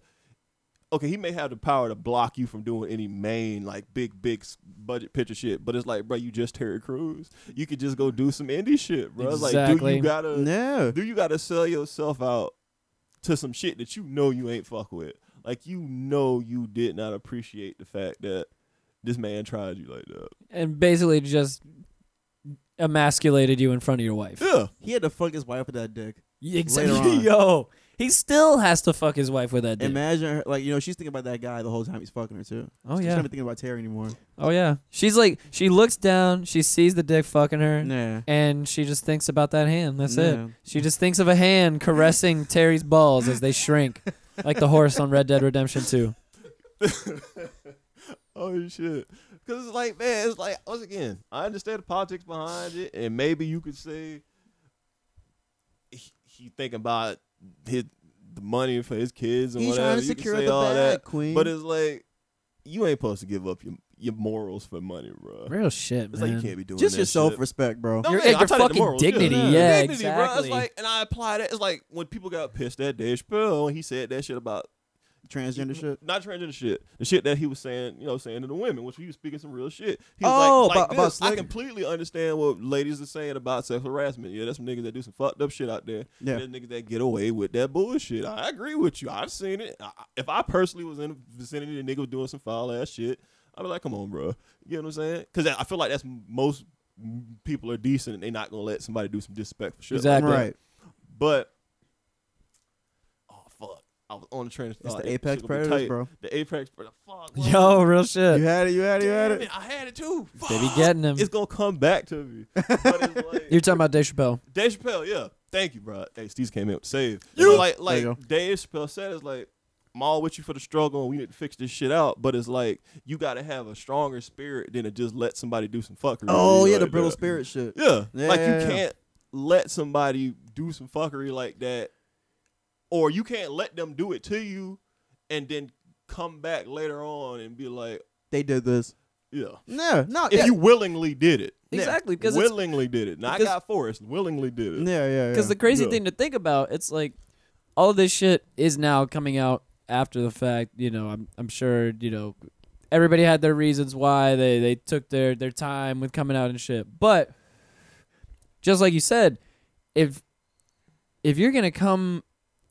[SPEAKER 3] Okay, he may have the power to block you from doing any main like big big s- budget picture shit. But it's like, bro, you just Terry Crews. You could just go do some indie shit, bro. It's Like, do
[SPEAKER 2] Exactly.
[SPEAKER 3] you gotta?
[SPEAKER 4] yeah,
[SPEAKER 3] Do you gotta sell yourself out to some shit that you know you ain't fuck with? Like you know you did not appreciate the fact that this man tried you like that.
[SPEAKER 2] And basically just emasculated you in front of your wife.
[SPEAKER 3] Yeah.
[SPEAKER 4] he had to fuck his wife with that dick.
[SPEAKER 2] Exactly.
[SPEAKER 4] Later on.
[SPEAKER 2] <laughs> Yo, he still has to fuck his wife with that dick.
[SPEAKER 4] Imagine, her, like you know, she's thinking about that guy the whole time he's fucking her too.
[SPEAKER 2] Oh,
[SPEAKER 4] she's
[SPEAKER 2] yeah.
[SPEAKER 4] not even thinking about Terry anymore.
[SPEAKER 2] oh yeah. She's like, she looks down, she sees the dick fucking her,
[SPEAKER 4] Nah,
[SPEAKER 2] and she just thinks about that hand. That's
[SPEAKER 4] Yeah.
[SPEAKER 2] it. She just thinks of a hand
[SPEAKER 4] <laughs>
[SPEAKER 2] caressing Terry's balls as they shrink, like the horse on Red Dead Redemption 2.
[SPEAKER 3] Oh shit! Because it's like, man, it's like once again, I understand the politics behind it, and maybe you could say he, he thinking about his the money for his kids and
[SPEAKER 4] He's
[SPEAKER 3] whatever.
[SPEAKER 4] trying to
[SPEAKER 3] You could
[SPEAKER 4] secure
[SPEAKER 3] say
[SPEAKER 4] the
[SPEAKER 3] all
[SPEAKER 4] bag,
[SPEAKER 3] that,
[SPEAKER 4] queen.
[SPEAKER 3] But it's like you ain't supposed to give up your your morals for money, bro.
[SPEAKER 2] Real shit,
[SPEAKER 3] It's
[SPEAKER 2] man.
[SPEAKER 3] like you can't be doing
[SPEAKER 4] just
[SPEAKER 3] that
[SPEAKER 4] your self
[SPEAKER 3] shit.
[SPEAKER 4] respect, bro.
[SPEAKER 3] No,
[SPEAKER 2] Your-
[SPEAKER 3] man,
[SPEAKER 2] your
[SPEAKER 3] I'm talking
[SPEAKER 2] fucking
[SPEAKER 3] morals,
[SPEAKER 2] dignity, yeah,
[SPEAKER 3] dignity, Bro. It's
[SPEAKER 2] exactly.
[SPEAKER 3] like, and I apply that. It's like when people got pissed at Dave Chappelle when he said that shit about
[SPEAKER 4] Transgender shit.
[SPEAKER 3] not transgender shit. The shit that he was saying, you know, saying to the women, which he was speaking some real shit. He was
[SPEAKER 4] Oh,
[SPEAKER 3] like, like
[SPEAKER 4] about- about
[SPEAKER 3] this, I
[SPEAKER 4] slicking.
[SPEAKER 3] completely understand what ladies are saying about sexual harassment. Yeah, that's some niggas that do some fucked up shit out there.
[SPEAKER 4] Yeah.
[SPEAKER 3] There's niggas that get away with that bullshit. I agree with you. I've seen it. I, I- if I personally was in the vicinity of niggas doing some foul ass shit, I'd be like, come on, bro. You know what I'm saying? Because I I feel like that's m- most m- people are decent and they not going to let somebody do some disrespectful shit. like
[SPEAKER 2] Exactly.
[SPEAKER 3] that.
[SPEAKER 4] Right.
[SPEAKER 3] But oh fuck, I was on the train.
[SPEAKER 4] It's the apex predators, bro.
[SPEAKER 3] The apex predator. Fuck. Yo,
[SPEAKER 2] Yo, real shit.
[SPEAKER 4] You had it. You had it. You had it.
[SPEAKER 3] I had it
[SPEAKER 4] <laughs>
[SPEAKER 3] too. Fuck.
[SPEAKER 2] They be getting him.
[SPEAKER 3] It's gonna come back to me. But it's like,
[SPEAKER 2] You're talking about Dave Chappelle.
[SPEAKER 3] Dave Chappelle, yeah. Thank you, bro. Hey, Steve came in with the save. You like like
[SPEAKER 4] you go.
[SPEAKER 3] Dave Chappelle said, it's like I'm all with you for the struggle, and we need to fix this shit out. But it's like you got to have a stronger spirit than to just let somebody do some fuckery.
[SPEAKER 4] Oh yeah, the
[SPEAKER 3] like
[SPEAKER 4] brittle
[SPEAKER 3] that.
[SPEAKER 4] spirit shit.
[SPEAKER 3] Yeah.
[SPEAKER 4] Yeah,
[SPEAKER 3] like
[SPEAKER 4] yeah,
[SPEAKER 3] you
[SPEAKER 4] yeah.
[SPEAKER 3] can't let somebody do some fuckery like that or you can't let them do it to you and then come back later on and be like,
[SPEAKER 4] They did this.
[SPEAKER 3] yeah.
[SPEAKER 4] No, no.
[SPEAKER 3] If
[SPEAKER 4] yeah.
[SPEAKER 3] you willingly did it.
[SPEAKER 2] Exactly, 'cause it's-
[SPEAKER 3] willingly did it. Now I
[SPEAKER 2] because-
[SPEAKER 3] got Forrest willingly did it.
[SPEAKER 4] yeah, yeah, yeah.
[SPEAKER 2] Because the crazy
[SPEAKER 3] Yeah.
[SPEAKER 2] thing to think about, it's like all this shit is now coming out after the fact. You know, I'm I'm sure you know everybody had their reasons why they they took their their time with coming out and shit. But just like you said, if if you're gonna come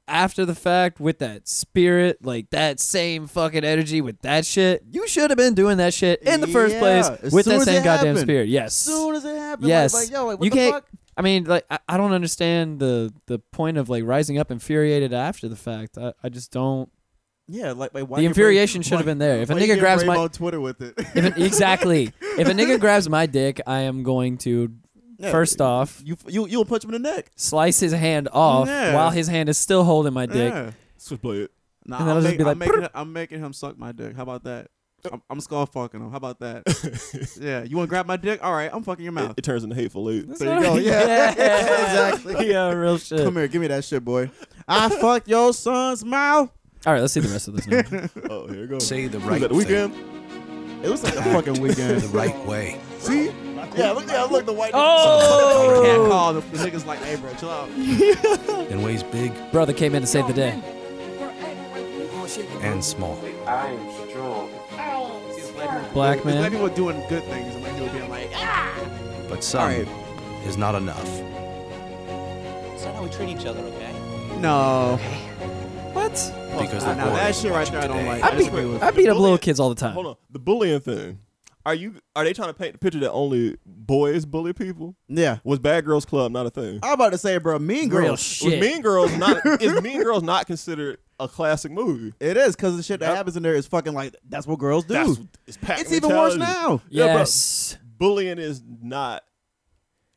[SPEAKER 2] after the fact with that spirit, like that same fucking energy with that shit, you should have been doing that shit in the first
[SPEAKER 4] Yeah,
[SPEAKER 2] place
[SPEAKER 4] as
[SPEAKER 2] with that
[SPEAKER 4] soon as
[SPEAKER 2] same
[SPEAKER 4] it
[SPEAKER 2] goddamn
[SPEAKER 4] happened.
[SPEAKER 2] spirit. Yes.
[SPEAKER 4] soon as it happened.
[SPEAKER 2] yes.
[SPEAKER 4] Like, like, yo, like, what
[SPEAKER 2] you
[SPEAKER 4] the
[SPEAKER 2] can't.
[SPEAKER 4] fuck?
[SPEAKER 2] I mean, like, I, I don't understand the the point of like rising up infuriated after the fact. I, I just
[SPEAKER 4] <laughs>
[SPEAKER 2] don't.
[SPEAKER 4] Yeah, like, like why
[SPEAKER 2] The
[SPEAKER 4] you
[SPEAKER 2] infuriation
[SPEAKER 4] brave-
[SPEAKER 2] should have
[SPEAKER 4] why-
[SPEAKER 2] been there. If a
[SPEAKER 4] why you
[SPEAKER 2] nigga
[SPEAKER 4] get
[SPEAKER 2] grabs
[SPEAKER 4] brave
[SPEAKER 2] my,
[SPEAKER 4] on Twitter with it. <laughs>
[SPEAKER 2] if an, exactly, if a nigga grabs my dick, I am going to <laughs>
[SPEAKER 4] Yeah,
[SPEAKER 2] first off
[SPEAKER 4] you you you'll punch him in the neck.
[SPEAKER 2] slice his hand off
[SPEAKER 4] Yeah.
[SPEAKER 2] while his hand is still holding my dick.
[SPEAKER 4] Yeah.
[SPEAKER 3] Switchblade. <laughs>
[SPEAKER 4] Nah,
[SPEAKER 2] And then
[SPEAKER 4] I'm,
[SPEAKER 2] it'll just
[SPEAKER 4] make-
[SPEAKER 2] be
[SPEAKER 4] I'm
[SPEAKER 2] like,
[SPEAKER 4] making, I'm making him suck my dick. How about that? I'm, I'm skull fucking him. How about that? <laughs> yeah, you want to grab my dick? All right, I'm fucking
[SPEAKER 2] <laughs>
[SPEAKER 4] your mouth.
[SPEAKER 3] It, it turns into hateful eight.
[SPEAKER 4] there you go.
[SPEAKER 3] <laughs>
[SPEAKER 4] Yeah, <laughs> exactly.
[SPEAKER 2] Yeah, real shit.
[SPEAKER 4] Come here, give me that shit, boy. I fuck your son's mouth.
[SPEAKER 2] All right, let's see the rest of this. Now.
[SPEAKER 4] <laughs>
[SPEAKER 3] Oh, here it goes.
[SPEAKER 9] Say the
[SPEAKER 3] Was
[SPEAKER 9] right
[SPEAKER 3] that the
[SPEAKER 9] thing.
[SPEAKER 3] weekend?
[SPEAKER 4] It was like a fucking
[SPEAKER 9] <laughs>
[SPEAKER 4] <laughs>
[SPEAKER 9] The
[SPEAKER 4] weekend.
[SPEAKER 9] right way.
[SPEAKER 4] See? Yeah, look, yeah, look, the white.
[SPEAKER 2] Oh!
[SPEAKER 4] nigga- Cat call. The, the niggas like, hey, bro,
[SPEAKER 2] <laughs>
[SPEAKER 4] chill out.
[SPEAKER 9] In ways big
[SPEAKER 2] Brother came in to save the day.
[SPEAKER 9] and small.
[SPEAKER 2] Black
[SPEAKER 4] Black
[SPEAKER 2] man.
[SPEAKER 4] people are doing good things, and white people being like, ah.
[SPEAKER 9] But some
[SPEAKER 4] All right.
[SPEAKER 9] is not enough.
[SPEAKER 4] no.
[SPEAKER 2] What?
[SPEAKER 9] Because the
[SPEAKER 4] Nah,
[SPEAKER 9] boy
[SPEAKER 4] that shit right there, I don't like.
[SPEAKER 2] I
[SPEAKER 4] I
[SPEAKER 2] beat,
[SPEAKER 4] disagree with.
[SPEAKER 2] I beat up little kids all the time.
[SPEAKER 3] Hold on. The bullying thing. Are you? Are they trying to paint the picture that only boys bully people?
[SPEAKER 4] Yeah.
[SPEAKER 3] Was Bad Girls Club not a thing?
[SPEAKER 4] I'm about to say, bro, Mean
[SPEAKER 2] Real
[SPEAKER 4] Girls.
[SPEAKER 2] shit.
[SPEAKER 3] Was Mean Girls <laughs> not? is Mean Girls not considered a classic movie?
[SPEAKER 4] It is because the shit that happens in there is fucking like that's what girls do.
[SPEAKER 3] That's, it's packed
[SPEAKER 4] it's even worse
[SPEAKER 3] mentality.
[SPEAKER 4] now.
[SPEAKER 3] Yeah, bro.
[SPEAKER 2] yes.
[SPEAKER 3] Bullying is not.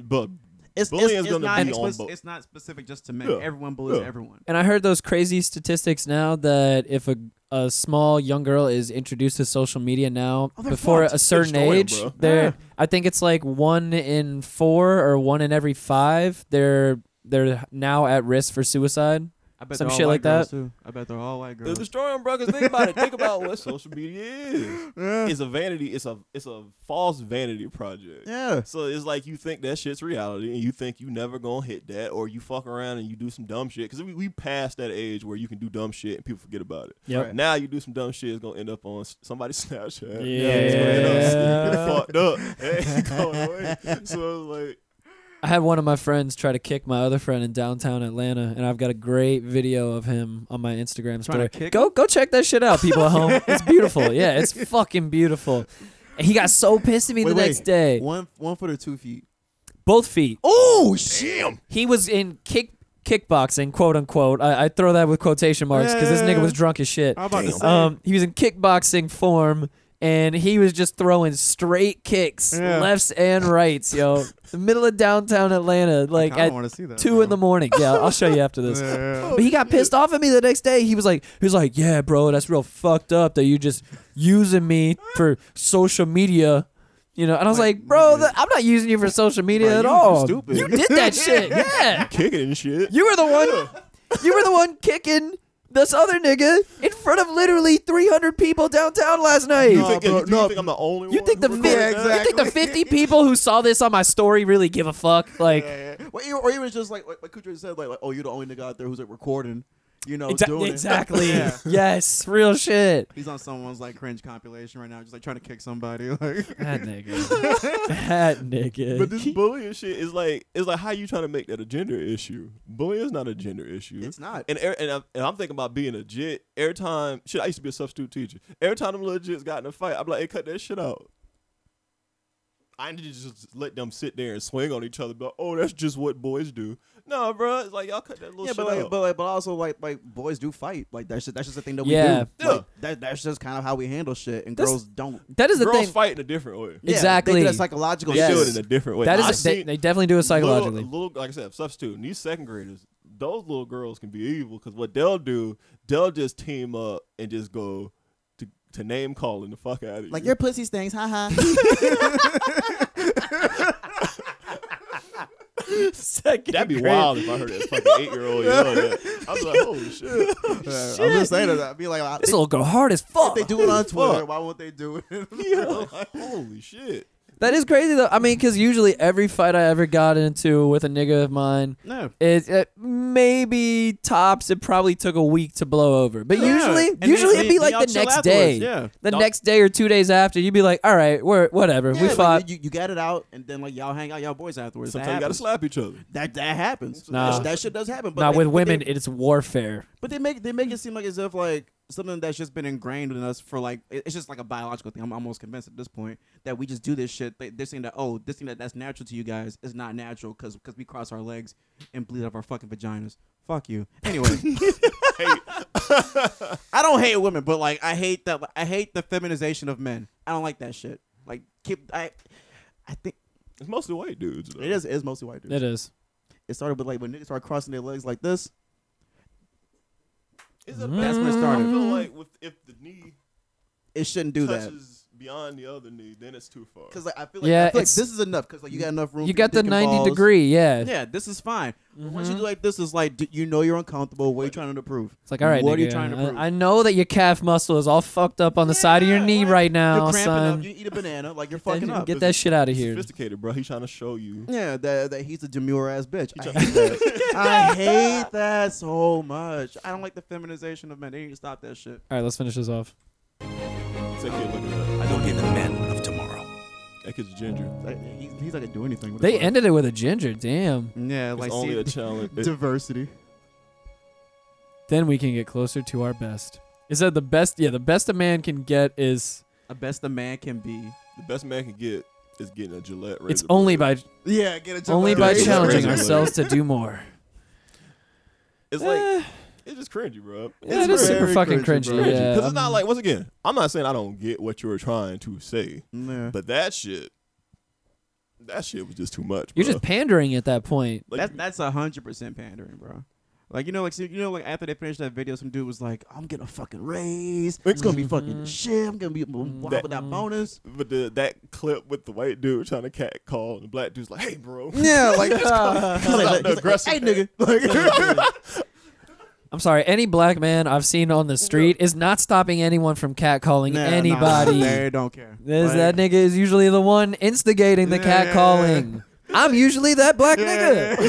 [SPEAKER 3] But
[SPEAKER 4] It's,
[SPEAKER 3] bullying
[SPEAKER 4] it's,
[SPEAKER 3] is
[SPEAKER 4] it's,
[SPEAKER 3] going
[SPEAKER 4] not
[SPEAKER 3] to be on
[SPEAKER 4] explicit,
[SPEAKER 3] both.
[SPEAKER 12] It's not specific just to men.
[SPEAKER 3] Yeah.
[SPEAKER 12] Everyone bullies
[SPEAKER 3] Yeah.
[SPEAKER 12] everyone.
[SPEAKER 2] And I heard those crazy statistics now that if a a small young girl is introduced to social media now
[SPEAKER 4] Oh, they're
[SPEAKER 2] before
[SPEAKER 4] fucked.
[SPEAKER 2] a certain
[SPEAKER 3] Destroy 'em,
[SPEAKER 2] age,
[SPEAKER 3] bro.
[SPEAKER 2] they're I think it's like one in four or one in every five. They're they're now at risk for suicide.
[SPEAKER 12] I bet
[SPEAKER 2] Some
[SPEAKER 12] they're all
[SPEAKER 2] shit
[SPEAKER 12] white
[SPEAKER 2] like
[SPEAKER 12] girls,
[SPEAKER 2] that.
[SPEAKER 12] Too. I bet they're all white
[SPEAKER 3] They're
[SPEAKER 12] girls.
[SPEAKER 3] destroying bro, 'cause think about it. Think about what <laughs> social media is. It's a vanity. It's a it's a false vanity project.
[SPEAKER 4] Yeah.
[SPEAKER 3] So it's like you think that shit's reality, and you think you never gonna hit that, or you fuck around and you do some dumb shit. Because we, we passed that age where you can do dumb shit and people forget about it.
[SPEAKER 2] Yep. Right.
[SPEAKER 3] Now you do some dumb shit, it's gonna end up on s- somebody's <laughs> Snapchat.
[SPEAKER 2] Yeah.
[SPEAKER 3] It's gonna end <laughs> up, fucked up. It ain't going away. So it's like
[SPEAKER 2] I had one of my friends try to kick my other friend in downtown Atlanta, and I've got a great video of him on my Instagram story.
[SPEAKER 12] Trying to kick
[SPEAKER 2] Go go check that shit out, people at home. It's beautiful. Yeah, it's fucking beautiful. And he got so pissed at me
[SPEAKER 4] Wait,
[SPEAKER 2] the
[SPEAKER 4] wait.
[SPEAKER 2] next day.
[SPEAKER 4] One one foot or two feet.
[SPEAKER 2] Both feet.
[SPEAKER 4] Oh shit!
[SPEAKER 2] He was in kick kickboxing, quote unquote. I, I throw that with quotation marks because this nigga was drunk as shit.
[SPEAKER 4] I'm about to say.
[SPEAKER 2] Um, he was in kickboxing form, and he was just throwing straight kicks,
[SPEAKER 4] Yeah.
[SPEAKER 2] lefts and rights, yo. the middle of downtown Atlanta, like
[SPEAKER 12] I
[SPEAKER 2] at
[SPEAKER 12] want to see that.
[SPEAKER 2] two in the morning. Yeah, I'll show you after
[SPEAKER 3] <laughs>
[SPEAKER 2] this. But he got pissed off at me the next day. He was like, he was like, yeah, bro, that's real fucked up that you just using me for social media. You know, and I was like, bro, that, I'm not using you for social media at
[SPEAKER 4] you- you
[SPEAKER 2] all.
[SPEAKER 4] stupid.
[SPEAKER 2] You did
[SPEAKER 3] <laughs>
[SPEAKER 2] that shit. Yeah.
[SPEAKER 3] kicking and shit.
[SPEAKER 2] You were the one. You were the one kicking this other nigga in front of literally 300 people downtown last night.
[SPEAKER 3] You think,
[SPEAKER 4] bro,
[SPEAKER 3] you
[SPEAKER 4] no.
[SPEAKER 3] think I'm the only
[SPEAKER 2] You
[SPEAKER 3] one?
[SPEAKER 2] think the
[SPEAKER 3] who
[SPEAKER 2] fi-
[SPEAKER 3] recorded that?
[SPEAKER 2] you think the 50 people who saw this on my story really give a fuck? Like,
[SPEAKER 4] Or even, or even just like like, like Kutra said, like, like oh, you're the only nigga out there who's like recording. You know,
[SPEAKER 2] Exa-
[SPEAKER 4] doing it.
[SPEAKER 2] exactly.
[SPEAKER 3] <laughs>
[SPEAKER 4] <laughs> Yeah.
[SPEAKER 2] Yes, real shit.
[SPEAKER 12] He's on someone's like cringe compilation right now, just like trying to kick
[SPEAKER 4] <laughs>
[SPEAKER 12] somebody. Like
[SPEAKER 2] That nigga. that nigga.
[SPEAKER 3] But this bullying shit is like it's like how you trying to make that a gender issue. Bullying is not a gender issue.
[SPEAKER 4] It's not.
[SPEAKER 3] And er- and I'm, and I'm thinking about being legit. Every time shit, I used to be a substitute teacher. Every time them little jits got in a fight, I'm like, hey, cut that shit out. I need to just let them sit there and swing on each other. But oh, that's just what boys do. No, bro, it's like y'all cut that little
[SPEAKER 4] Yeah,
[SPEAKER 3] shit
[SPEAKER 4] but like,
[SPEAKER 3] out.
[SPEAKER 4] but like, but also like, like boys do fight. Like that's just, that's just the thing that we
[SPEAKER 2] Yeah.
[SPEAKER 4] do.
[SPEAKER 3] Yeah.
[SPEAKER 4] Like, that that's just kind of how we handle shit, and
[SPEAKER 2] That's-
[SPEAKER 4] girls don't.
[SPEAKER 2] that is the
[SPEAKER 3] Girls
[SPEAKER 2] thing.
[SPEAKER 3] fight in a different way.
[SPEAKER 4] Yeah,
[SPEAKER 2] Exactly.
[SPEAKER 4] they do that psychological.
[SPEAKER 3] They
[SPEAKER 2] Yes.
[SPEAKER 3] do
[SPEAKER 4] shit.
[SPEAKER 3] it in a different way.
[SPEAKER 2] That
[SPEAKER 3] I've
[SPEAKER 2] is they,
[SPEAKER 3] seen-
[SPEAKER 2] they definitely do it psychologically.
[SPEAKER 3] Little, little- like I said, substitute. And these second graders, those little girls can be evil because what they'll do, they'll just team up and just go to, to name calling the fuck out of you.
[SPEAKER 4] Like your pussy stinks,
[SPEAKER 2] <laughs>
[SPEAKER 4] haha.
[SPEAKER 2] <laughs> Second
[SPEAKER 3] That'd be
[SPEAKER 2] grade.
[SPEAKER 3] wild if I heard that fucking eight year old yell that. I was
[SPEAKER 4] <laughs>
[SPEAKER 3] like, oh shit.
[SPEAKER 4] I'm just saying that. I'd be like, I-
[SPEAKER 2] This will go hard as fuck.
[SPEAKER 4] they do it <laughs> on
[SPEAKER 3] Fuck.
[SPEAKER 4] Twitter. Why won't they do it?
[SPEAKER 3] Yeah. Holy shit.
[SPEAKER 2] That is crazy though. I mean, because usually every fight I ever got into with a nigga of mine,
[SPEAKER 13] No.
[SPEAKER 2] is it maybe tops. It probably took a week to blow over, but
[SPEAKER 13] Yeah.
[SPEAKER 2] usually,
[SPEAKER 13] And then-
[SPEAKER 2] usually it'd be
[SPEAKER 13] then
[SPEAKER 2] like
[SPEAKER 13] y'all
[SPEAKER 2] the
[SPEAKER 13] chill
[SPEAKER 2] next
[SPEAKER 13] afterwards,
[SPEAKER 2] day.
[SPEAKER 13] yeah.
[SPEAKER 2] The
[SPEAKER 13] Y'all-
[SPEAKER 2] next day or two days after, you'd be like, "All right, we're whatever.
[SPEAKER 4] Yeah,
[SPEAKER 2] we
[SPEAKER 4] like,
[SPEAKER 2] fought."
[SPEAKER 4] you, you got it out, and then like y'all hang out, y'all boys afterwards. That
[SPEAKER 3] Sometimes you gotta
[SPEAKER 4] happens.
[SPEAKER 3] slap each other.
[SPEAKER 4] That that happens.
[SPEAKER 2] Nah.
[SPEAKER 4] That, sh- that shit does happen. But
[SPEAKER 2] now
[SPEAKER 4] they-
[SPEAKER 2] with
[SPEAKER 4] but
[SPEAKER 2] women,
[SPEAKER 4] they,
[SPEAKER 2] it's warfare.
[SPEAKER 4] but they make they make it seem like as if like something that's just been ingrained in us for like it- it's just like a biological thing. I'm almost convinced at this point that we just do this shit. They, they're saying that oh, this thing that that's natural to you guys is not natural because because we cross our legs and bleed out of our fucking vaginas. Fuck you. Anyway, I don't hate women, but like I hate that I hate the feminization of men. I don't like that shit. Like keep I. I think
[SPEAKER 3] It's mostly white dudes. Though.
[SPEAKER 4] it is it is mostly white dudes.
[SPEAKER 2] It is.
[SPEAKER 4] It started with like when niggas start crossing their legs like this. That's
[SPEAKER 2] Mm-hmm.
[SPEAKER 4] when it started.
[SPEAKER 3] I feel like with, if the knee
[SPEAKER 4] It shouldn't do that.
[SPEAKER 3] touches beyond the other knee, then it's too far.
[SPEAKER 4] Cause like I feel like,
[SPEAKER 2] Yeah,
[SPEAKER 4] I feel like
[SPEAKER 2] it's-
[SPEAKER 4] this is enough. Cause like you got enough room.
[SPEAKER 2] You
[SPEAKER 4] for your
[SPEAKER 2] got the
[SPEAKER 4] dick and
[SPEAKER 2] ninety
[SPEAKER 4] balls. Mm-hmm.
[SPEAKER 2] degree. Yeah.
[SPEAKER 4] Yeah, this is fine. But Once you do like this, it's like d- you know you're uncomfortable. What are you trying to prove?
[SPEAKER 2] It's like, all right,
[SPEAKER 4] What are you
[SPEAKER 2] nigga,
[SPEAKER 4] trying to
[SPEAKER 2] I-
[SPEAKER 4] prove?
[SPEAKER 2] I, know that your calf muscle is all fucked up on the side of your knee right now,
[SPEAKER 4] you're cramping
[SPEAKER 2] son.
[SPEAKER 4] up. You eat a banana like you're
[SPEAKER 2] Then
[SPEAKER 4] fucking up.
[SPEAKER 2] Get that shit out of here.
[SPEAKER 3] Sophisticated, bro. He's trying to show you.
[SPEAKER 4] yeah, that, that he's a demure ass bitch. I hate that.
[SPEAKER 2] <laughs>
[SPEAKER 4] I hate that so much. I don't like the feminization of men. They need to stop that shit.
[SPEAKER 2] All right, let's finish this off.
[SPEAKER 3] Take a look at that.
[SPEAKER 9] They'll be the men of tomorrow.
[SPEAKER 3] That kid's ginger.
[SPEAKER 4] Like, he's, he's not gonna do anything. With
[SPEAKER 2] They
[SPEAKER 4] his
[SPEAKER 2] ended it with a ginger. Damn.
[SPEAKER 4] life. Yeah,
[SPEAKER 3] It's
[SPEAKER 4] like
[SPEAKER 3] only
[SPEAKER 4] see,
[SPEAKER 3] a
[SPEAKER 4] <laughs>
[SPEAKER 3] challenge. It-
[SPEAKER 4] diversity.
[SPEAKER 2] Then we can get closer to our best. Is that the best? Yeah, the best a man can get is
[SPEAKER 4] The best a man can be.
[SPEAKER 3] the best man can get is getting a Gillette razor.
[SPEAKER 2] it's only by
[SPEAKER 4] Yeah, get it.
[SPEAKER 2] only by
[SPEAKER 3] razor.
[SPEAKER 2] challenging
[SPEAKER 3] Razor.
[SPEAKER 2] ourselves to do
[SPEAKER 4] <laughs>
[SPEAKER 2] more.
[SPEAKER 3] It's like it's just cringy, bro.
[SPEAKER 2] Eh. Yeah, it is super
[SPEAKER 4] very
[SPEAKER 2] fucking
[SPEAKER 4] cringy,
[SPEAKER 2] cringy.
[SPEAKER 4] bro.
[SPEAKER 2] yeah,
[SPEAKER 3] Because it's
[SPEAKER 2] um,
[SPEAKER 3] not like once again, I'm not saying I don't get what you were trying to say,
[SPEAKER 4] Yeah.
[SPEAKER 3] but that shit, that shit was just too much.
[SPEAKER 2] you're
[SPEAKER 3] bro.
[SPEAKER 2] just pandering at that point.
[SPEAKER 3] like,
[SPEAKER 4] That's that's a hundred percent pandering, bro. Like you know, like see, you know, like after they finished that video, some dude was like, "I'm getting a fucking raise. It's gonna be fucking
[SPEAKER 2] Mm-hmm.
[SPEAKER 4] the shit. I'm gonna be wow
[SPEAKER 3] That-
[SPEAKER 4] with that bonus."
[SPEAKER 3] but the, that clip with the white dude trying to cat call and the black dude's like,
[SPEAKER 2] <laughs>
[SPEAKER 3] "Hey, bro."
[SPEAKER 4] Yeah,
[SPEAKER 3] <laughs>
[SPEAKER 4] like, he's like, he's like,
[SPEAKER 3] the aggressive
[SPEAKER 4] hey nigga, like,
[SPEAKER 2] I'm sorry. Any black man I've seen on the street is not stopping anyone from catcalling
[SPEAKER 4] Nah, nah,
[SPEAKER 2] anybody.
[SPEAKER 4] they don't care.
[SPEAKER 2] There's that
[SPEAKER 4] Like, <laughs>
[SPEAKER 2] nigga is usually the one instigating the
[SPEAKER 4] Yeah.
[SPEAKER 2] cat calling. I'm usually that black nigga.
[SPEAKER 4] <laughs>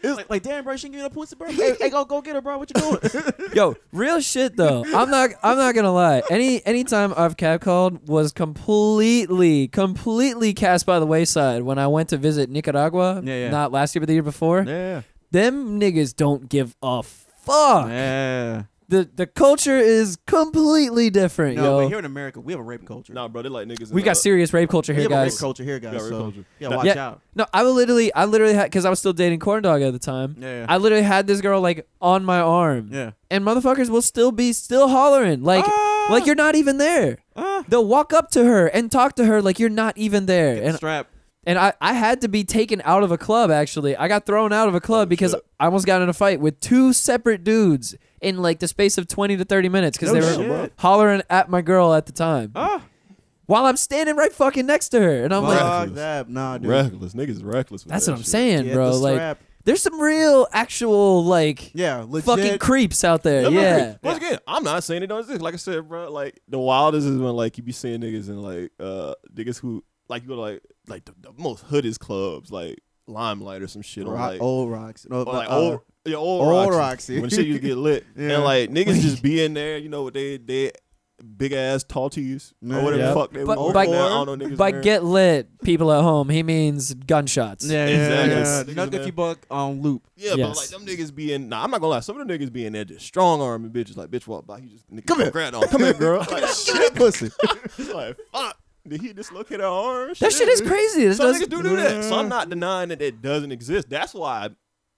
[SPEAKER 4] It's like, like, damn, bro, she can get a pussy, <laughs> bro. Hey, hey, go, go get her, bro. What you doing?
[SPEAKER 2] Yo, real shit though. I'm not I'm not gonna lie. Any any time I've cat called was completely, completely cast by the wayside when I went to visit Nicaragua.
[SPEAKER 4] Yeah, yeah.
[SPEAKER 2] Not last year but the year before.
[SPEAKER 4] <laughs> yeah,
[SPEAKER 2] Them niggas don't give a fuck.
[SPEAKER 4] yeah.
[SPEAKER 2] The the culture is completely different,
[SPEAKER 4] No,
[SPEAKER 2] yo.
[SPEAKER 4] but here in America, we have a rape
[SPEAKER 3] <laughs>
[SPEAKER 4] culture.
[SPEAKER 3] Nah, bro, they like niggas. in
[SPEAKER 2] we
[SPEAKER 3] the-
[SPEAKER 2] got serious rape culture
[SPEAKER 4] we
[SPEAKER 2] here,
[SPEAKER 4] have a rape
[SPEAKER 2] guys.
[SPEAKER 4] culture here,
[SPEAKER 3] got
[SPEAKER 4] guys.
[SPEAKER 3] rape
[SPEAKER 4] So,
[SPEAKER 3] culture.
[SPEAKER 4] yeah,
[SPEAKER 3] Nah.
[SPEAKER 4] watch
[SPEAKER 2] Yeah.
[SPEAKER 4] out.
[SPEAKER 2] No, I would literally, I literally had, because I was still dating Corn Dog at the time.
[SPEAKER 4] Yeah, yeah.
[SPEAKER 2] I literally had this girl like on my arm.
[SPEAKER 4] Yeah.
[SPEAKER 2] And motherfuckers will still be still hollering like like you're not even there.
[SPEAKER 4] Ah.
[SPEAKER 2] They'll walk up to her and talk to her like you're not even there.
[SPEAKER 4] Get the
[SPEAKER 2] and
[SPEAKER 4] strap.
[SPEAKER 2] and I, I had to be taken out of a club actually. I got thrown out of a
[SPEAKER 4] Oh,
[SPEAKER 2] club because
[SPEAKER 3] shit.
[SPEAKER 2] I almost got in a fight with two separate dudes in like the space of 20 to 30 minutes cuz
[SPEAKER 4] No
[SPEAKER 2] they were
[SPEAKER 4] shit, bro.
[SPEAKER 2] hollering at my girl at the time.
[SPEAKER 4] Ah.
[SPEAKER 2] While I'm standing right fucking next to her and I'm like
[SPEAKER 4] Fuck
[SPEAKER 3] Reckless.
[SPEAKER 4] that, nah, dude.
[SPEAKER 3] reckless. Niggas is reckless. with
[SPEAKER 2] that's
[SPEAKER 3] that
[SPEAKER 2] what I'm
[SPEAKER 3] shit.
[SPEAKER 2] saying,
[SPEAKER 4] Get
[SPEAKER 2] bro.
[SPEAKER 4] the
[SPEAKER 2] Like
[SPEAKER 4] strap.
[SPEAKER 2] there's some real actual like
[SPEAKER 4] Yeah, legit.
[SPEAKER 2] fucking creeps out there.
[SPEAKER 3] No, no,
[SPEAKER 2] Yeah.
[SPEAKER 3] Once again, I'm not saying it don't exist. Like I said, bro, like the wildest is when like you be seeing niggas and like uh niggas who like you go to like like the, the most hoodest clubs, like Limelight or some shit, or
[SPEAKER 4] Rock,
[SPEAKER 3] like
[SPEAKER 4] old rocks. No,
[SPEAKER 3] or
[SPEAKER 4] but,
[SPEAKER 3] like
[SPEAKER 4] uh,
[SPEAKER 3] old. Yeah, old,
[SPEAKER 4] Old Roxy.
[SPEAKER 3] Roxy. When shit used to get
[SPEAKER 4] <laughs>
[SPEAKER 3] lit.
[SPEAKER 4] Yeah.
[SPEAKER 3] And like niggas just be in there, you know, with they they big ass tall tees
[SPEAKER 4] Yeah.
[SPEAKER 3] or whatever
[SPEAKER 2] Yeah.
[SPEAKER 3] the fuck they
[SPEAKER 2] But
[SPEAKER 3] were.
[SPEAKER 2] by-
[SPEAKER 3] wearing. I don't know niggas
[SPEAKER 2] By
[SPEAKER 3] wearing.
[SPEAKER 2] get lit, people at home, he means gunshots.
[SPEAKER 4] Yeah,
[SPEAKER 3] Exactly.
[SPEAKER 4] yeah, yeah.
[SPEAKER 3] Niggas,
[SPEAKER 4] Nothing if
[SPEAKER 3] man.
[SPEAKER 4] you buck on loop.
[SPEAKER 3] Yeah,
[SPEAKER 2] Yes.
[SPEAKER 3] but like them niggas be in. Nah, I'm not gonna lie. Some of them niggas be in there just strong arming bitches. Like bitch walk by, he just nigga
[SPEAKER 4] Come here.
[SPEAKER 3] grab on. <laughs> Come here, girl. like shit,
[SPEAKER 4] <laughs> Pussy.
[SPEAKER 3] like fuck. Did he dislocate her arm?
[SPEAKER 2] That shit is crazy. This
[SPEAKER 3] Some
[SPEAKER 2] does-
[SPEAKER 3] niggas do do that.
[SPEAKER 4] Mm-hmm.
[SPEAKER 3] So I'm not denying that it doesn't exist. That's why,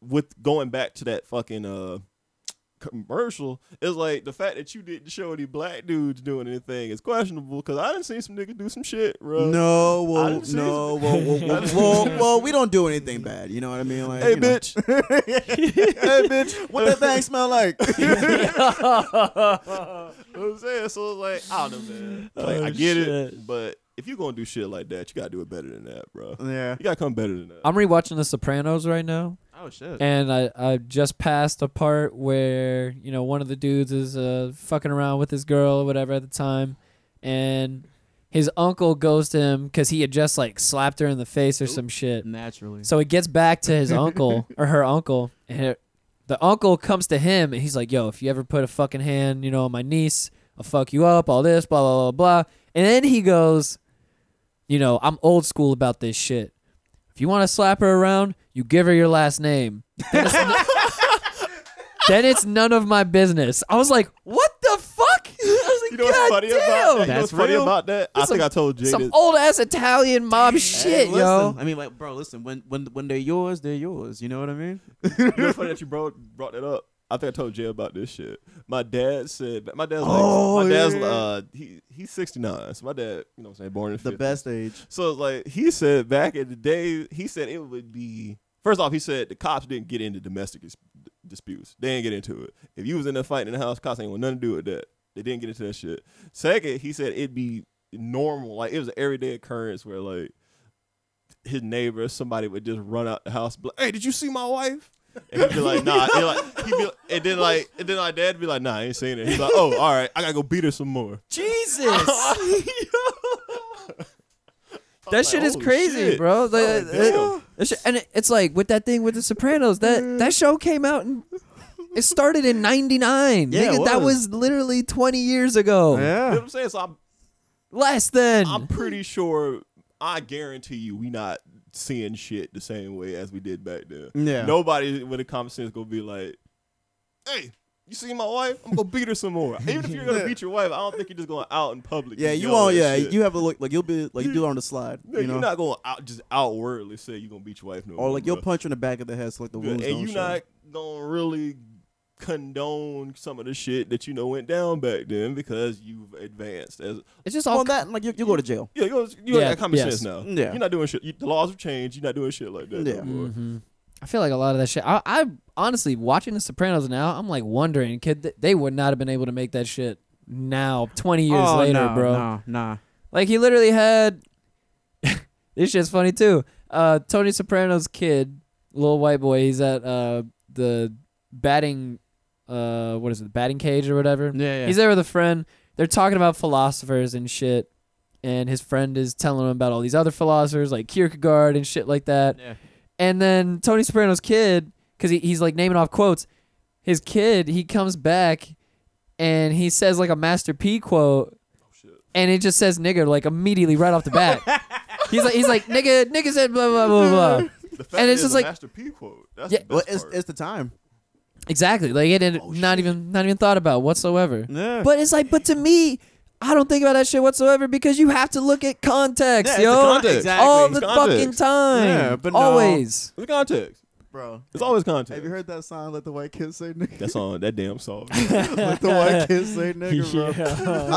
[SPEAKER 3] with going back to that fucking uh commercial, it's like the fact that you didn't show any black dudes doing anything is questionable. Cause I didn't see some niggas do some shit, bro.
[SPEAKER 4] No,
[SPEAKER 3] I
[SPEAKER 4] well,
[SPEAKER 3] didn't see
[SPEAKER 4] no, well, well, well,
[SPEAKER 3] didn't-
[SPEAKER 4] well, well, we don't do anything bad. You know what I mean? Like,
[SPEAKER 3] Hey
[SPEAKER 4] you know.
[SPEAKER 3] bitch.
[SPEAKER 4] <laughs>
[SPEAKER 3] hey bitch.
[SPEAKER 4] What that thing smell like? <laughs>
[SPEAKER 3] You know what I'm saying? So it's like, I don't know, man. Like,
[SPEAKER 2] Oh,
[SPEAKER 3] I get it, but if you're gonna do shit like that, you gotta do it better than that, bro.
[SPEAKER 4] yeah.
[SPEAKER 3] You gotta come better than that.
[SPEAKER 2] I'm rewatching The Sopranos right now,
[SPEAKER 4] Oh shit.
[SPEAKER 2] and I, I just passed a part where you know one of the dudes is uh, fucking around with his girl or whatever at the time, and His uncle goes to him because he had just like slapped her in the face or some shit.
[SPEAKER 4] Naturally.
[SPEAKER 2] So he gets back to his
[SPEAKER 3] <laughs>
[SPEAKER 2] uncle or her uncle, and her, the uncle comes to him and he's like, "Yo, if you ever put a fucking hand, you know, on my niece, I'll fuck you up. All this, blah blah blah blah." And then he goes, "You know, I'm old school about this shit. If you want to slap her around, you give her your last name. Then it's, n-
[SPEAKER 3] <laughs>
[SPEAKER 2] then it's none of my business." I was like, "What the fuck?" I was like,
[SPEAKER 3] You know what's
[SPEAKER 2] "God
[SPEAKER 3] funny
[SPEAKER 2] damn."
[SPEAKER 3] about that? You know what's
[SPEAKER 4] That's
[SPEAKER 3] funny
[SPEAKER 4] real.
[SPEAKER 3] about that? I
[SPEAKER 2] That's
[SPEAKER 3] think
[SPEAKER 2] some-
[SPEAKER 3] I told Jay
[SPEAKER 2] Some
[SPEAKER 3] this.
[SPEAKER 2] old ass Italian mob shit,
[SPEAKER 4] Hey,
[SPEAKER 2] yo.
[SPEAKER 4] listen, I mean, like, bro, listen. When when when they're yours, they're yours. You know what I mean?
[SPEAKER 3] <laughs> You know, it's funny that you bro brought that up. I think I told Jay about this shit. My dad said my dad's like
[SPEAKER 4] Oh,
[SPEAKER 3] my dad's
[SPEAKER 4] yeah.
[SPEAKER 3] uh he he's sixty nine. So my dad, you know what I'm saying, born in
[SPEAKER 5] The
[SPEAKER 3] 50.
[SPEAKER 5] best age.
[SPEAKER 3] So it's like he said back in the day, he said it would be first off, he said the cops didn't get into domestic dis- disputes. They didn't get into it. If you was in there fighting in the house, cops ain't want nothing to do with that. They didn't get into that shit. Second, he said it'd be normal, like it was an everyday occurrence where like his neighbor, or somebody would just run out the house, be like, "Hey, did you see my wife?" And he'd be like, "Nah." And, like, he'd be, and then like, and then my dad'd be like, "Nah, I ain't seen it." He's like, "Oh, all right, I gotta go beat her some more."
[SPEAKER 2] Jesus.
[SPEAKER 3] I
[SPEAKER 2] that
[SPEAKER 3] was
[SPEAKER 2] shit
[SPEAKER 3] like,
[SPEAKER 2] is
[SPEAKER 3] "Holy
[SPEAKER 2] crazy,
[SPEAKER 3] shit."
[SPEAKER 2] bro. Like,
[SPEAKER 3] I was
[SPEAKER 2] uh,
[SPEAKER 3] like,
[SPEAKER 2] uh,
[SPEAKER 3] "Damn."
[SPEAKER 2] that shit- and it- it's like with that thing with the Sopranos. That that show came out and it started in '99.
[SPEAKER 4] Yeah, it
[SPEAKER 2] that was
[SPEAKER 4] was.
[SPEAKER 2] literally 20 years ago.
[SPEAKER 3] You know
[SPEAKER 4] Yeah.
[SPEAKER 3] what I'm saying? So I'm,
[SPEAKER 2] Less
[SPEAKER 5] <laughs>
[SPEAKER 2] than.
[SPEAKER 3] I'm pretty sure, I guarantee you, we not seeing shit the same way as we did back then.
[SPEAKER 4] Yeah.
[SPEAKER 3] Nobody with a common sense gonna be like, "Hey, you see my wife? I'm gonna beat her some more." Even if
[SPEAKER 5] <laughs>
[SPEAKER 3] you're gonna beat your wife, I don't think you're just going out in public.
[SPEAKER 5] Yeah,
[SPEAKER 3] and
[SPEAKER 5] you
[SPEAKER 3] yell
[SPEAKER 5] won't.
[SPEAKER 3] that
[SPEAKER 5] Yeah,
[SPEAKER 3] shit.
[SPEAKER 5] you have a look like you'll be like you do it on the slide.
[SPEAKER 3] No,
[SPEAKER 5] you know,
[SPEAKER 3] you're not going to out just outwardly say you're gonna beat your wife no more,
[SPEAKER 5] or like you'll
[SPEAKER 3] bro.
[SPEAKER 5] punch her in the back of the head so like the wounds
[SPEAKER 3] and
[SPEAKER 5] don't
[SPEAKER 3] you're
[SPEAKER 5] show.
[SPEAKER 3] not gonna really condone some of the shit that you know went down back then because you've advanced as
[SPEAKER 2] it's just all
[SPEAKER 5] on that, like you, you go to jail.
[SPEAKER 3] Yeah, you know, you
[SPEAKER 2] Yeah,
[SPEAKER 3] got common
[SPEAKER 2] yes.
[SPEAKER 3] sense now.
[SPEAKER 5] Yeah.
[SPEAKER 3] You're not doing shit. You, the laws have changed. You're not doing shit like that.
[SPEAKER 5] Yeah.
[SPEAKER 3] No
[SPEAKER 2] Mm-hmm.
[SPEAKER 3] more.
[SPEAKER 2] I feel like a lot of that shit. I, I honestly watching The Sopranos now. I'm like wondering, kid, th- they would not have been able to make that shit now, 20 years
[SPEAKER 4] oh,
[SPEAKER 2] later,
[SPEAKER 4] nah,
[SPEAKER 2] bro.
[SPEAKER 4] Nah, nah.
[SPEAKER 2] Like he literally had. <laughs> this shit's funny too. Uh, Tony Soprano's kid, little white boy, he's at uh the batting, uh, what is it, batting cage or whatever.
[SPEAKER 4] Yeah, yeah.
[SPEAKER 2] He's there with a friend. They're talking about philosophers and shit, and his friend is telling him about all these other philosophers like Kierkegaard and shit like that.
[SPEAKER 4] Yeah.
[SPEAKER 2] And then Tony Soprano's kid, because he, he's like naming off quotes, his kid, he comes back and he says like a Master P quote. And it just says nigga like immediately right off the bat. he's like he's like nigga nigga said blah blah blah blah.
[SPEAKER 3] The fact
[SPEAKER 2] And
[SPEAKER 3] that
[SPEAKER 2] it's just
[SPEAKER 3] a
[SPEAKER 2] like-
[SPEAKER 3] Master P quote. That's
[SPEAKER 2] Yeah.
[SPEAKER 3] the best
[SPEAKER 5] Well, it's,
[SPEAKER 3] part.
[SPEAKER 5] it's the time.
[SPEAKER 2] Exactly. Like it ended,
[SPEAKER 3] Oh,
[SPEAKER 2] not even not even thought about whatsoever.
[SPEAKER 4] Yeah.
[SPEAKER 2] But it's like but to me I don't think about that shit whatsoever because you have to look at context, yo.
[SPEAKER 3] context.
[SPEAKER 4] Exactly.
[SPEAKER 2] All
[SPEAKER 3] It's
[SPEAKER 2] the
[SPEAKER 3] context.
[SPEAKER 2] fucking time.
[SPEAKER 4] Yeah, but no.
[SPEAKER 2] always.
[SPEAKER 3] It's context.
[SPEAKER 5] Bro,
[SPEAKER 3] It's always context.
[SPEAKER 5] have you heard that song, Let the White Kids Say
[SPEAKER 2] <laughs>
[SPEAKER 5] Nigga? <laughs>
[SPEAKER 3] that song? That damn song.
[SPEAKER 5] Let the White Kids Say Nigga, bro.
[SPEAKER 2] Yeah.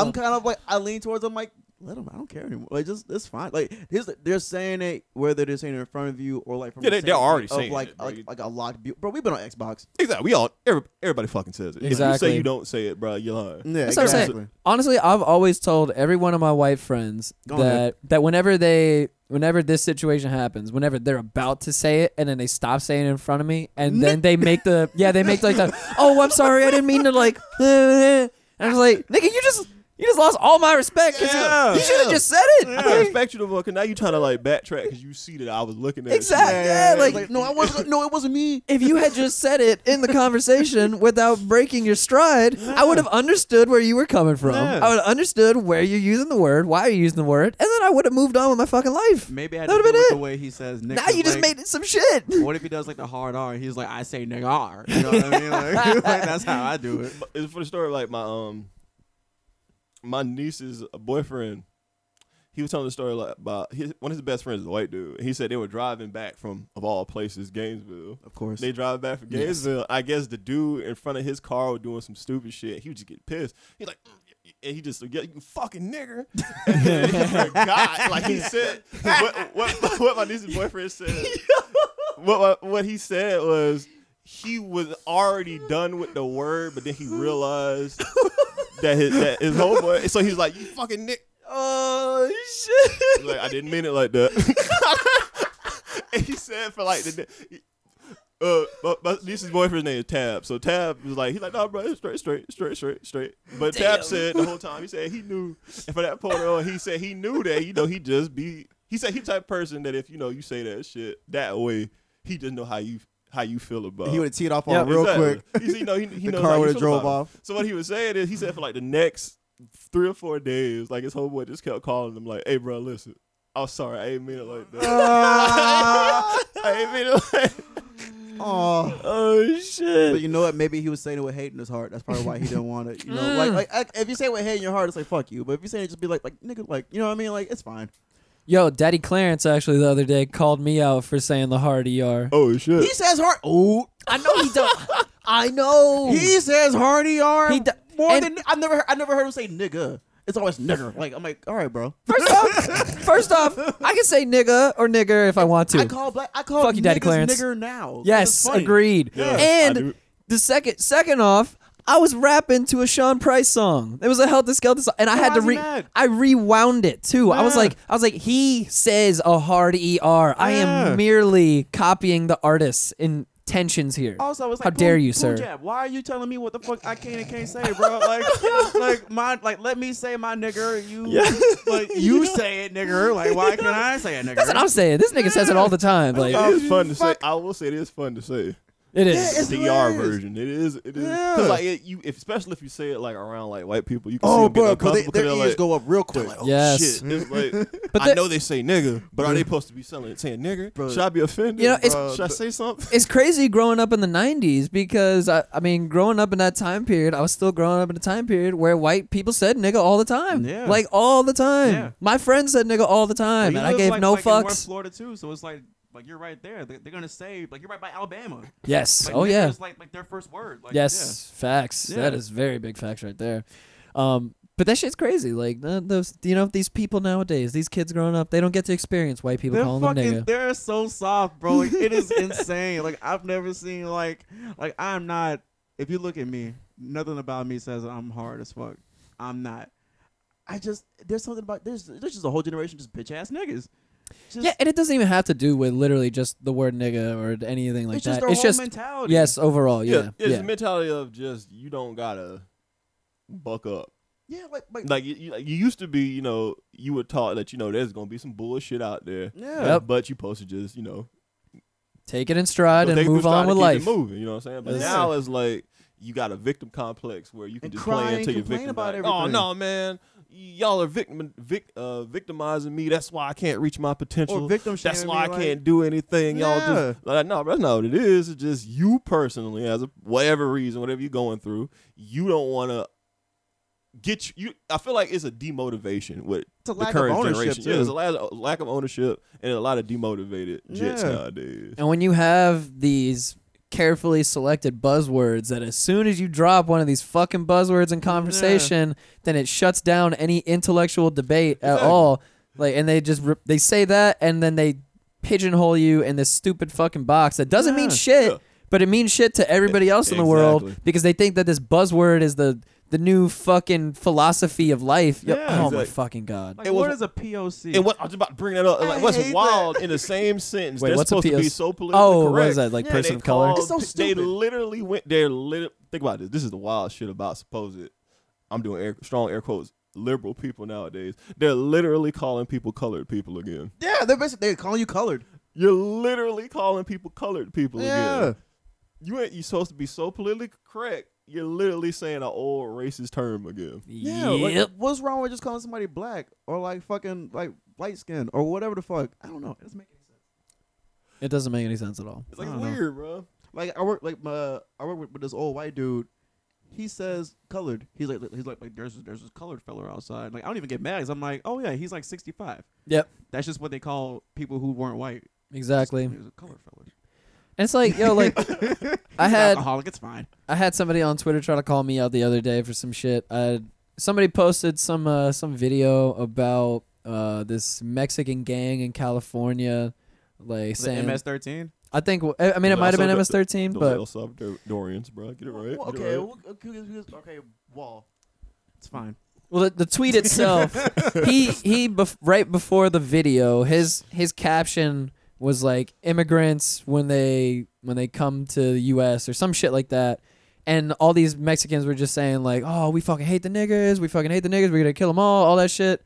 [SPEAKER 5] <laughs> I'm kind of like, I lean towards, I'm like, let them, I don't care anymore. Like, just, it's fine. Like, here's the, they're saying it, whether they're saying it in front of you or like from
[SPEAKER 3] Yeah,
[SPEAKER 5] a
[SPEAKER 3] they-
[SPEAKER 5] safe
[SPEAKER 3] they're already
[SPEAKER 5] of
[SPEAKER 3] saying
[SPEAKER 5] like,
[SPEAKER 3] it, bro.
[SPEAKER 5] like, like a locked bu- Bro, we've been on Xbox.
[SPEAKER 3] <laughs> exactly. We all. Every, everybody fucking says it. If You
[SPEAKER 2] Exactly.
[SPEAKER 3] say you don't say it, bro. You're lying.
[SPEAKER 5] Yeah,
[SPEAKER 2] That's what I'm saying. Honestly, I've always told every one of my white friends
[SPEAKER 5] Go
[SPEAKER 2] that
[SPEAKER 5] ahead.
[SPEAKER 2] that whenever they whenever this situation happens, whenever they're about to say it and then they stop saying it in front of me and then they make the yeah, they make like the oh, I'm sorry, I didn't mean to like <laughs> and I was like, "Nigga, you just you just lost all my respect cuz
[SPEAKER 3] Yeah.
[SPEAKER 2] you, should have
[SPEAKER 3] Yeah.
[SPEAKER 2] just said it."
[SPEAKER 3] I can't expect you to fucking. Now you trying to like backtrack because you see that I was looking at it.
[SPEAKER 2] Exactly. Yeah, like,
[SPEAKER 5] no, I wasn't, no, it wasn't me.
[SPEAKER 2] if you had just said it in the conversation without breaking your stride, I would have understood where you were coming from.
[SPEAKER 4] Yeah.
[SPEAKER 2] I would have understood where you're using the word, why you're using the word, and then I would have moved on with my fucking life.
[SPEAKER 4] Maybe I had
[SPEAKER 2] That
[SPEAKER 4] to
[SPEAKER 2] would've
[SPEAKER 4] do
[SPEAKER 2] been
[SPEAKER 4] with
[SPEAKER 2] it.
[SPEAKER 4] the way he says nigga.
[SPEAKER 2] now you just
[SPEAKER 4] like,
[SPEAKER 2] made it some shit.
[SPEAKER 4] What if he does like the hard R? He's like, I say nigga R. You know what I mean? Like, <laughs> like, that's how I do it.
[SPEAKER 3] it's for the story like my um my niece's boyfriend he was telling the story like about his one of his best friends is a white dude and he said they were driving back from of all places gainesville
[SPEAKER 5] Of course.
[SPEAKER 3] they drive back from gainesville i guess the dude in front of his car was doing some stupid shit he would just get pissed he's like "Mm," and he just would get you fucking
[SPEAKER 5] <laughs>
[SPEAKER 3] nigger and then he forgot like he said what, what, <laughs> what my niece's
[SPEAKER 5] <laughs>
[SPEAKER 3] boyfriend said what what- what he said was he was already done with the word, but then he
[SPEAKER 5] <laughs>
[SPEAKER 3] realized that his that his homeboy. So he's like, "You fucking Nick."
[SPEAKER 2] <laughs> Oh shit!
[SPEAKER 3] <laughs> He's like I didn't mean it like that. and he said for like the. uh, my, my niece's boyfriend's name is Tab. So Tab was like, he's like, nah, bro, it's straight, straight, straight, straight, straight. But Tab said the whole time, he said he knew. And for that point on, he said he knew that, you know, he just be, he said he type of person that if, you know, you say that shit that way, he just know how you how you feel about
[SPEAKER 5] He would have teed off on
[SPEAKER 2] Yep.
[SPEAKER 5] real
[SPEAKER 3] Exactly.
[SPEAKER 2] <laughs>
[SPEAKER 5] quick.
[SPEAKER 3] He's- you know, he, he
[SPEAKER 5] <laughs> The
[SPEAKER 3] knows
[SPEAKER 5] car
[SPEAKER 3] how you
[SPEAKER 5] would've
[SPEAKER 3] feel
[SPEAKER 5] drove
[SPEAKER 3] about it.
[SPEAKER 5] off.
[SPEAKER 3] So what he was saying is, he said for like the next three or four days, like his homeboy just kept calling him, like, "Hey, bro, listen, I'm sorry, I ain't mean it like
[SPEAKER 5] <laughs>
[SPEAKER 3] that.
[SPEAKER 5] Ah,
[SPEAKER 3] I ain't mean it like."
[SPEAKER 5] Aw. <laughs>
[SPEAKER 3] Oh
[SPEAKER 5] But
[SPEAKER 3] shit!
[SPEAKER 5] you know what? Maybe he was saying it with hate in his heart. That's probably why he didn't want it. You know,
[SPEAKER 2] Mm.
[SPEAKER 5] like, like like, if you say it with hate in your heart, it's like fuck you. But if you say it, just be like like nigga, like you know what I mean? Like it's fine.
[SPEAKER 2] Yo, Daddy Clarence actually the other day called me out for saying the hard ER.
[SPEAKER 3] Oh shit!
[SPEAKER 5] He says hard. Oh,
[SPEAKER 2] I know he don't. I know.
[SPEAKER 5] he says hard ER
[SPEAKER 2] He d-
[SPEAKER 5] more
[SPEAKER 2] and-
[SPEAKER 5] than I've never heard, I never heard him say nigga. It's always nigger. Like I'm like, all right, bro.
[SPEAKER 2] First off, first off, I can say nigga or nigger if I want to.
[SPEAKER 5] I call black. I call
[SPEAKER 2] Fuck you, Daddy
[SPEAKER 5] niggas
[SPEAKER 2] Clarence.
[SPEAKER 5] nigger now. 'cause it's
[SPEAKER 2] yes,
[SPEAKER 5] funny.
[SPEAKER 2] agreed.
[SPEAKER 3] Yeah, I
[SPEAKER 2] and
[SPEAKER 3] do.
[SPEAKER 2] the second, second off, I was rapping to a Sean Price song. It was a Helter Skelter song, and I had to
[SPEAKER 5] is he
[SPEAKER 2] re,
[SPEAKER 5] mad?
[SPEAKER 2] I rewound it too. I was
[SPEAKER 5] Yeah.
[SPEAKER 2] like, I was like, he says a hard er. I
[SPEAKER 5] Yeah.
[SPEAKER 2] am merely copying the artist's intentions here.
[SPEAKER 5] Also, it's like,
[SPEAKER 2] how dare
[SPEAKER 5] Pooh-
[SPEAKER 2] you,
[SPEAKER 5] Pooh
[SPEAKER 2] sir?
[SPEAKER 5] Jab, why are you telling me what the fuck I can and can't say, bro?
[SPEAKER 2] <laughs>
[SPEAKER 5] Like, like my, like, let me say my nigger. You, like,
[SPEAKER 2] <laughs>
[SPEAKER 5] you say it, nigger. Like, why can I say it, nigger?
[SPEAKER 2] That's what I'm saying. This nigga says it all the time. Like
[SPEAKER 3] it is fun to say. I will say it is fun to say.
[SPEAKER 2] it is.
[SPEAKER 5] Yeah, it's
[SPEAKER 3] the ER
[SPEAKER 5] hilarious.
[SPEAKER 3] version. It is. It is.
[SPEAKER 5] Yeah.
[SPEAKER 3] Cause like it, you, if, especially if you say it like around like white people, you can see
[SPEAKER 5] oh,
[SPEAKER 3] them get
[SPEAKER 5] bro, 'cause they,
[SPEAKER 3] uncomfortable 'cause
[SPEAKER 5] their
[SPEAKER 3] they're
[SPEAKER 5] ears
[SPEAKER 3] like,
[SPEAKER 5] go up real quick.
[SPEAKER 3] Oh,
[SPEAKER 2] Yes.
[SPEAKER 3] shit. It's
[SPEAKER 5] <laughs>
[SPEAKER 3] like,
[SPEAKER 2] But
[SPEAKER 3] I
[SPEAKER 2] the-
[SPEAKER 3] know they say nigga, but are they supposed to be selling it saying nigger? Should I be offended?
[SPEAKER 2] You know, it's-
[SPEAKER 3] Should I say something?
[SPEAKER 2] it's crazy growing up in the 90s because I, I mean growing up in that time period i was still growing up in a time period where white people said nigga all the time
[SPEAKER 5] Yeah.
[SPEAKER 2] like all the time
[SPEAKER 4] Yeah.
[SPEAKER 2] my friends said nigga all the time and
[SPEAKER 4] Well, you
[SPEAKER 2] i
[SPEAKER 4] live,
[SPEAKER 2] gave
[SPEAKER 4] like,
[SPEAKER 2] no
[SPEAKER 4] like In North
[SPEAKER 2] fucks
[SPEAKER 4] Florida too, so it's like like you're right there. They, they're gonna say like you're right by Alabama.
[SPEAKER 2] yes
[SPEAKER 4] Like,
[SPEAKER 2] oh
[SPEAKER 4] nigger
[SPEAKER 2] yeah
[SPEAKER 4] is, like like their first word. Like,
[SPEAKER 2] yes facts
[SPEAKER 4] Yeah.
[SPEAKER 2] that is very big facts right there um but that shit's crazy like th- those you know these people nowadays these kids growing up they don't get to experience white people
[SPEAKER 4] They're
[SPEAKER 2] calling them
[SPEAKER 4] fucking.
[SPEAKER 2] nigga
[SPEAKER 4] They're so soft, bro. Like,
[SPEAKER 2] <laughs>
[SPEAKER 4] it is insane. Like I've never seen like like I'm not. If you look at me, nothing about me says I'm hard as fuck. I'm not. I just there's something about there's there's just a whole generation just bitch ass niggas. Just,
[SPEAKER 2] yeah and it doesn't even have to do with literally just the word nigga or anything like
[SPEAKER 4] it's just
[SPEAKER 2] that
[SPEAKER 4] their
[SPEAKER 2] it's
[SPEAKER 4] whole
[SPEAKER 2] just
[SPEAKER 4] mentality.
[SPEAKER 2] yes overall yeah,
[SPEAKER 3] it's the mentality of just you don't gotta buck up.
[SPEAKER 5] Yeah, like, like,
[SPEAKER 3] Like you, you, like, you used to be, you know, you were taught that you know there's gonna be some bullshit out there.
[SPEAKER 5] yeah.
[SPEAKER 2] Yep.
[SPEAKER 3] But you supposed to just, you know,
[SPEAKER 2] take it in stride
[SPEAKER 3] take
[SPEAKER 2] and
[SPEAKER 3] the
[SPEAKER 2] move
[SPEAKER 3] stride
[SPEAKER 2] on
[SPEAKER 3] and
[SPEAKER 2] with
[SPEAKER 3] keep
[SPEAKER 2] life.
[SPEAKER 3] it Moving, you know what I'm saying? But
[SPEAKER 2] Yes.
[SPEAKER 3] now it's like you got a victim complex where you can
[SPEAKER 5] And
[SPEAKER 3] just
[SPEAKER 5] cry
[SPEAKER 3] play
[SPEAKER 5] and
[SPEAKER 3] into your
[SPEAKER 5] complain
[SPEAKER 3] victim.
[SPEAKER 5] about
[SPEAKER 3] like, oh
[SPEAKER 5] everything."
[SPEAKER 3] no, man, y'all are victim, vic, uh, victimizing me. That's why I can't reach my potential.
[SPEAKER 5] Or victim
[SPEAKER 3] That's
[SPEAKER 5] shaming,
[SPEAKER 3] why I
[SPEAKER 5] like-
[SPEAKER 3] can't do anything. Y'all
[SPEAKER 5] Yeah.
[SPEAKER 3] just like no, that's not what it is. It's just you personally, as a whatever reason, whatever you're going through, you don't want to get you, you. I feel like it's a demotivation with
[SPEAKER 5] a
[SPEAKER 3] the
[SPEAKER 5] lack of
[SPEAKER 3] current
[SPEAKER 5] ownership,
[SPEAKER 3] generation.
[SPEAKER 5] too.
[SPEAKER 3] Yeah, there's a lack, a lack of ownership and a lot of demotivated jits
[SPEAKER 5] Yeah.
[SPEAKER 3] nowadays.
[SPEAKER 2] And when you have these carefully selected buzzwords that as soon as you drop one of these fucking buzzwords in conversation, then it shuts down any intellectual debate at
[SPEAKER 3] Exactly.
[SPEAKER 2] all. Like and they just rip, they say that and then they pigeonhole you in this stupid fucking box that doesn't mean
[SPEAKER 5] Yeah.
[SPEAKER 2] shit,
[SPEAKER 3] Yeah.
[SPEAKER 2] but it means shit to everybody else in the world
[SPEAKER 3] Exactly.
[SPEAKER 2] because they think that this buzzword is the the new fucking philosophy of life. Yo-
[SPEAKER 4] Yeah,
[SPEAKER 2] oh my
[SPEAKER 3] exactly.
[SPEAKER 2] fucking god.
[SPEAKER 4] Like
[SPEAKER 3] It was-
[SPEAKER 4] what is a POC?
[SPEAKER 3] And what I was about to bring that up. Like, what's
[SPEAKER 5] hate
[SPEAKER 3] wild in the same sentence?
[SPEAKER 2] Wait,
[SPEAKER 3] they're
[SPEAKER 2] what's a
[SPEAKER 3] supposed to be
[SPEAKER 2] PS?
[SPEAKER 3] so politically
[SPEAKER 2] Oh,
[SPEAKER 3] correct.
[SPEAKER 2] what is that, like person
[SPEAKER 3] they
[SPEAKER 2] of color?
[SPEAKER 3] called-
[SPEAKER 5] It's so
[SPEAKER 3] They
[SPEAKER 5] stupid.
[SPEAKER 3] literally went. They're lit. Think about this. This is the wild shit about supposed. I'm doing air, strong air quotes. Liberal people nowadays. They're literally calling people colored people again.
[SPEAKER 5] yeah, they're basically they're calling you colored.
[SPEAKER 3] You're literally calling people colored people
[SPEAKER 5] Yeah.
[SPEAKER 3] again. You ain't. You're supposed to be so politically correct. You're literally saying an old racist term again.
[SPEAKER 5] Yeah, like, what's wrong with just calling somebody black or like fucking like light skin or whatever the fuck? I don't know. It doesn't make any sense.
[SPEAKER 2] It doesn't make any sense at all.
[SPEAKER 3] It's like
[SPEAKER 5] I
[SPEAKER 3] it's
[SPEAKER 5] don't know.
[SPEAKER 3] weird, bro.
[SPEAKER 5] Like I work like my I work with, with this old white dude. He says colored. He's like he's like like there's there's this colored fella outside. Like I don't even get mad 'cause I'm like oh yeah he's like 65.
[SPEAKER 2] Yep.
[SPEAKER 5] That's just what they call people who weren't white.
[SPEAKER 2] Exactly.
[SPEAKER 5] There's a colored fella.
[SPEAKER 2] And it's like, yo,
[SPEAKER 3] <laughs>
[SPEAKER 2] like I had
[SPEAKER 5] alcoholic. It's fine.
[SPEAKER 2] I had somebody on Twitter try to call me out the other day for some shit. I somebody posted some uh, some video about uh, this Mexican gang in California, like
[SPEAKER 4] Is it
[SPEAKER 2] saying
[SPEAKER 4] MS13?
[SPEAKER 2] I think I mean it
[SPEAKER 3] Those
[SPEAKER 2] might have
[SPEAKER 3] also
[SPEAKER 2] been
[SPEAKER 3] the-
[SPEAKER 2] MS13,
[SPEAKER 3] Those
[SPEAKER 2] but
[SPEAKER 3] El Salvadorians, bro. Get it right.
[SPEAKER 5] Well,
[SPEAKER 3] Get it
[SPEAKER 5] okay,
[SPEAKER 3] right.
[SPEAKER 5] well, okay, okay, okay, wall.
[SPEAKER 4] It's fine.
[SPEAKER 2] Well, the, the tweet itself, he he bef- right before the video, his his caption was like immigrants when they when they come to the U.S. or some shit like that. And all these Mexicans were just saying like, "Oh, we fucking hate the niggas. We fucking hate the niggas. We're gonna kill them all. All that shit."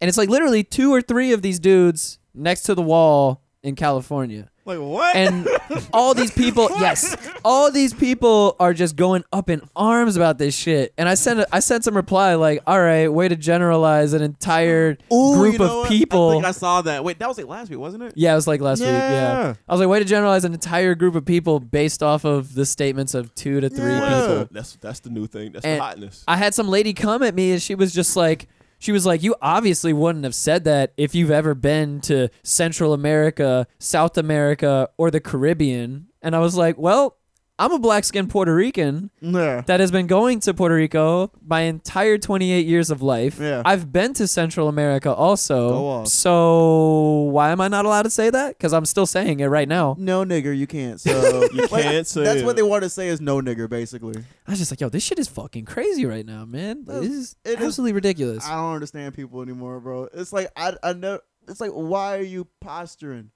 [SPEAKER 2] And it's like literally two or three of these dudes next to the wall in California
[SPEAKER 4] Like what?
[SPEAKER 2] and all these
[SPEAKER 4] <laughs>
[SPEAKER 2] people yes all these people are just going up in arms about this shit and i sent a, i sent some reply like all right way to generalize an entire
[SPEAKER 4] Ooh,
[SPEAKER 2] group
[SPEAKER 4] you know
[SPEAKER 2] of
[SPEAKER 4] what?
[SPEAKER 2] people
[SPEAKER 4] I think I saw that. Wait, that was like last week, wasn't it?
[SPEAKER 2] yeah it was like last week yeah
[SPEAKER 4] Yeah.
[SPEAKER 2] i was like way to generalize an entire group of people based off of the statements of two to three
[SPEAKER 4] Yeah.
[SPEAKER 2] people
[SPEAKER 3] That's that's the new thing. That's
[SPEAKER 2] And-
[SPEAKER 3] the hotness.
[SPEAKER 2] I had some lady come at me and she was just like, she was like, you obviously wouldn't have said that if you've ever been to Central America, South America, or the Caribbean. And I was like, well, I'm a black skinned Puerto Rican
[SPEAKER 4] Yeah.
[SPEAKER 2] that has been going to Puerto Rico my entire 28 years of life.
[SPEAKER 4] Yeah.
[SPEAKER 2] I've been to Central America
[SPEAKER 4] Go
[SPEAKER 2] also.
[SPEAKER 4] off.
[SPEAKER 2] So why am I not allowed to say that? Because I'm still saying it right now.
[SPEAKER 4] No nigger, <laughs> you can't. So
[SPEAKER 3] You can't say
[SPEAKER 4] That's
[SPEAKER 3] it.
[SPEAKER 4] what they want to say is no nigger, basically.
[SPEAKER 2] I was just like, yo, this shit is fucking crazy right now, man. This is
[SPEAKER 4] it is-
[SPEAKER 2] absolutely ridiculous.
[SPEAKER 4] I don't understand people anymore, bro. It's like I I know. It's like why are you posturing?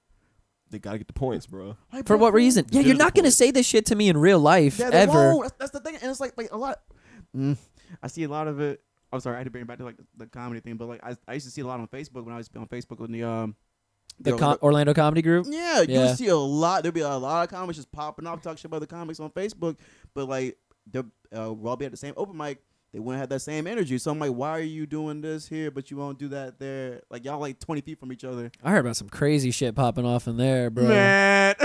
[SPEAKER 3] They gotta get the points, bro.
[SPEAKER 4] Like,
[SPEAKER 2] For
[SPEAKER 4] bro,
[SPEAKER 2] what reason? Yeah, you're
[SPEAKER 3] Here's the
[SPEAKER 2] not gonna
[SPEAKER 3] point.
[SPEAKER 2] say this shit to me in real life
[SPEAKER 4] Yeah, they
[SPEAKER 2] ever.
[SPEAKER 4] won't. That's, that's the thing, and it's like like a lot. Mm, I see a lot of it. I'm sorry, I had to bring it back to like the comedy thing, but like I, I used to see a lot on Facebook when I was on Facebook when the um
[SPEAKER 2] The
[SPEAKER 4] the-
[SPEAKER 2] com- Orlando Comedy Group.
[SPEAKER 4] Yeah,
[SPEAKER 2] Yeah.
[SPEAKER 4] you see a lot. There'll be a lot of comics just popping off, talking shit about the comics on Facebook. But like, they're, uh, we'll all be at the same open mic. They wouldn't have that same energy. So I'm like, why are you doing this here, but you won't do that there? Like y'all like 20 feet from
[SPEAKER 2] <laughs>
[SPEAKER 4] each other.
[SPEAKER 2] I heard about some crazy shit popping off in there, bro.
[SPEAKER 4] Man,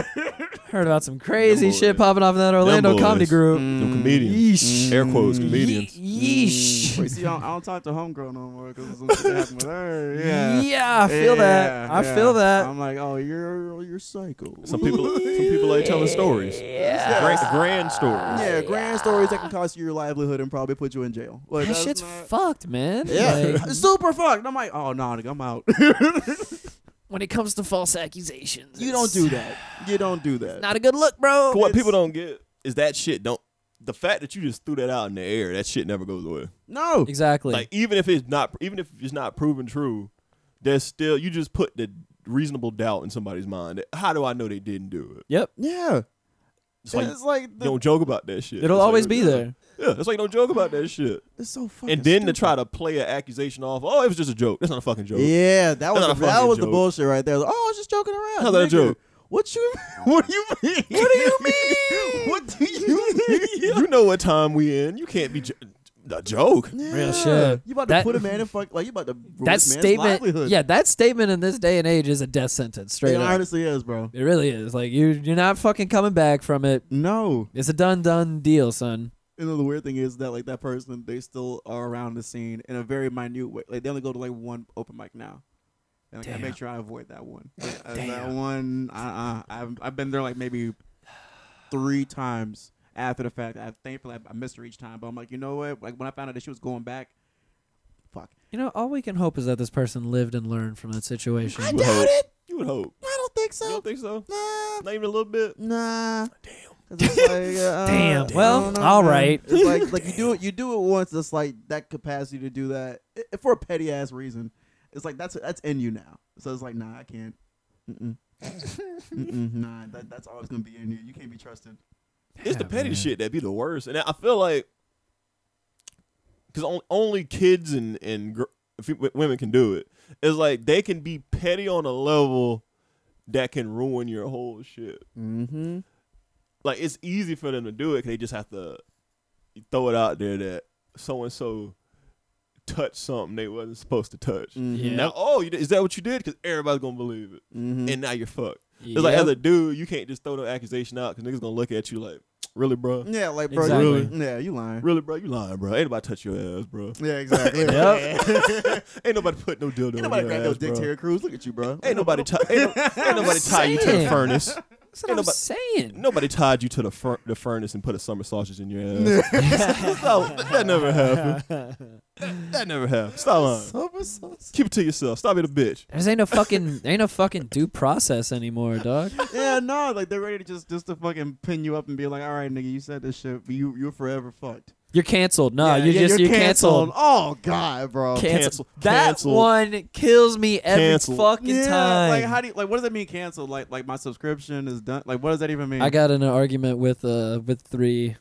[SPEAKER 2] Heard about some crazy
[SPEAKER 3] boys.
[SPEAKER 2] shit popping off in that Orlando
[SPEAKER 3] boys.
[SPEAKER 2] Comedy Group.
[SPEAKER 3] Them comedians. Air quotes, comedians.
[SPEAKER 2] Ye- yeesh.
[SPEAKER 4] Wait, see, I don't, I don't talk to homegirl no more because something happened with
[SPEAKER 2] <laughs>
[SPEAKER 4] her. Yeah.
[SPEAKER 2] Yeah, I feel that.
[SPEAKER 4] Yeah,
[SPEAKER 2] I
[SPEAKER 4] yeah.
[SPEAKER 2] feel that.
[SPEAKER 4] I'm like, oh, you're you're psycho.
[SPEAKER 3] Some people some people like telling stories. Yeah. Grand, grand stories.
[SPEAKER 4] yeah, grand stories that can cost you your livelihood and probably put you in jail. Like,
[SPEAKER 2] That
[SPEAKER 4] that's
[SPEAKER 2] shit's
[SPEAKER 4] not-
[SPEAKER 2] fucked, man.
[SPEAKER 4] Yeah, <laughs>
[SPEAKER 2] Like,
[SPEAKER 4] super fucked. And I'm like, oh no, nigga, I'm out.
[SPEAKER 2] when it comes to false accusations,
[SPEAKER 4] you don't
[SPEAKER 2] it's
[SPEAKER 4] do that. You don't do that.
[SPEAKER 2] Not a good look, bro.
[SPEAKER 3] what people don't get is that shit don't the fact that you just threw that out in the air, that shit never goes away.
[SPEAKER 4] no,
[SPEAKER 2] Exactly.
[SPEAKER 3] Like even if it's not even if it's not proven true, there's still you just put the reasonable doubt in somebody's mind. How do I know they didn't do it?
[SPEAKER 2] yep.
[SPEAKER 4] yeah,
[SPEAKER 3] It's like
[SPEAKER 4] it's like
[SPEAKER 3] you
[SPEAKER 4] the,
[SPEAKER 3] don't joke about that shit.
[SPEAKER 2] It'll
[SPEAKER 3] It's like-
[SPEAKER 2] always be there.
[SPEAKER 3] Yeah, that's why you don't joke about that shit.
[SPEAKER 4] it's so fucking.
[SPEAKER 3] And then to
[SPEAKER 4] stupid.
[SPEAKER 3] try to play an accusation off, oh, it was just a joke. That's not a fucking joke. <laughs>
[SPEAKER 4] Yeah, that was
[SPEAKER 3] not
[SPEAKER 4] the,
[SPEAKER 3] a
[SPEAKER 4] that
[SPEAKER 3] fucking
[SPEAKER 4] was the
[SPEAKER 3] joke.
[SPEAKER 4] bullshit right there. Like, oh, I was just joking around.
[SPEAKER 3] How's that a
[SPEAKER 4] nigga.
[SPEAKER 3] joke?
[SPEAKER 4] What you?
[SPEAKER 3] <laughs>
[SPEAKER 4] What do you mean? What do you mean? what do <laughs> you mean?
[SPEAKER 3] <laughs> you know what time we in. You can't be jo- a joke.
[SPEAKER 2] Real
[SPEAKER 4] Yeah.
[SPEAKER 2] shit.
[SPEAKER 4] You about to
[SPEAKER 2] That-
[SPEAKER 4] put a man in fuck like you about to ruin
[SPEAKER 2] That
[SPEAKER 4] this man's
[SPEAKER 2] statement,
[SPEAKER 4] livelihood.
[SPEAKER 2] yeah, that statement in this day and age is a death sentence, straight
[SPEAKER 4] it
[SPEAKER 2] up.
[SPEAKER 4] honestly is, bro.
[SPEAKER 2] It really is. Like you, you're not fucking coming back from it.
[SPEAKER 4] No,
[SPEAKER 2] It's a done, done deal, son.
[SPEAKER 4] And then the weird thing is that like that person, they still are around the scene in a very minute way. Like they only go to like one open mic now, and like, I
[SPEAKER 2] Damn.
[SPEAKER 4] make sure I avoid that <sighs> one. Like, uh, that
[SPEAKER 2] Damn.
[SPEAKER 4] one, uh, uh I've I've been there like maybe three times after the fact. I thankfully I, I missed her each time, but I'm like, you know what? Like when I found out that she was going back, fuck.
[SPEAKER 2] You know, all we can hope is that this person lived and learned from that situation.
[SPEAKER 3] You would hope. You would hope.
[SPEAKER 4] I don't think so.
[SPEAKER 3] You don't think so?
[SPEAKER 4] nah,
[SPEAKER 3] Not even a little bit.
[SPEAKER 4] nah. <laughs> Damn. It's
[SPEAKER 3] <laughs>
[SPEAKER 4] like, uh,
[SPEAKER 2] Damn.
[SPEAKER 4] I don't
[SPEAKER 2] Well,
[SPEAKER 4] know,
[SPEAKER 2] all
[SPEAKER 4] man.
[SPEAKER 2] right.
[SPEAKER 4] It's like like you do it you do it once. It's like that capacity to do that i- for a petty ass reason. It's like that's that's in you now. So it's like nah, I can't.
[SPEAKER 2] <laughs>
[SPEAKER 4] Mm-mm. Mm-mm, nah, that, that's always gonna be in you. You can't be trusted.
[SPEAKER 3] It's the petty shit that be the worst, and I feel like because on, only kids and and gr- fe- w- women can do it. It's like they can be petty on a level that can ruin your whole shit.
[SPEAKER 4] Mm-hmm.
[SPEAKER 3] Like it's easy for them to do it. 'cause they just have to throw it out there that so and so touched something they wasn't supposed to touch.
[SPEAKER 4] Mm.
[SPEAKER 2] Yeah.
[SPEAKER 3] Now, oh, you, did- is that what you did? Because everybody's gonna believe it,
[SPEAKER 4] Mm-hmm.
[SPEAKER 3] and now you're fucked. It's like
[SPEAKER 2] Yep.
[SPEAKER 3] as a dude, you can't just throw no accusation out because niggas gonna look at you like, really, bro.
[SPEAKER 4] Yeah, like bro,
[SPEAKER 2] Exactly.
[SPEAKER 4] you, yeah, you lying.
[SPEAKER 3] Really, bro, you lying, bro. Ain't nobody touch your ass, bro.
[SPEAKER 2] <laughs>
[SPEAKER 4] Yeah, exactly.
[SPEAKER 3] Ain't nobody put no dildo.
[SPEAKER 4] Ain't nobody
[SPEAKER 3] in your
[SPEAKER 4] grab
[SPEAKER 3] ass,
[SPEAKER 4] no dick
[SPEAKER 3] bro.
[SPEAKER 4] Terry Crews. Look at you, bro.
[SPEAKER 3] <laughs> Ain't
[SPEAKER 4] <laughs>
[SPEAKER 3] nobody tie. Ain't, no- ain't nobody tie you to the
[SPEAKER 2] saying.
[SPEAKER 3] furnace.
[SPEAKER 2] That's what
[SPEAKER 3] Ain't
[SPEAKER 2] I'm
[SPEAKER 3] nobody-
[SPEAKER 2] saying.
[SPEAKER 3] Nobody tied you to the fur- the furnace and put a summer sausage in your
[SPEAKER 2] <laughs>
[SPEAKER 3] ass. Stop. That never happened. That, that never happened. Stop lying. Keep it to yourself. Stop being a bitch.
[SPEAKER 2] There's ain't no
[SPEAKER 3] <laughs>
[SPEAKER 2] fucking, there ain't no fucking due process anymore, dog.
[SPEAKER 4] Yeah, no, like they're ready to just just to fucking pin you up and be like, all right, nigga, you said this shit, but you you're forever fucked.
[SPEAKER 2] You're canceled. No,
[SPEAKER 5] Yeah,
[SPEAKER 2] Uh, you're
[SPEAKER 5] yeah,
[SPEAKER 2] just you're, canceled.
[SPEAKER 5] Oh God, bro.
[SPEAKER 2] Cancel.
[SPEAKER 3] Cancel.
[SPEAKER 2] That
[SPEAKER 3] Cancel.
[SPEAKER 2] one kills me every
[SPEAKER 3] Cancel.
[SPEAKER 2] fucking
[SPEAKER 4] yeah,
[SPEAKER 2] time.
[SPEAKER 4] like how do you, like what does that mean? Canceled? Like like my subscription is done. Like what does that even mean?
[SPEAKER 2] I
[SPEAKER 3] Mm.
[SPEAKER 2] got in an argument with uh with three,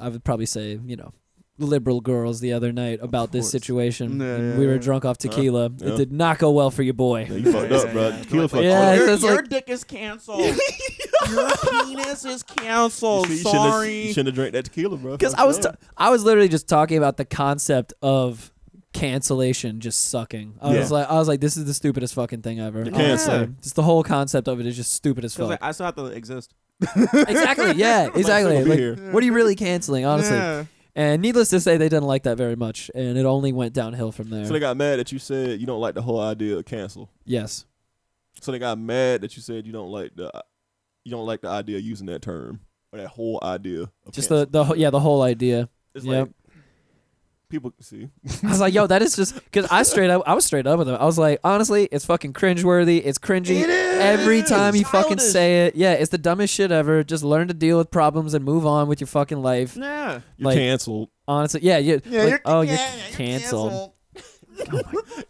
[SPEAKER 2] I would probably say you know, liberal girls the other night about this
[SPEAKER 3] course.
[SPEAKER 2] situation.
[SPEAKER 4] Yeah,
[SPEAKER 2] and
[SPEAKER 4] yeah,
[SPEAKER 2] we were
[SPEAKER 4] yeah.
[SPEAKER 2] drunk off tequila.
[SPEAKER 3] Uh, yeah.
[SPEAKER 2] It did not go well for your
[SPEAKER 3] Yeah,
[SPEAKER 2] boy.
[SPEAKER 3] you fucked up, bro. Tequila fucked
[SPEAKER 4] Oh,
[SPEAKER 2] Yeah,
[SPEAKER 3] up.
[SPEAKER 2] it's
[SPEAKER 5] Your,
[SPEAKER 2] just
[SPEAKER 5] your
[SPEAKER 2] like-
[SPEAKER 5] dick is canceled.
[SPEAKER 2] <laughs>
[SPEAKER 5] your penis is canceled.
[SPEAKER 3] You shouldn't have- You
[SPEAKER 5] Sorry.
[SPEAKER 3] shouldn't have drank that tequila, bro.
[SPEAKER 2] Oh, Because I was t- I was literally just talking about the concept of cancellation just sucking. I
[SPEAKER 3] Yeah.
[SPEAKER 2] was like I was like this is the stupidest fucking thing ever.
[SPEAKER 3] You're
[SPEAKER 2] honestly.
[SPEAKER 3] canceled.
[SPEAKER 2] Just the whole concept of it is just stupid as
[SPEAKER 4] 'Cause,
[SPEAKER 2] fuck.
[SPEAKER 4] <laughs> like, I still have to exist.
[SPEAKER 2] exactly. Yeah. Exactly.
[SPEAKER 3] gonna be
[SPEAKER 2] Like,
[SPEAKER 3] here.
[SPEAKER 2] what are you really canceling, honestly?
[SPEAKER 4] Yeah.
[SPEAKER 2] And needless to say, they didn't like that very much, and it only went downhill from there.
[SPEAKER 3] So they got mad that you said you don't like the whole idea of cancel.
[SPEAKER 2] yes.
[SPEAKER 3] So they got mad that you said you don't like the you don't like the idea of using that term or that whole idea. Of
[SPEAKER 2] Just
[SPEAKER 3] cancel.
[SPEAKER 2] the the whole- yeah the whole idea.
[SPEAKER 3] It's
[SPEAKER 2] yep. <laughs>
[SPEAKER 3] like people can see.
[SPEAKER 2] I was like, yo, that is just because I straight up I was straight up with him. I was like, honestly, it's fucking cringeworthy. It's cringy.
[SPEAKER 5] It is.
[SPEAKER 2] Every time you fucking
[SPEAKER 5] Childish.
[SPEAKER 2] say it, yeah, it's the dumbest shit ever. Just learn to deal with problems and move on with your fucking life.
[SPEAKER 4] Yeah.
[SPEAKER 3] You're
[SPEAKER 2] Like-
[SPEAKER 3] canceled.
[SPEAKER 2] Honestly, yeah, you
[SPEAKER 5] Yeah,
[SPEAKER 2] like,
[SPEAKER 5] you're-
[SPEAKER 2] oh,
[SPEAKER 5] yeah,
[SPEAKER 2] you're
[SPEAKER 5] yeah, you're
[SPEAKER 2] canceled.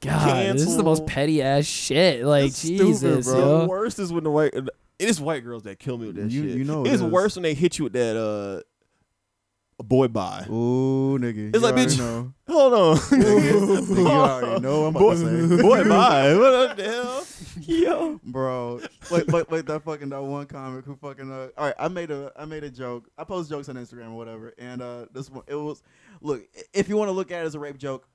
[SPEAKER 2] God, this is the most
[SPEAKER 3] Canceled.
[SPEAKER 2] petty ass shit. Like
[SPEAKER 3] It's stupid,
[SPEAKER 2] Jesus,
[SPEAKER 3] bro.
[SPEAKER 2] yo.
[SPEAKER 3] The worst is when the white. It is white girls that kill me with that
[SPEAKER 4] You-
[SPEAKER 3] shit.
[SPEAKER 4] you know it
[SPEAKER 3] it's
[SPEAKER 4] is.
[SPEAKER 3] worse when they hit you with that uh, boy bye.
[SPEAKER 4] Ooh, nigga.
[SPEAKER 3] It's
[SPEAKER 4] you
[SPEAKER 3] like,
[SPEAKER 4] already
[SPEAKER 3] bitch-
[SPEAKER 4] Know. <laughs>
[SPEAKER 3] Hold on,
[SPEAKER 4] Nigga, you already know what I'm about to
[SPEAKER 3] boy,
[SPEAKER 4] say.
[SPEAKER 3] boy bye. What the hell? Yo,
[SPEAKER 4] bro. Like, like, like that fucking that one comic who fucking. Uh, all right, I made a I made a joke. I post jokes on Instagram or whatever, and uh, this one it was. Look, i- if you want to look at it as a rape joke,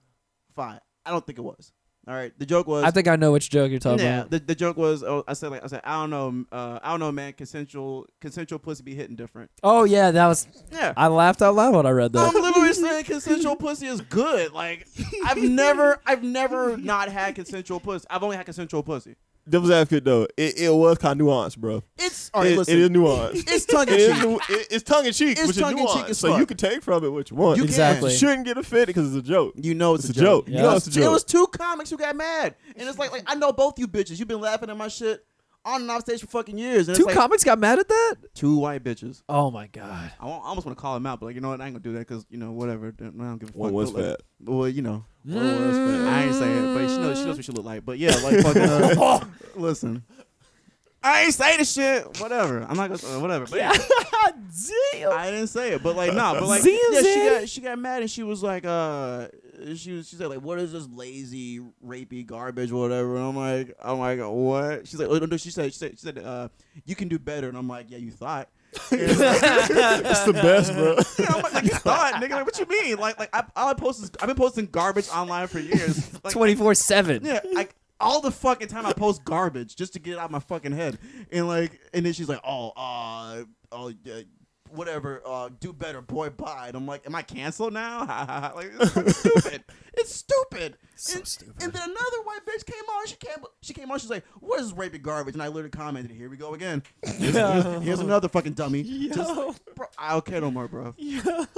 [SPEAKER 4] fine. I don't think it was. All right, the joke was.
[SPEAKER 2] I think I know which joke you're talking
[SPEAKER 4] yeah,
[SPEAKER 2] about.
[SPEAKER 4] the, the joke was. Oh, I said like I said I don't know. Uh, I don't know, man. Consensual consensual pussy be hitting different.
[SPEAKER 2] Oh yeah, that was.
[SPEAKER 4] Yeah.
[SPEAKER 2] I laughed out loud when I read that.
[SPEAKER 4] I'm <laughs> literally saying consensual pussy is good. Like <laughs> I've never, I've never not had consensual pussy. I've only had consensual pussy.
[SPEAKER 3] devil's advocate though. It, it was kind of nuanced, bro.
[SPEAKER 4] It's all right.
[SPEAKER 3] it,
[SPEAKER 4] listen,
[SPEAKER 3] it is nuanced.
[SPEAKER 4] it's tongue in
[SPEAKER 3] It is
[SPEAKER 4] cheek.
[SPEAKER 3] nu- it- it's tongue in cheek,
[SPEAKER 4] It's
[SPEAKER 3] which is
[SPEAKER 4] tongue in cheek
[SPEAKER 3] nuanced.
[SPEAKER 4] as
[SPEAKER 3] So
[SPEAKER 4] fuck.
[SPEAKER 3] you can take from it what you want.
[SPEAKER 4] You
[SPEAKER 3] You
[SPEAKER 2] Exactly.
[SPEAKER 3] shouldn't get offended because it's a joke.
[SPEAKER 4] You know it's,
[SPEAKER 3] It's a joke.
[SPEAKER 2] Yeah.
[SPEAKER 3] You know
[SPEAKER 4] It
[SPEAKER 3] it's a
[SPEAKER 4] was- It was
[SPEAKER 3] joke.
[SPEAKER 4] two comics who got mad, and it's like, like I know both you bitches. You've been laughing at my shit on and off stage for fucking years. And
[SPEAKER 2] Two
[SPEAKER 4] it's like,
[SPEAKER 2] comics got mad at that.
[SPEAKER 4] two white bitches.
[SPEAKER 2] Oh my god.
[SPEAKER 4] I, wa- I almost want to call him out, but like you know what? I ain't gonna do that because you know whatever. I don't give a fuck.
[SPEAKER 3] One was
[SPEAKER 4] But, like,
[SPEAKER 3] fat.
[SPEAKER 4] Well, you know,
[SPEAKER 3] One was fat.
[SPEAKER 4] I ain't say it, but she knows she knows what she look like. But yeah, like fucking.
[SPEAKER 3] <laughs>
[SPEAKER 4] Uh, listen, I ain't say the shit. Whatever. I'm not gonna uh, whatever. But yeah. I didn't say it, but like nah, but like
[SPEAKER 2] Zing,
[SPEAKER 4] yeah, she
[SPEAKER 2] zing.
[SPEAKER 4] got she got mad and she was like, uh, she was she said like, what is this lazy rapey garbage or whatever? And I'm like, I'm like, what? She's like, oh, no, no, she said she said she said uh, you can do better, and I'm like, yeah, you thought.
[SPEAKER 3] It's the best, bro.
[SPEAKER 4] <laughs> Yeah, I'm like, like, you thought, nigga. Like, what you mean? Like, like I, all I post is I've been posting garbage online for years. Like,
[SPEAKER 2] Twenty four seven.
[SPEAKER 4] yeah, like all the fucking time I post garbage just to get it out of my fucking head. And like, and then she's like, oh, uh, oh, yeah, whatever, uh, do better, boy, bye. And I'm like, am I canceled now? <laughs> like, it's fucking stupid. It's stupid. So and, stupid. And then another white bitch came on. She came, she came on. She's like, what is raping garbage? And I literally commented, here we go again. Here's, here's another fucking dummy. Just like, bro, I don't care no more, bro.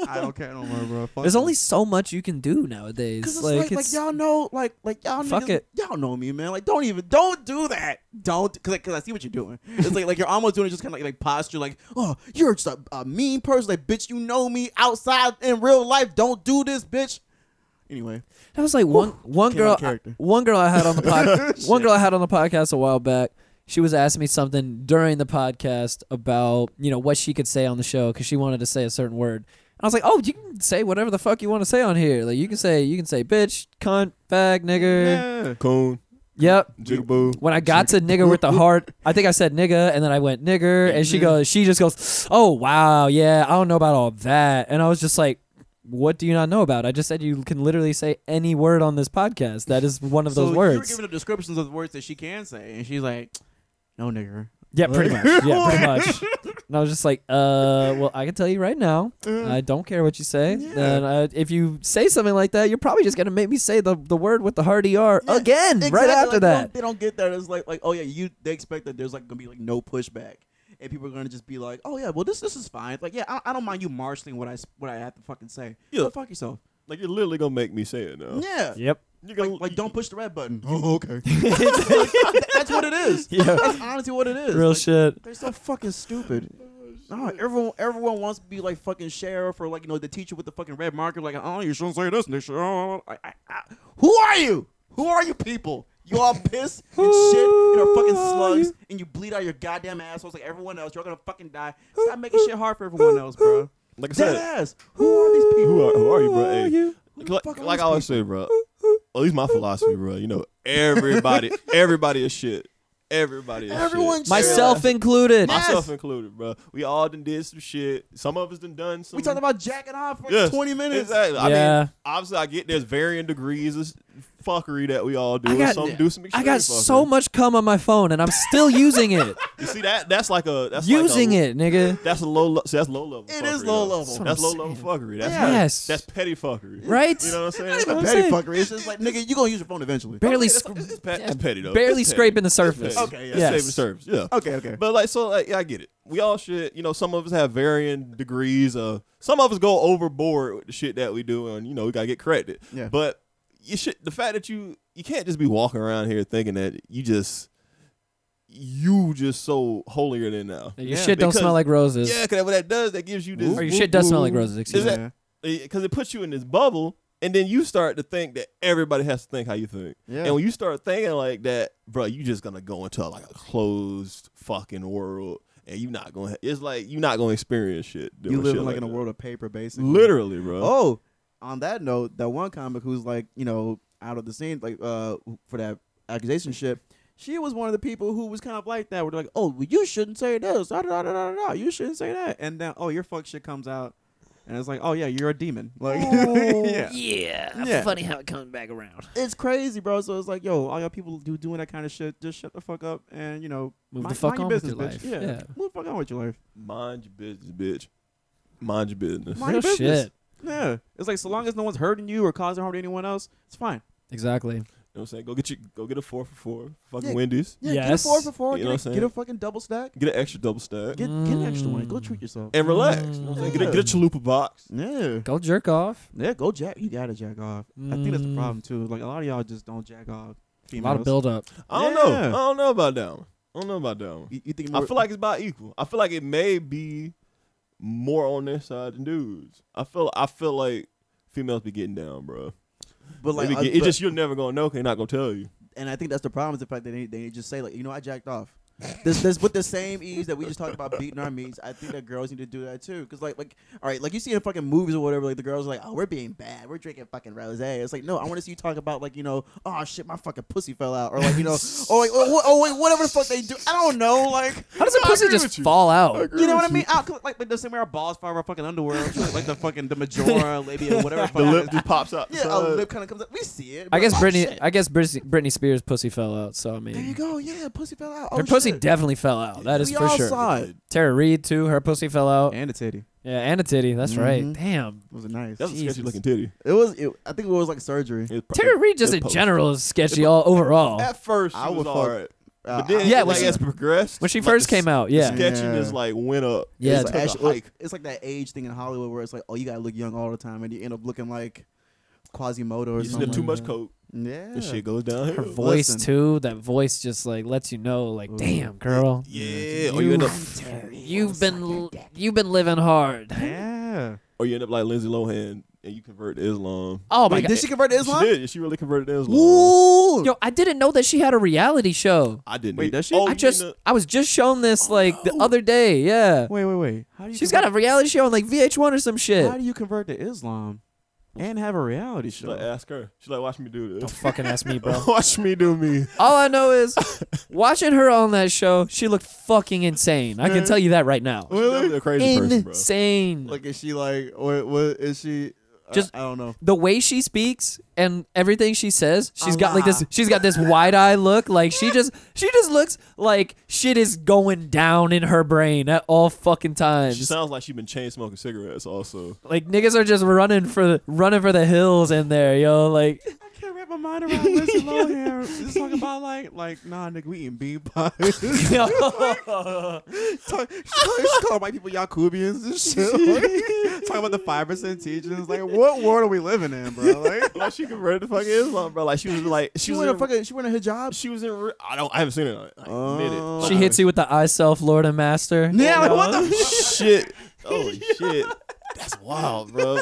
[SPEAKER 4] I don't care no more, bro. Fuck
[SPEAKER 2] There's
[SPEAKER 4] it.
[SPEAKER 2] only so much you can do nowadays.
[SPEAKER 4] Cause it's like, like,
[SPEAKER 2] it's
[SPEAKER 4] y'all know, like, like y'all
[SPEAKER 2] Fuck
[SPEAKER 4] niggas,
[SPEAKER 2] it.
[SPEAKER 4] y'all know me, man. Like, don't even, don't do that. Don't, cause, like, 'cause I see what you're doing. It's like, like you're almost doing it just kind of like, like posture, like, oh, you're just a, a mean person, like, bitch, you know me outside in real life. Don't do this, bitch. Anyway,
[SPEAKER 2] That was like one one
[SPEAKER 4] Came
[SPEAKER 2] girl
[SPEAKER 4] out character.
[SPEAKER 2] one girl I had on the
[SPEAKER 4] <laughs>
[SPEAKER 2] podcast one girl I had on the podcast a while back. She was asking me something during the podcast about you know what she could say on the show because she wanted to say a certain word. And I was like, oh, you can say whatever the fuck you want to say on here. Like you can say you can say bitch, cunt, fag, nigger.
[SPEAKER 3] Coon,
[SPEAKER 2] Yep.
[SPEAKER 3] jigaboo.
[SPEAKER 2] When I got to nigger
[SPEAKER 4] <laughs>
[SPEAKER 2] with the heart, I think I said nigga and then I went nigger and she goes she just goes, "Oh wow, yeah, I don't know about all that." And I was just like, "What do you not know about?" I just said you can literally say any word on this podcast. That is one of
[SPEAKER 4] so
[SPEAKER 2] those
[SPEAKER 4] you were
[SPEAKER 2] words.
[SPEAKER 4] giving her descriptions of the words that she can say, and she's like, no, nigger.
[SPEAKER 2] yeah, pretty much. Yeah,
[SPEAKER 4] <laughs>
[SPEAKER 2] pretty much. And I was just like, "Uh, well, I can tell you right now,
[SPEAKER 4] Uh-huh.
[SPEAKER 2] I don't care what you say. And uh, if you say something like that, you're probably just going to make me say the, the word with the hard ER
[SPEAKER 4] Yeah,
[SPEAKER 2] again right
[SPEAKER 4] Exactly,
[SPEAKER 2] after
[SPEAKER 4] like, they
[SPEAKER 2] that."
[SPEAKER 4] don't- they don't get that. It's like, like, oh yeah, you. They expect that there's like gonna be like no pushback, and people are gonna just be like, oh yeah, well this this is fine. Like yeah, I, I don't mind you marshaling what I s- what I have to fucking say.
[SPEAKER 3] Yeah.
[SPEAKER 4] Go fuck yourself.
[SPEAKER 3] Like you're literally gonna make me say it
[SPEAKER 2] Oh.
[SPEAKER 3] now.
[SPEAKER 4] Yeah.
[SPEAKER 2] Yep.
[SPEAKER 3] You're gonna
[SPEAKER 4] Like, like, don't push the red button. Oh, <laughs> okay. That's what it is.
[SPEAKER 2] Yeah.
[SPEAKER 4] That's honestly what it is.
[SPEAKER 2] Real
[SPEAKER 4] Like,
[SPEAKER 2] shit.
[SPEAKER 4] They're so fucking stupid. No, everyone everyone wants to be like fucking sheriff or like you know the teacher with the fucking red marker. Like, oh, you shouldn't say this, nigga. Oh, I, I, I. Who are you? Who are you people? You all piss and shit and are fucking slugs and you bleed out your goddamn assholes like everyone else. You're gonna fucking die. Stop making shit hard for everyone else, bro.
[SPEAKER 3] Like I
[SPEAKER 4] Dead
[SPEAKER 3] said,
[SPEAKER 4] ass. Who are these people?
[SPEAKER 3] who are, who are you, bro? Hey,
[SPEAKER 4] the
[SPEAKER 3] Like,
[SPEAKER 4] fuck are
[SPEAKER 3] like I
[SPEAKER 4] these
[SPEAKER 3] always say, bro. At least my philosophy, bro. You know,
[SPEAKER 4] <laughs>
[SPEAKER 3] everybody, everybody is shit. Everybody is
[SPEAKER 4] Everyone
[SPEAKER 3] shit.
[SPEAKER 4] shit.
[SPEAKER 2] Myself included.
[SPEAKER 3] myself included, bro. We all done did some shit. Some of us done done some.
[SPEAKER 4] We talked about jacking off for
[SPEAKER 3] Yes,
[SPEAKER 4] 20 minutes.
[SPEAKER 3] Exactly. I
[SPEAKER 2] Yeah.
[SPEAKER 3] mean, obviously, I get there's varying degrees of fuckery that we all do.
[SPEAKER 2] I
[SPEAKER 3] and
[SPEAKER 2] got,
[SPEAKER 3] some do some.
[SPEAKER 2] I got
[SPEAKER 3] extreme
[SPEAKER 2] so
[SPEAKER 3] fuckery.
[SPEAKER 2] much cum on my phone, and I'm still using
[SPEAKER 4] <laughs>
[SPEAKER 2] it.
[SPEAKER 3] You see that? That's like a that's
[SPEAKER 2] using
[SPEAKER 3] like a,
[SPEAKER 2] it, nigga.
[SPEAKER 3] That's a low. Le- see, that's low level.
[SPEAKER 4] It
[SPEAKER 3] fuckery,
[SPEAKER 4] is low
[SPEAKER 3] though.
[SPEAKER 4] level. That's
[SPEAKER 2] what
[SPEAKER 3] That's
[SPEAKER 2] I'm
[SPEAKER 3] low level fuckery. That's
[SPEAKER 2] Yeah. Yes.
[SPEAKER 3] That's petty fuckery.
[SPEAKER 2] Right?
[SPEAKER 3] You know what I'm saying?
[SPEAKER 2] That's what I'm
[SPEAKER 4] Petty
[SPEAKER 2] saying.
[SPEAKER 4] fuckery. It's just like, nigga, you gonna use your phone eventually.
[SPEAKER 2] Barely,
[SPEAKER 3] It's,
[SPEAKER 2] sc-
[SPEAKER 3] it's, it's, pe- it's petty though.
[SPEAKER 2] barely
[SPEAKER 3] It's petty.
[SPEAKER 2] scraping the
[SPEAKER 3] It's
[SPEAKER 2] surface.
[SPEAKER 3] petty.
[SPEAKER 4] Okay,
[SPEAKER 3] It's
[SPEAKER 2] Yes.
[SPEAKER 4] yeah.
[SPEAKER 3] scraping the surface. Yeah.
[SPEAKER 4] Okay, okay.
[SPEAKER 3] But like, so like, yeah, I get it. We all should, you know, some of us have varying degrees of. Some of us go overboard with the shit that we do, and you know, we gotta get corrected.
[SPEAKER 4] Yeah.
[SPEAKER 3] But you should. The fact that you you can't just be walking around here thinking that you just you just so holier than now.
[SPEAKER 2] Your
[SPEAKER 4] Yeah,
[SPEAKER 2] shit don't
[SPEAKER 3] because-
[SPEAKER 2] smell like roses.
[SPEAKER 3] Yeah, because what that does, that gives you this.
[SPEAKER 2] Or your shit does smell like roses.
[SPEAKER 3] Is
[SPEAKER 2] Excuse me.
[SPEAKER 3] that- because it puts you in this bubble and then you start to think that everybody has to think how you think
[SPEAKER 4] Yeah.
[SPEAKER 3] and when you start thinking like that bro you just gonna go into like a closed fucking world and you're not gonna it's like you're not gonna experience shit
[SPEAKER 4] You
[SPEAKER 3] doing
[SPEAKER 4] live
[SPEAKER 3] shit
[SPEAKER 4] in like in a
[SPEAKER 3] that.
[SPEAKER 4] world of paper, basically.
[SPEAKER 3] literally bro
[SPEAKER 4] Oh, on that note, that one comic who's like, you know, out of the scene, like uh for that accusation shit, she was one of the people who was kind of like that. Where they're like, oh, well, you shouldn't say this, da, da, da, da, da, da. you shouldn't say that, and then oh, your fuck shit comes out, and it's like, oh yeah, you're a demon. <laughs> Like, yeah. Yeah.
[SPEAKER 2] Funny Oh, how it comes back around.
[SPEAKER 4] it's crazy, bro. So it's like, yo, all y'all people do doing that kind of shit, just shut the fuck up and you know,
[SPEAKER 2] Move
[SPEAKER 4] mind,
[SPEAKER 2] the fuck
[SPEAKER 4] mind
[SPEAKER 2] on
[SPEAKER 4] your
[SPEAKER 2] with
[SPEAKER 4] business,
[SPEAKER 2] your
[SPEAKER 4] bitch.
[SPEAKER 2] life.
[SPEAKER 4] Yeah.
[SPEAKER 2] Yeah.
[SPEAKER 4] move the fuck on with your life.
[SPEAKER 3] mind your business bitch mind your business
[SPEAKER 4] Mind
[SPEAKER 2] Real
[SPEAKER 4] your business.
[SPEAKER 2] shit.
[SPEAKER 4] Yeah, it's like so long as no one's hurting you or causing harm to anyone else, it's fine.
[SPEAKER 2] Exactly.
[SPEAKER 3] you know what i'm saying go get you go get a four for four fucking
[SPEAKER 4] Yeah.
[SPEAKER 3] wendy's
[SPEAKER 4] Yeah, get a
[SPEAKER 2] Yes.
[SPEAKER 4] four for four.
[SPEAKER 3] You
[SPEAKER 4] get,
[SPEAKER 3] know
[SPEAKER 4] a,
[SPEAKER 3] what I'm
[SPEAKER 4] get a
[SPEAKER 3] saying?
[SPEAKER 4] fucking double stack.
[SPEAKER 3] get an extra double stack
[SPEAKER 4] Get get an extra
[SPEAKER 2] Mm.
[SPEAKER 4] one. Go treat yourself.
[SPEAKER 3] and relax you know what i'm saying get a, get a
[SPEAKER 4] Mm.
[SPEAKER 3] chalupa box
[SPEAKER 4] Yeah,
[SPEAKER 2] Go jerk off. Mm,
[SPEAKER 4] yeah. Go jack. You gotta jack off. I think that's the problem too. Like a lot of y'all just don't jack off.
[SPEAKER 2] A
[SPEAKER 4] Females.
[SPEAKER 2] lot of build up.
[SPEAKER 3] i don't know
[SPEAKER 4] Yeah.
[SPEAKER 3] i don't know about that one i don't know about that one
[SPEAKER 4] You, you think?
[SPEAKER 3] I
[SPEAKER 4] More,
[SPEAKER 3] feel like it's about equal. I feel like it may be more on their side than dudes. I feel I feel like females be getting down, bro.
[SPEAKER 4] but
[SPEAKER 3] Like, uh,
[SPEAKER 4] like,
[SPEAKER 3] get,
[SPEAKER 4] I-
[SPEAKER 3] it's
[SPEAKER 4] but-
[SPEAKER 3] just you're never gonna know. 'cause They're not gonna tell you.
[SPEAKER 4] and I think that's the problem is the fact that they, they just say like, you know, I jacked off. this this with the same ease that we just talked about beating our meats. I think that girls need to do that too, because like like all right, like you see in fucking movies or whatever, like the girls are like, oh, we're being bad, we're drinking fucking rosé. It's like no, I want to see you talk about like you know, oh shit, my fucking pussy fell out, or like you know, oh like oh, wh- oh wait, whatever the fuck they do, I don't know, like
[SPEAKER 2] How does a pussy just fall out?
[SPEAKER 4] you know what I mean? Out, like like the same way our balls fire our fucking underwear, like the fucking the majora, labia, whatever. the fuck
[SPEAKER 3] The lip
[SPEAKER 4] happens.
[SPEAKER 3] just pops out.
[SPEAKER 4] yeah, a lip kind of comes up. We see it.
[SPEAKER 2] I
[SPEAKER 4] but,
[SPEAKER 2] guess
[SPEAKER 4] oh,
[SPEAKER 2] Britney.
[SPEAKER 4] shit.
[SPEAKER 2] I guess Britney, Britney Spears' pussy fell out. So I mean,
[SPEAKER 4] there you go. Yeah, pussy fell out.
[SPEAKER 2] her
[SPEAKER 4] Oh,
[SPEAKER 2] pussy
[SPEAKER 4] shit.
[SPEAKER 2] definitely fell out. Oh, That is
[SPEAKER 4] we
[SPEAKER 2] for
[SPEAKER 4] all
[SPEAKER 2] sure.
[SPEAKER 4] saw it.
[SPEAKER 2] Tara Reid too. Her pussy fell out.
[SPEAKER 4] and a titty.
[SPEAKER 2] yeah, and a titty. That's right.
[SPEAKER 4] Mhm.
[SPEAKER 2] Damn.
[SPEAKER 4] It was nice.
[SPEAKER 3] That's a
[SPEAKER 2] Jesus.
[SPEAKER 3] sketchy looking titty.
[SPEAKER 4] It was. It, I think it was like surgery.
[SPEAKER 3] It's pro-
[SPEAKER 2] Tara Reid just
[SPEAKER 3] it's
[SPEAKER 2] in
[SPEAKER 3] post-
[SPEAKER 2] general is sketchy all overall.
[SPEAKER 3] At first, she
[SPEAKER 4] I
[SPEAKER 3] I was
[SPEAKER 4] would fuck-
[SPEAKER 3] all right,
[SPEAKER 4] Uh,
[SPEAKER 3] but then
[SPEAKER 2] Yeah,
[SPEAKER 3] yeah,
[SPEAKER 2] when
[SPEAKER 3] like
[SPEAKER 2] she-
[SPEAKER 3] as progressed,
[SPEAKER 2] when she
[SPEAKER 3] like,
[SPEAKER 2] first
[SPEAKER 3] the
[SPEAKER 2] came out,
[SPEAKER 3] s-
[SPEAKER 2] yeah,
[SPEAKER 3] sketchiness
[SPEAKER 4] Yeah.
[SPEAKER 3] like went up.
[SPEAKER 2] Yeah,
[SPEAKER 4] it's,
[SPEAKER 3] It took a
[SPEAKER 4] like actually,
[SPEAKER 3] hike.
[SPEAKER 4] it's like that age thing in Hollywood where it's like, oh, you gotta look young all the time, and you end up looking like Quasimodo or
[SPEAKER 3] You
[SPEAKER 4] something.
[SPEAKER 3] sniff too
[SPEAKER 4] like
[SPEAKER 3] much
[SPEAKER 4] that.
[SPEAKER 3] coke,
[SPEAKER 4] Yeah.
[SPEAKER 3] this shit goes down.
[SPEAKER 2] her voice
[SPEAKER 4] Listen.
[SPEAKER 2] too. That voice just like lets you know, like, damn, girl,
[SPEAKER 3] Yeah,
[SPEAKER 5] Oh,
[SPEAKER 3] or you <laughs> end up,
[SPEAKER 2] you've been l- you've been living hard.
[SPEAKER 4] Yeah.
[SPEAKER 3] or you end up like Lindsay Lohan, and you convert to Islam.
[SPEAKER 2] Oh my
[SPEAKER 4] Wait,
[SPEAKER 2] god,
[SPEAKER 4] did she convert to Islam?
[SPEAKER 3] She did. She really converted to Islam.
[SPEAKER 4] Ooh.
[SPEAKER 2] yo, I didn't know that she had a reality show.
[SPEAKER 3] I didn't.
[SPEAKER 4] Wait,
[SPEAKER 3] e-
[SPEAKER 4] does she?
[SPEAKER 3] Oh,
[SPEAKER 2] I
[SPEAKER 3] you
[SPEAKER 2] just
[SPEAKER 3] know-
[SPEAKER 2] I was just shown this like the other day. Yeah,
[SPEAKER 4] Wait, wait, wait. How do you?
[SPEAKER 2] she's got a reality show on like VH1 or some shit.
[SPEAKER 4] How do you convert to Islam and have a reality
[SPEAKER 3] She like
[SPEAKER 4] show?
[SPEAKER 3] ask her. She like watch me do
[SPEAKER 2] Don't
[SPEAKER 3] this.
[SPEAKER 2] fucking ask me,
[SPEAKER 3] <laughs>
[SPEAKER 2] bro.
[SPEAKER 3] watch me do me.
[SPEAKER 2] All I know is watching her on that show, she looked fucking insane. I can tell you that right now.
[SPEAKER 3] Really? A crazy person, bro.
[SPEAKER 2] Insane.
[SPEAKER 4] Like, is she like, or what is she?
[SPEAKER 2] Just-
[SPEAKER 4] I don't know.
[SPEAKER 2] the way she speaks and everything she says, she's got like this. She's got this wide eye look. Like she just, she just looks like shit is going down in her brain at all fucking
[SPEAKER 3] She
[SPEAKER 2] times.
[SPEAKER 3] sounds like she been chain smoking cigarettes. Also,
[SPEAKER 2] Like niggas are just running for running for the hills in there, yo. Like
[SPEAKER 3] <laughs>
[SPEAKER 4] I can't wrap my my mind around <laughs> Lindsay Lohan. Just talking about like, like, nah, nigga, we eating bean pies. <laughs> She's talking she's calling white people Yakubians and shit. talking about the five percent teachers. Like, what world are we living in, bro?
[SPEAKER 3] <laughs>
[SPEAKER 4] Like,
[SPEAKER 3] like she converted to fucking Islam, bro. Like she was like she,
[SPEAKER 5] She
[SPEAKER 3] was
[SPEAKER 5] went a
[SPEAKER 3] in-
[SPEAKER 5] fucking. She went a hijab.
[SPEAKER 3] She was in. Re- I don't. I haven't seen it. I, I admit it.
[SPEAKER 2] She hits you with the I self Lord and Master.
[SPEAKER 4] yeah, like, what the?
[SPEAKER 3] <laughs> shit. <laughs> Holy shit. That's wild, <laughs> bro.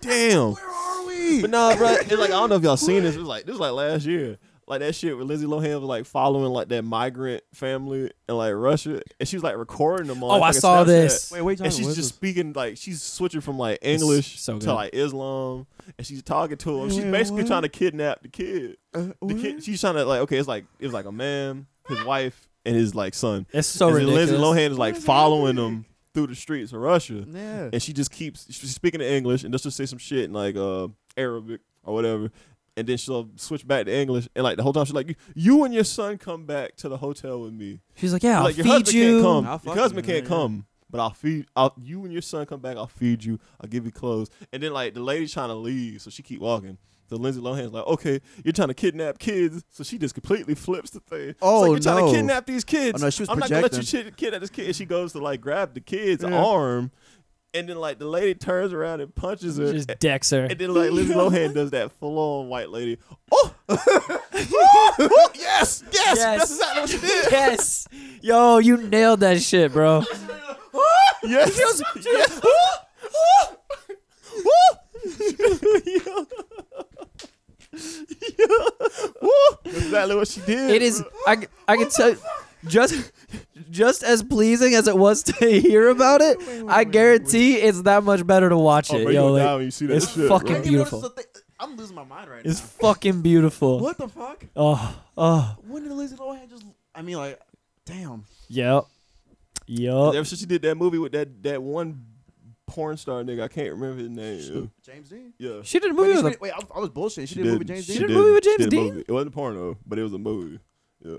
[SPEAKER 3] Damn. Where are we? But nah, bro. It's like I don't know if y'all
[SPEAKER 2] <laughs>
[SPEAKER 3] seen this. It was like this was like last year. Like that shit where Lizzie Lohan was like following like that migrant family in like Russia, and she was like recording them. On
[SPEAKER 2] Oh, I
[SPEAKER 3] fucking
[SPEAKER 2] saw
[SPEAKER 3] Snapchat.
[SPEAKER 2] this.
[SPEAKER 4] Wait, wait,
[SPEAKER 3] And she's just speaking like she's switching from like English
[SPEAKER 2] so good.
[SPEAKER 3] to like Islam, and she's talking to him. She's
[SPEAKER 4] Wait,
[SPEAKER 3] basically
[SPEAKER 4] what? Uh,
[SPEAKER 3] trying to kidnap the kid. The kid she's trying to like okay, it's like it was like a man, his wife, and his like son.
[SPEAKER 2] It's so
[SPEAKER 3] and then
[SPEAKER 2] ridiculous.
[SPEAKER 3] Lindsay Lohan is like following them through the streets of Russia,
[SPEAKER 4] yeah.
[SPEAKER 3] and she just keeps she's speaking in English and just to say some shit in like uh Arabic or whatever. And then she'll switch back to English, and like the whole time she's like, "You, you and your son come back to the hotel with me."
[SPEAKER 2] She's like, yeah, I'll
[SPEAKER 3] like your
[SPEAKER 2] feed
[SPEAKER 3] husband
[SPEAKER 2] you.
[SPEAKER 3] can't come.
[SPEAKER 4] I'll fuck
[SPEAKER 3] your husband
[SPEAKER 4] you,
[SPEAKER 3] can't
[SPEAKER 4] yeah.
[SPEAKER 3] come. But I'll feed I'll, you and your son come back. I'll feed you. I'll give you clothes. And then like the lady's trying to leave, so she keep walking. So Lindsay Lohan's like, okay, you're trying to kidnap kids. So she just completely flips the thing. It's
[SPEAKER 5] Oh,
[SPEAKER 3] like, you're trying
[SPEAKER 5] no.
[SPEAKER 3] to kidnap these kids.
[SPEAKER 5] Oh, no, she was
[SPEAKER 3] I'm not gonna let you chi- kidnap this kid. And she goes to like grab the kid's arm, and then like the lady turns around and punches her.
[SPEAKER 2] Just decks her.
[SPEAKER 3] and
[SPEAKER 5] <laughs>
[SPEAKER 3] then like Lindsay Lohan does that full on white lady. Oh, yes, yes, that's exactly what she did.
[SPEAKER 2] yes. Yo, you nailed that shit, bro.
[SPEAKER 3] Yes. yes. That's exactly what she did.
[SPEAKER 2] It is. I, I can tell. Just just as pleasing as it was <laughs> to hear about it, I guarantee it's that much better to watch
[SPEAKER 3] Oh,
[SPEAKER 2] it.
[SPEAKER 3] bro, you
[SPEAKER 2] Yo,
[SPEAKER 3] gonna
[SPEAKER 2] like,
[SPEAKER 3] die when you see that
[SPEAKER 2] it's
[SPEAKER 3] shit,
[SPEAKER 2] fucking
[SPEAKER 3] bro.
[SPEAKER 2] beautiful.
[SPEAKER 5] I'm losing my mind right
[SPEAKER 2] It's
[SPEAKER 5] now.
[SPEAKER 2] fucking beautiful.
[SPEAKER 5] What the fuck?
[SPEAKER 2] Oh, oh,
[SPEAKER 5] When did Lindsay Lohan just? I mean, like, damn.
[SPEAKER 2] yep, yep.
[SPEAKER 3] Ever since she did that movie with that that one porn star nigga, I can't remember his name.
[SPEAKER 5] James Dean.
[SPEAKER 3] Yeah.
[SPEAKER 2] She did a
[SPEAKER 5] Wait,
[SPEAKER 2] movie
[SPEAKER 5] she
[SPEAKER 2] with
[SPEAKER 5] did- wait, I, I was bullshitting. She, did a
[SPEAKER 3] did-
[SPEAKER 5] movie with James
[SPEAKER 3] she
[SPEAKER 5] Dean.
[SPEAKER 2] did a movie with
[SPEAKER 3] she
[SPEAKER 2] James
[SPEAKER 3] did a
[SPEAKER 2] Dean?
[SPEAKER 3] movie. It wasn't porno, but it was a movie. Yeah.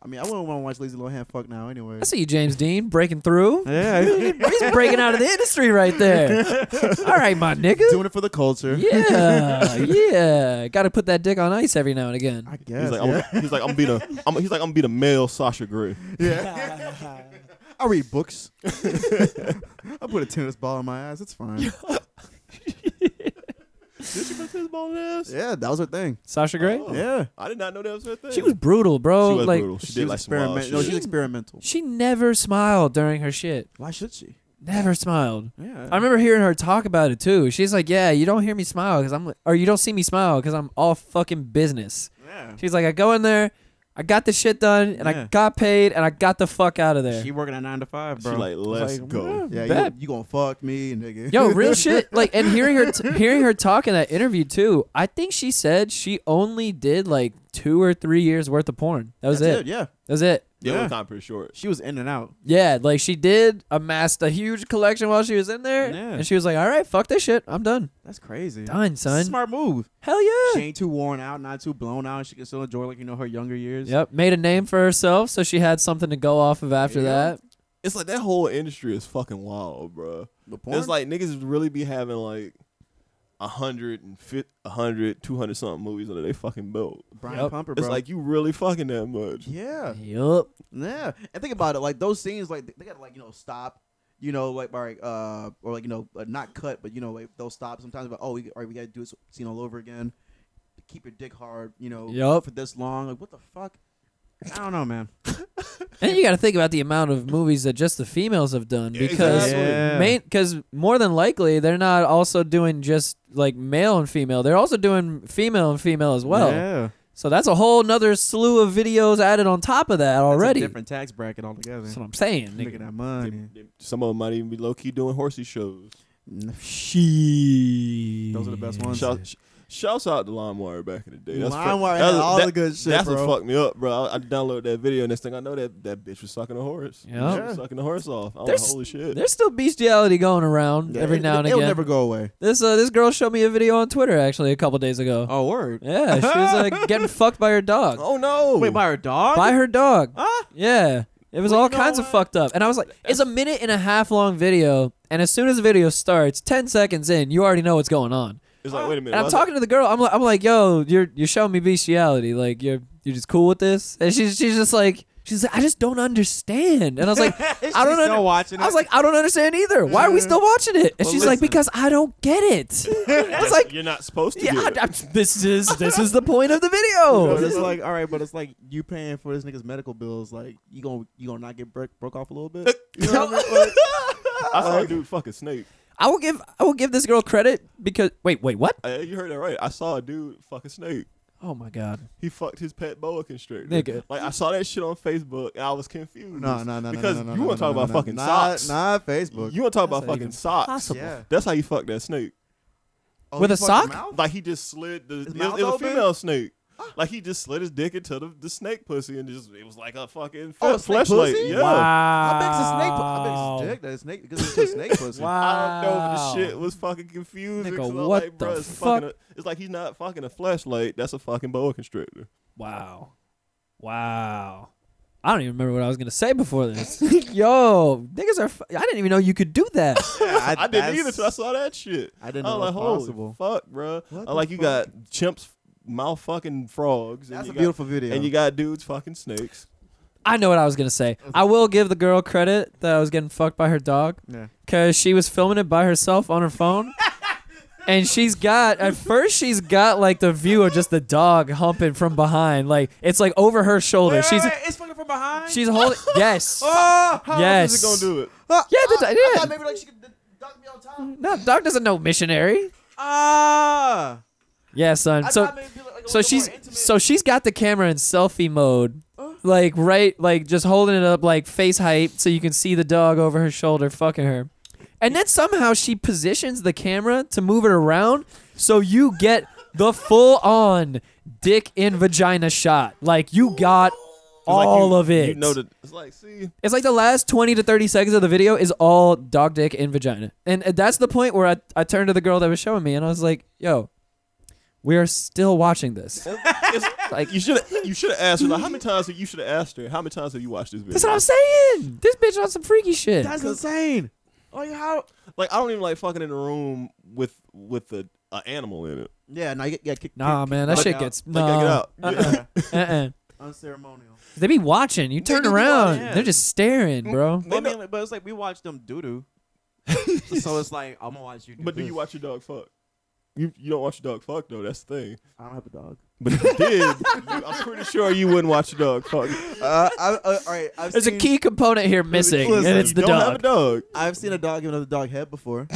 [SPEAKER 5] I mean, I wouldn't want to watch Lindsay Lohan fuck now anyway.
[SPEAKER 2] I see you, James Dean, breaking through.
[SPEAKER 4] <laughs> Yeah,
[SPEAKER 2] He's breaking out of the industry right there.
[SPEAKER 3] <laughs>
[SPEAKER 2] All right, my nigga.
[SPEAKER 5] Doing it for the culture.
[SPEAKER 2] Yeah, yeah. Got to put that dick on ice every now and again.
[SPEAKER 5] I guess.
[SPEAKER 3] He's like,
[SPEAKER 5] yeah.
[SPEAKER 3] I'm, he's like, I'm being a, I'm, he's like, I'm being a male Sasha Grey.
[SPEAKER 2] <laughs>
[SPEAKER 3] <laughs>
[SPEAKER 5] I read books. I put a tennis ball in my ass. It's fine. yeah, that was her thing.
[SPEAKER 2] Sasha Grey.
[SPEAKER 5] Yeah.
[SPEAKER 3] I did not know that was her thing.
[SPEAKER 2] She was brutal, bro.
[SPEAKER 3] Oh, She was
[SPEAKER 2] like
[SPEAKER 3] brutal.
[SPEAKER 5] Oh,
[SPEAKER 3] She,
[SPEAKER 5] She
[SPEAKER 3] did
[SPEAKER 5] was
[SPEAKER 3] like some wild
[SPEAKER 5] experimental. No,
[SPEAKER 3] shit.
[SPEAKER 5] she's experimental.
[SPEAKER 2] she never smiled during her shit.
[SPEAKER 5] Why should she?
[SPEAKER 2] Never smiled.
[SPEAKER 5] Yeah.
[SPEAKER 2] I remember hearing her talk about it too. She's like, "Yeah, you don't hear me smile because I'm, or you don't see me smile because I'm all fucking business."
[SPEAKER 5] Yeah.
[SPEAKER 2] She's like, "I go in there, I got the shit done, and I
[SPEAKER 4] Yeah.
[SPEAKER 2] got paid, and I got the fuck out of there."
[SPEAKER 4] she <laughs> working at nine to five,
[SPEAKER 3] She
[SPEAKER 4] bro.
[SPEAKER 3] like, let's
[SPEAKER 4] like,
[SPEAKER 3] go.
[SPEAKER 5] Yeah, you,
[SPEAKER 2] Bet.
[SPEAKER 5] you gonna fuck me, nigga.
[SPEAKER 2] Yo, real shit. Like, and hearing her, t- hearing her talk in that interview too. I think she said she only did like two or three years worth of porn. That was
[SPEAKER 5] That's
[SPEAKER 2] it.
[SPEAKER 5] Yeah.
[SPEAKER 2] That was it.
[SPEAKER 3] Yeah,
[SPEAKER 4] Yeah.
[SPEAKER 3] it was kind of pretty short.
[SPEAKER 5] She was in and out.
[SPEAKER 2] Yeah, like she did amassed a huge collection while she was in there,
[SPEAKER 4] Yeah.
[SPEAKER 2] and she was like, "All right, fuck this shit, I'm done,
[SPEAKER 4] That's crazy.
[SPEAKER 2] done, son."
[SPEAKER 4] Smart move.
[SPEAKER 2] Hell yeah.
[SPEAKER 4] She ain't too worn out, not too blown out. She can still enjoy like you know her younger years.
[SPEAKER 2] Yep, made a name for herself, so she had something to go off of after that.
[SPEAKER 3] It's like that whole industry is fucking wild, bro.
[SPEAKER 5] The porn?
[SPEAKER 3] It's like niggas really be having like a hundred and fit, a hundred, two hundred something movies under they fucking belt.
[SPEAKER 5] Brian
[SPEAKER 2] Yup.
[SPEAKER 5] Pumper, bro.
[SPEAKER 3] It's like you really fucking that much.
[SPEAKER 5] yeah,
[SPEAKER 2] Yup.
[SPEAKER 5] yeah. And think about it, like those scenes, like they gotta like you know stop, you know, like by like, uh or like you know uh, not cut, but you know like they'll stop sometimes. But oh, we, all right, we gotta do this scene all over again. Keep your dick hard, you know,
[SPEAKER 2] Yup.
[SPEAKER 5] for this long. Like what the fuck?
[SPEAKER 4] I don't know, man.
[SPEAKER 2] And you got to think about the amount of movies that just the females have done because
[SPEAKER 3] Exactly.
[SPEAKER 4] Yeah.
[SPEAKER 2] main because more than likely they're not also doing just like male and female. They're also doing female and female as well.
[SPEAKER 4] yeah.
[SPEAKER 2] So that's a whole nother slew of videos added on top of that
[SPEAKER 4] That's
[SPEAKER 2] already.
[SPEAKER 4] a different tax bracket altogether.
[SPEAKER 2] That's what I'm saying.
[SPEAKER 4] Making
[SPEAKER 2] nigga.
[SPEAKER 4] that money.
[SPEAKER 3] Some of them might even be low key doing horsey shows.
[SPEAKER 2] She.
[SPEAKER 4] Those are the best ones.
[SPEAKER 3] Shout, sh- shouts out to LimeWire back in the day. That's fuck-
[SPEAKER 5] LimeWire
[SPEAKER 3] that's-
[SPEAKER 5] had all
[SPEAKER 3] that-
[SPEAKER 5] the good shit,
[SPEAKER 3] That's
[SPEAKER 5] bro.
[SPEAKER 3] what fucked me up, bro. I, I downloaded that video. Next thing I know, that that bitch was sucking a horse. She
[SPEAKER 2] Yeah.
[SPEAKER 3] was sucking the horse off. I'm like,
[SPEAKER 2] There's-
[SPEAKER 3] holy shit.
[SPEAKER 2] There's still bestiality going around every
[SPEAKER 5] It-
[SPEAKER 2] now and
[SPEAKER 5] it'll
[SPEAKER 2] again.
[SPEAKER 5] never go away.
[SPEAKER 2] This uh, this girl showed me a video on Twitter actually a couple days ago.
[SPEAKER 4] Oh word.
[SPEAKER 2] Yeah, she was uh, getting fucked by her dog.
[SPEAKER 3] Oh no!
[SPEAKER 4] Wait, by her dog?
[SPEAKER 2] By her dog.
[SPEAKER 4] Huh?
[SPEAKER 2] Yeah. It was
[SPEAKER 3] Well,
[SPEAKER 2] all
[SPEAKER 3] you know
[SPEAKER 2] kinds of
[SPEAKER 3] what?
[SPEAKER 2] fucked up. And I was like, it's a minute and a half long video. And as soon as the video starts, 10 seconds in, you already know what's going on.
[SPEAKER 3] It's like, wait a minute.
[SPEAKER 2] And I'm
[SPEAKER 3] why-
[SPEAKER 2] talking to the girl. I'm like, I'm like, yo, you're you're showing me bestiality. Like, you're you're just cool with this. And she's she's just like, she's like, I just don't understand. And I was
[SPEAKER 4] <laughs>
[SPEAKER 2] like, I don't
[SPEAKER 14] still
[SPEAKER 2] under-
[SPEAKER 14] watching
[SPEAKER 2] I was
[SPEAKER 14] it.
[SPEAKER 2] like, I don't understand either. Why are we still watching it? And
[SPEAKER 3] Well,
[SPEAKER 2] she's like,
[SPEAKER 3] listen.
[SPEAKER 2] because I don't get it. I was like,
[SPEAKER 3] You're not supposed to.
[SPEAKER 2] yeah,
[SPEAKER 3] do
[SPEAKER 2] I,
[SPEAKER 3] it.
[SPEAKER 2] I, this is this is the point of the video.
[SPEAKER 4] But it's like, all right, but it's like you paying for this nigga's medical bills. Like you gonna you gonna not get broke broke off a little <laughs> bit. You know what I mean? Like,
[SPEAKER 3] I saw a dude fucking snake.
[SPEAKER 2] I will give I will give this girl credit because wait wait what?
[SPEAKER 3] Uh, you heard that right. I saw a dude fucking snake.
[SPEAKER 2] Oh my god!
[SPEAKER 3] He fucked his pet boa constrictor.
[SPEAKER 2] Nigga.
[SPEAKER 3] Like I saw that shit on Facebook and I was confused.
[SPEAKER 4] no, no, no,
[SPEAKER 3] Because
[SPEAKER 4] no, no,
[SPEAKER 3] you
[SPEAKER 4] no,
[SPEAKER 3] want to
[SPEAKER 4] no,
[SPEAKER 3] talk
[SPEAKER 4] no,
[SPEAKER 3] about
[SPEAKER 4] no,
[SPEAKER 3] fucking
[SPEAKER 4] not,
[SPEAKER 3] socks.
[SPEAKER 4] Not Facebook.
[SPEAKER 3] You want to talk
[SPEAKER 2] That's
[SPEAKER 3] about
[SPEAKER 2] not
[SPEAKER 3] fucking
[SPEAKER 2] even
[SPEAKER 3] socks?
[SPEAKER 2] possible.
[SPEAKER 4] Yeah.
[SPEAKER 3] That's how you fuck that snake.
[SPEAKER 4] Oh,
[SPEAKER 2] With
[SPEAKER 4] you
[SPEAKER 2] a
[SPEAKER 4] fucking
[SPEAKER 2] sock?
[SPEAKER 4] mouth?
[SPEAKER 3] Like he just slid the it was,
[SPEAKER 4] mouth
[SPEAKER 3] it was a
[SPEAKER 4] open?
[SPEAKER 3] female snake. Like he just slid his dick into the, the snake pussy and just it was like a fucking
[SPEAKER 4] Oh,
[SPEAKER 3] f-
[SPEAKER 4] snake
[SPEAKER 3] fleshlight.
[SPEAKER 4] pussy?
[SPEAKER 3] Yeah.
[SPEAKER 4] How big's a snake? pu- How big's his dick? That snake because it's just <laughs> snake pussy.
[SPEAKER 2] Wow.
[SPEAKER 3] I don't know
[SPEAKER 2] Wow.
[SPEAKER 3] if the shit was fucking confusing.
[SPEAKER 2] Oh. Nigga,
[SPEAKER 3] 'cause I was
[SPEAKER 2] what
[SPEAKER 3] like,
[SPEAKER 2] the
[SPEAKER 3] "Bruh, it's
[SPEAKER 2] fuck?"
[SPEAKER 3] fucking a- it's like he's not fucking a flashlight. That's a fucking boa constrictor.
[SPEAKER 2] Wow. Wow. I don't even remember what I was gonna say before this. <laughs> Yo, niggas are. F- I didn't even know you could do that.
[SPEAKER 4] I,
[SPEAKER 3] I didn't either till I saw that shit.
[SPEAKER 4] I didn't
[SPEAKER 3] I
[SPEAKER 4] know
[SPEAKER 3] was
[SPEAKER 4] it
[SPEAKER 3] like,
[SPEAKER 4] was
[SPEAKER 3] holy
[SPEAKER 4] possible.
[SPEAKER 3] fuck, bro.
[SPEAKER 4] What
[SPEAKER 3] I
[SPEAKER 4] the
[SPEAKER 3] like you got chimps mouth fucking frogs.
[SPEAKER 4] That's a
[SPEAKER 3] and you
[SPEAKER 4] beautiful
[SPEAKER 3] got,
[SPEAKER 4] video.
[SPEAKER 3] And you got dudes fucking snakes.
[SPEAKER 2] I know what I was gonna say. I will give the girl credit that I was getting fucked by her dog
[SPEAKER 4] Yeah.
[SPEAKER 2] because she was filming it by herself on her phone. And she's got at first she's got like the view of just the dog humping from behind, like it's like over her shoulder.
[SPEAKER 14] Wait,
[SPEAKER 2] she's
[SPEAKER 14] wait, wait, it's fucking from behind.
[SPEAKER 2] she's holding yes,
[SPEAKER 4] Ah,
[SPEAKER 14] oh, how-
[SPEAKER 2] yes.
[SPEAKER 3] Who's gonna do it?
[SPEAKER 2] Yeah, the, dog- yeah.
[SPEAKER 4] maybe like she could duck me on top.
[SPEAKER 2] No, dog doesn't know missionary.
[SPEAKER 14] ah.
[SPEAKER 2] Yeah, son. so so she's so she's got the camera in selfie mode like right like just holding it up like face height so you can see the dog over her shoulder fucking her and then somehow she positions the camera to move it around so you get the full on dick in vagina shot like you got
[SPEAKER 3] It's like
[SPEAKER 2] all
[SPEAKER 3] you-
[SPEAKER 2] of it
[SPEAKER 3] You know that it's like, see,
[SPEAKER 2] it's like the last 20 to 30 seconds of the video is all dog dick and vagina. And uh, that's the point where I, I turned to the girl that was showing me and I was like, yo, we are still watching this. like,
[SPEAKER 3] you should you should have asked her. Like, how many times have you should have asked her? How many times have you watched this video?
[SPEAKER 2] that's what I'm saying. This bitch on some freaky shit.
[SPEAKER 14] That's insane. Like how?
[SPEAKER 3] Like, I don't even like fucking in a room with with a, a animal in it.
[SPEAKER 4] Yeah, now you get, yeah, kick,
[SPEAKER 2] nah,
[SPEAKER 4] kick,
[SPEAKER 2] man, that
[SPEAKER 4] kick
[SPEAKER 2] shit
[SPEAKER 4] out.
[SPEAKER 2] gets.
[SPEAKER 3] Like, I
[SPEAKER 2] No.
[SPEAKER 3] get out. Yeah.
[SPEAKER 2] Uh-uh.
[SPEAKER 4] unceremonial.
[SPEAKER 2] They be watching. You turn
[SPEAKER 4] Niggas be
[SPEAKER 2] around.
[SPEAKER 4] watching, yeah.
[SPEAKER 2] They're just staring, bro.
[SPEAKER 4] But, I mean, like, but it's like we watched them doo <laughs> doo. so it's like I'm gonna watch you. Do
[SPEAKER 3] but do
[SPEAKER 4] this.
[SPEAKER 3] you watch your dog fuck? You you don't watch your dog fuck though. That's the thing.
[SPEAKER 4] I don't have a dog.
[SPEAKER 3] But if you <laughs> did, you, I'm pretty sure you wouldn't watch your dog fuck.
[SPEAKER 4] Uh, I, uh, all right, I've
[SPEAKER 2] There's a
[SPEAKER 4] seen,
[SPEAKER 2] key component here missing,
[SPEAKER 4] listen,
[SPEAKER 2] and it's
[SPEAKER 3] you
[SPEAKER 2] the
[SPEAKER 3] don't have a
[SPEAKER 2] dog.
[SPEAKER 3] dog.
[SPEAKER 4] I've seen a dog give another dog head <laughs> before.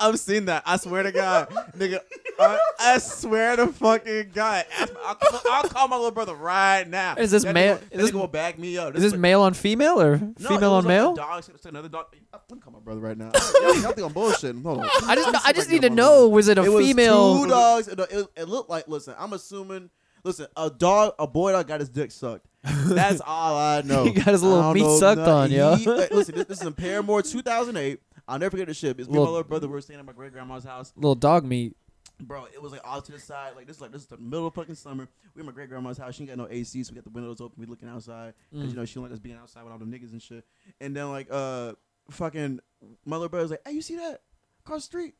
[SPEAKER 14] I've seen that. I swear to God, nigga. I, I swear to fucking God. Ask my- I'll, call- I'll call my little brother right now.
[SPEAKER 2] Is this
[SPEAKER 14] That
[SPEAKER 2] male-
[SPEAKER 14] nigga-
[SPEAKER 2] is
[SPEAKER 14] That
[SPEAKER 2] this-
[SPEAKER 14] nigga will back me up.
[SPEAKER 2] Is this male on female
[SPEAKER 14] No,
[SPEAKER 2] or female
[SPEAKER 14] it was
[SPEAKER 2] on
[SPEAKER 14] like a
[SPEAKER 2] male?
[SPEAKER 14] Dog, it's another dog.
[SPEAKER 4] Let me call my brother right now. y'all, y'all think I'm bullshitting? Hold on.
[SPEAKER 2] I just I just
[SPEAKER 4] breaking
[SPEAKER 2] need to
[SPEAKER 4] up on that.
[SPEAKER 2] know was it a
[SPEAKER 4] it was
[SPEAKER 2] female?
[SPEAKER 4] two dogs. It, it, it looked like. Listen, I'm assuming. Listen, a dog, a boy dog got his dick sucked.
[SPEAKER 2] <laughs>
[SPEAKER 4] That's all I know.
[SPEAKER 2] He got his little
[SPEAKER 4] I don't
[SPEAKER 2] meat
[SPEAKER 4] know
[SPEAKER 2] sucked on, yo.
[SPEAKER 4] he- wait, listen, this, this is in Paramore, 2008. I'll never forget the shit. It's me and my
[SPEAKER 2] Little-
[SPEAKER 4] little brother. We were staying at my great grandma's house,
[SPEAKER 2] Little dog meat.
[SPEAKER 4] bro. It was like all to the side. Like this, is like this is the middle of fucking summer. We at my great grandma's house. She ain't got no AC, so we got the windows open. We looking outside because
[SPEAKER 2] Mm.
[SPEAKER 4] you know she don't like us being outside with all the niggas and shit. And then like uh, fucking my little brother's like, "Hey, you see that across the street?"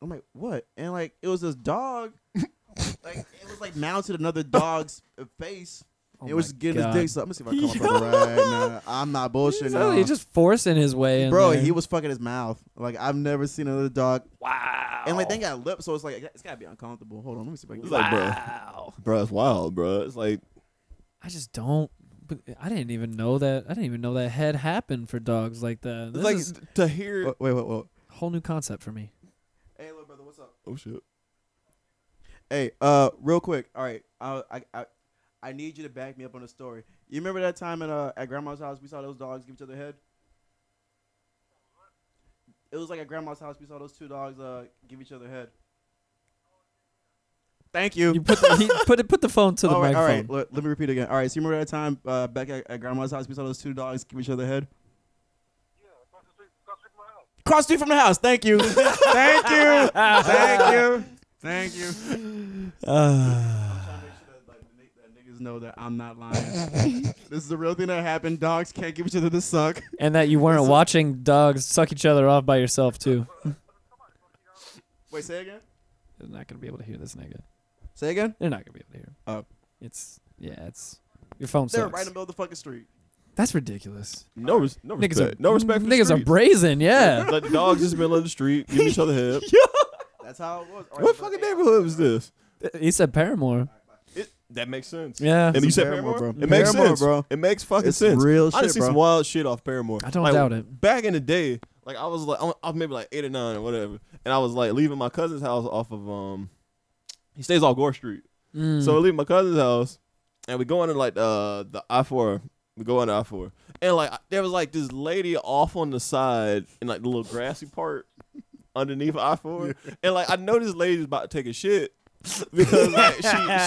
[SPEAKER 4] I'm like, "What?" And like it was this dog.
[SPEAKER 2] <laughs>
[SPEAKER 4] like it was like mounted another dog's face.
[SPEAKER 2] Oh
[SPEAKER 4] it
[SPEAKER 2] my
[SPEAKER 4] was just getting
[SPEAKER 2] God.
[SPEAKER 4] his dick. So
[SPEAKER 2] <laughs>
[SPEAKER 4] I'm gonna see if I can call my brother right now. I'm not bullshitting.
[SPEAKER 2] So <laughs>
[SPEAKER 4] now.
[SPEAKER 2] he's just forcing his way in.
[SPEAKER 4] Bro,
[SPEAKER 2] there.
[SPEAKER 4] he was fucking his mouth. Like I've never seen another dog,
[SPEAKER 2] wow.
[SPEAKER 4] and like they got lips, so it's like it's gotta be uncomfortable. Hold on, let me see if I can.
[SPEAKER 3] It's like, bro,
[SPEAKER 2] wow.
[SPEAKER 3] bro, it's wild, bro. It's like
[SPEAKER 2] I just don't. But I didn't even know that. I didn't even know that head happened for dogs like that. This
[SPEAKER 3] it's like
[SPEAKER 2] is
[SPEAKER 3] to hear.
[SPEAKER 4] Wait, wait, wait.
[SPEAKER 2] a whole new concept for
[SPEAKER 3] <laughs>
[SPEAKER 2] me.
[SPEAKER 4] Hey, little brother, what's up?
[SPEAKER 3] Oh shit.
[SPEAKER 4] Hey, uh, real quick. All right, I, I, I, I need you to back me up on the story. You remember that time at uh at grandma's house we saw those dogs give each other head? It was like at grandma's house we saw those two dogs uh give each other head.
[SPEAKER 14] Thank
[SPEAKER 2] You
[SPEAKER 14] you.
[SPEAKER 2] put the, he put it, put the phone to the
[SPEAKER 4] all right, all
[SPEAKER 2] microphone.
[SPEAKER 4] right. Let, let me repeat again. All right, so you remember that time uh, back at, at grandma's house we saw those two dogs give each other head?
[SPEAKER 14] Cross street from the house. Thank
[SPEAKER 5] <laughs>
[SPEAKER 14] you. Thank you. Thank you. Thank you.
[SPEAKER 5] <sighs>
[SPEAKER 4] trying to make sure that, like, that niggas know that I'm not lying.
[SPEAKER 5] <laughs>
[SPEAKER 4] this is a real thing that happened. Dogs can't give each other the suck.
[SPEAKER 2] And that you weren't watching dogs suck each other off by yourself too.
[SPEAKER 4] Wait, say again.
[SPEAKER 2] They're not gonna be able to hear this nigga.
[SPEAKER 4] Say again.
[SPEAKER 2] They're not gonna be able to hear. him.
[SPEAKER 3] Uh,
[SPEAKER 4] Oh.
[SPEAKER 2] It's yeah. It's your phone
[SPEAKER 4] They're
[SPEAKER 2] sucks.
[SPEAKER 4] right in the middle of the fucking street.
[SPEAKER 2] That's ridiculous.
[SPEAKER 3] No, res- no
[SPEAKER 2] Niggas
[SPEAKER 3] respect.
[SPEAKER 2] are
[SPEAKER 3] no respect for the
[SPEAKER 2] Niggas are
[SPEAKER 3] streets.
[SPEAKER 2] brazen. Yeah.
[SPEAKER 3] <laughs> Let the dogs just middle of the street, giving each
[SPEAKER 2] <laughs>
[SPEAKER 3] other head.
[SPEAKER 4] That's how it was. All right,
[SPEAKER 3] What
[SPEAKER 4] but-
[SPEAKER 3] fucking neighborhood was this?
[SPEAKER 2] he said Paramore.
[SPEAKER 3] It, that makes sense.
[SPEAKER 2] Yeah.
[SPEAKER 3] And you said
[SPEAKER 4] Paramore,
[SPEAKER 3] Paramore,
[SPEAKER 4] bro.
[SPEAKER 3] It makes
[SPEAKER 4] Paramore,
[SPEAKER 3] sense,
[SPEAKER 4] bro.
[SPEAKER 3] It makes fucking
[SPEAKER 4] It's
[SPEAKER 3] sense.
[SPEAKER 4] real
[SPEAKER 3] I done
[SPEAKER 4] shit,
[SPEAKER 3] seen
[SPEAKER 4] bro.
[SPEAKER 3] some wild shit off Paramore.
[SPEAKER 2] I don't
[SPEAKER 3] Like,
[SPEAKER 2] doubt it.
[SPEAKER 3] Back in the day, like I was like I was maybe like eight or nine or whatever, and I was like leaving my cousin's house off of um, he stays off Gore Street,
[SPEAKER 2] Mm.
[SPEAKER 3] so we leave my cousin's house, and we go into like uh, the I four. We go into I four, and like there was like this lady off on the side in like the little grassy part underneath I
[SPEAKER 4] <laughs>
[SPEAKER 3] four, and like I know this lady's about to take a shit. because like she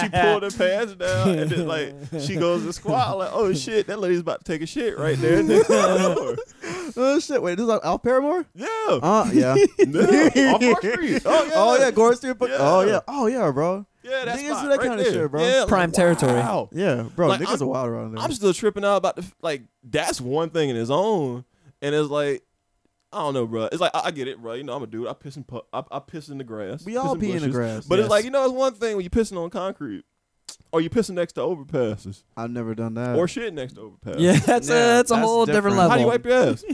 [SPEAKER 5] <laughs>
[SPEAKER 3] she pulled her pants down and then like she goes to squat I'm like oh shit that lady's about to take a shit right
[SPEAKER 5] <laughs>
[SPEAKER 3] there <laughs> next to the door.
[SPEAKER 5] Oh shit! Wait, this is Al Paramore?
[SPEAKER 3] yeah
[SPEAKER 5] Uh, yeah.
[SPEAKER 3] no, off our street oh
[SPEAKER 5] <laughs>
[SPEAKER 3] yeah
[SPEAKER 5] oh yeah, Gore Street.
[SPEAKER 3] Yeah.
[SPEAKER 5] Oh yeah. Oh yeah, bro.
[SPEAKER 3] yeah that's
[SPEAKER 5] Niggas do that
[SPEAKER 3] right
[SPEAKER 5] kinda
[SPEAKER 3] there.
[SPEAKER 5] shit, bro.
[SPEAKER 3] yeah, like,
[SPEAKER 2] Prime territory.
[SPEAKER 3] wow.
[SPEAKER 5] Yeah, bro.
[SPEAKER 3] Like,
[SPEAKER 5] niggas
[SPEAKER 3] I'm-
[SPEAKER 5] are wild around there.
[SPEAKER 3] I'm still tripping out about the f- like that's one thing in its own, and it's like I don't know, bro. It's like I, I get it, bro. You know I'm a dude. I piss in pu- I, I piss in the grass.
[SPEAKER 5] We all
[SPEAKER 3] piss
[SPEAKER 5] pee in the
[SPEAKER 3] bushes.
[SPEAKER 5] grass,
[SPEAKER 3] But
[SPEAKER 5] yes.
[SPEAKER 3] it's like you know it's one thing when you pissing on concrete, or you pissing next to overpasses,
[SPEAKER 5] I've never done that.
[SPEAKER 3] <laughs> or shit next to overpasses.
[SPEAKER 2] Yeah, <laughs> that's a,
[SPEAKER 4] Yeah,
[SPEAKER 2] that's a
[SPEAKER 4] that's
[SPEAKER 2] whole different,
[SPEAKER 4] different.
[SPEAKER 2] level.
[SPEAKER 3] How do you wipe your ass?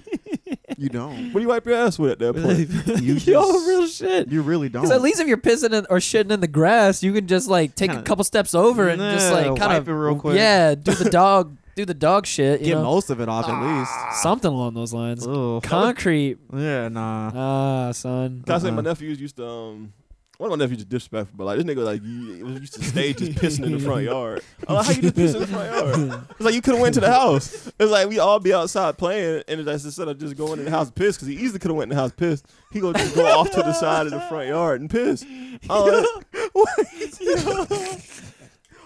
[SPEAKER 5] you don't.
[SPEAKER 3] what do you wipe your ass with at that point?
[SPEAKER 5] You just,
[SPEAKER 2] <laughs> Yo, real shit.
[SPEAKER 5] You really don't.
[SPEAKER 2] Because
[SPEAKER 4] Oh.
[SPEAKER 2] at least if you're pissing in, or shitting in the grass, you can just like take a
[SPEAKER 5] Kinda-
[SPEAKER 2] couple steps over and just
[SPEAKER 5] Nah,
[SPEAKER 2] like kind
[SPEAKER 5] wipe
[SPEAKER 2] of
[SPEAKER 5] it real quick.
[SPEAKER 2] Yeah, do the dog, <laughs> do the dog shit. You
[SPEAKER 5] get
[SPEAKER 2] know?
[SPEAKER 5] most of it off
[SPEAKER 3] Ah.
[SPEAKER 5] at
[SPEAKER 2] something along those lines.
[SPEAKER 5] least. Ugh.
[SPEAKER 2] Concrete,
[SPEAKER 5] Yeah, nah.
[SPEAKER 2] ah, son.
[SPEAKER 3] Can I say my
[SPEAKER 5] Uh-uh.
[SPEAKER 3] nephews used to um. One of my nephews just disrespectful, but like this nigga was like you was used to stage just pissing in the front yard. I'm like, how you just pissing in the front yard? It's like you could have went to the house. It's like we all be outside playing, and that's instead of just going in the house to piss because he easily could have went in the house to piss. He gonna
[SPEAKER 5] <laughs>
[SPEAKER 3] just go off to the side of the front yard and piss. Uh, I'm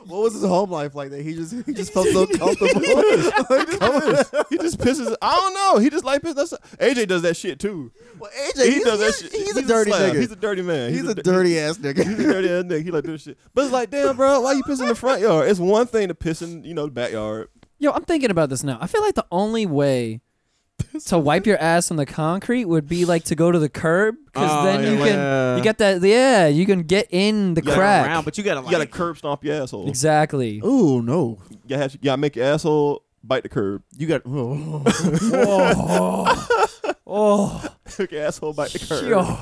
[SPEAKER 5] What was his home life like that? He just he just felt
[SPEAKER 3] <laughs>
[SPEAKER 5] so comfortable. <laughs>
[SPEAKER 3] like, he just pisses. I don't know. He just like piss. That's AJ does that shit too.
[SPEAKER 5] well, AJ, he's, he's, He's, a dirty
[SPEAKER 3] slab.
[SPEAKER 5] nigga.
[SPEAKER 3] He's a dirty man.
[SPEAKER 5] He's a
[SPEAKER 3] di-
[SPEAKER 5] dirty ass
[SPEAKER 3] <laughs> He's a
[SPEAKER 5] nigga.
[SPEAKER 3] dirty ass nigga. He like this shit. But it's like, damn, bro, why you pissing in the front yard? It's one thing to piss in, you know, the backyard.
[SPEAKER 2] Yo, I'm thinking about this now. I feel like the only way to wipe your ass on the concrete would be like to go to the curb because
[SPEAKER 4] Oh,
[SPEAKER 2] then
[SPEAKER 4] yeah,
[SPEAKER 2] you
[SPEAKER 4] like-
[SPEAKER 2] can you get that yeah you can get in the
[SPEAKER 3] Yeah,
[SPEAKER 2] crack
[SPEAKER 4] Around, but you gotta
[SPEAKER 3] You
[SPEAKER 4] like.
[SPEAKER 3] gotta curb stomp your asshole.
[SPEAKER 2] exactly.
[SPEAKER 5] Ooh no,
[SPEAKER 3] You, have to, you gotta make your asshole bite the curb. <laughs>
[SPEAKER 5] you got. Oh.
[SPEAKER 2] Oh,
[SPEAKER 3] Make your asshole bite the curb.
[SPEAKER 2] yo.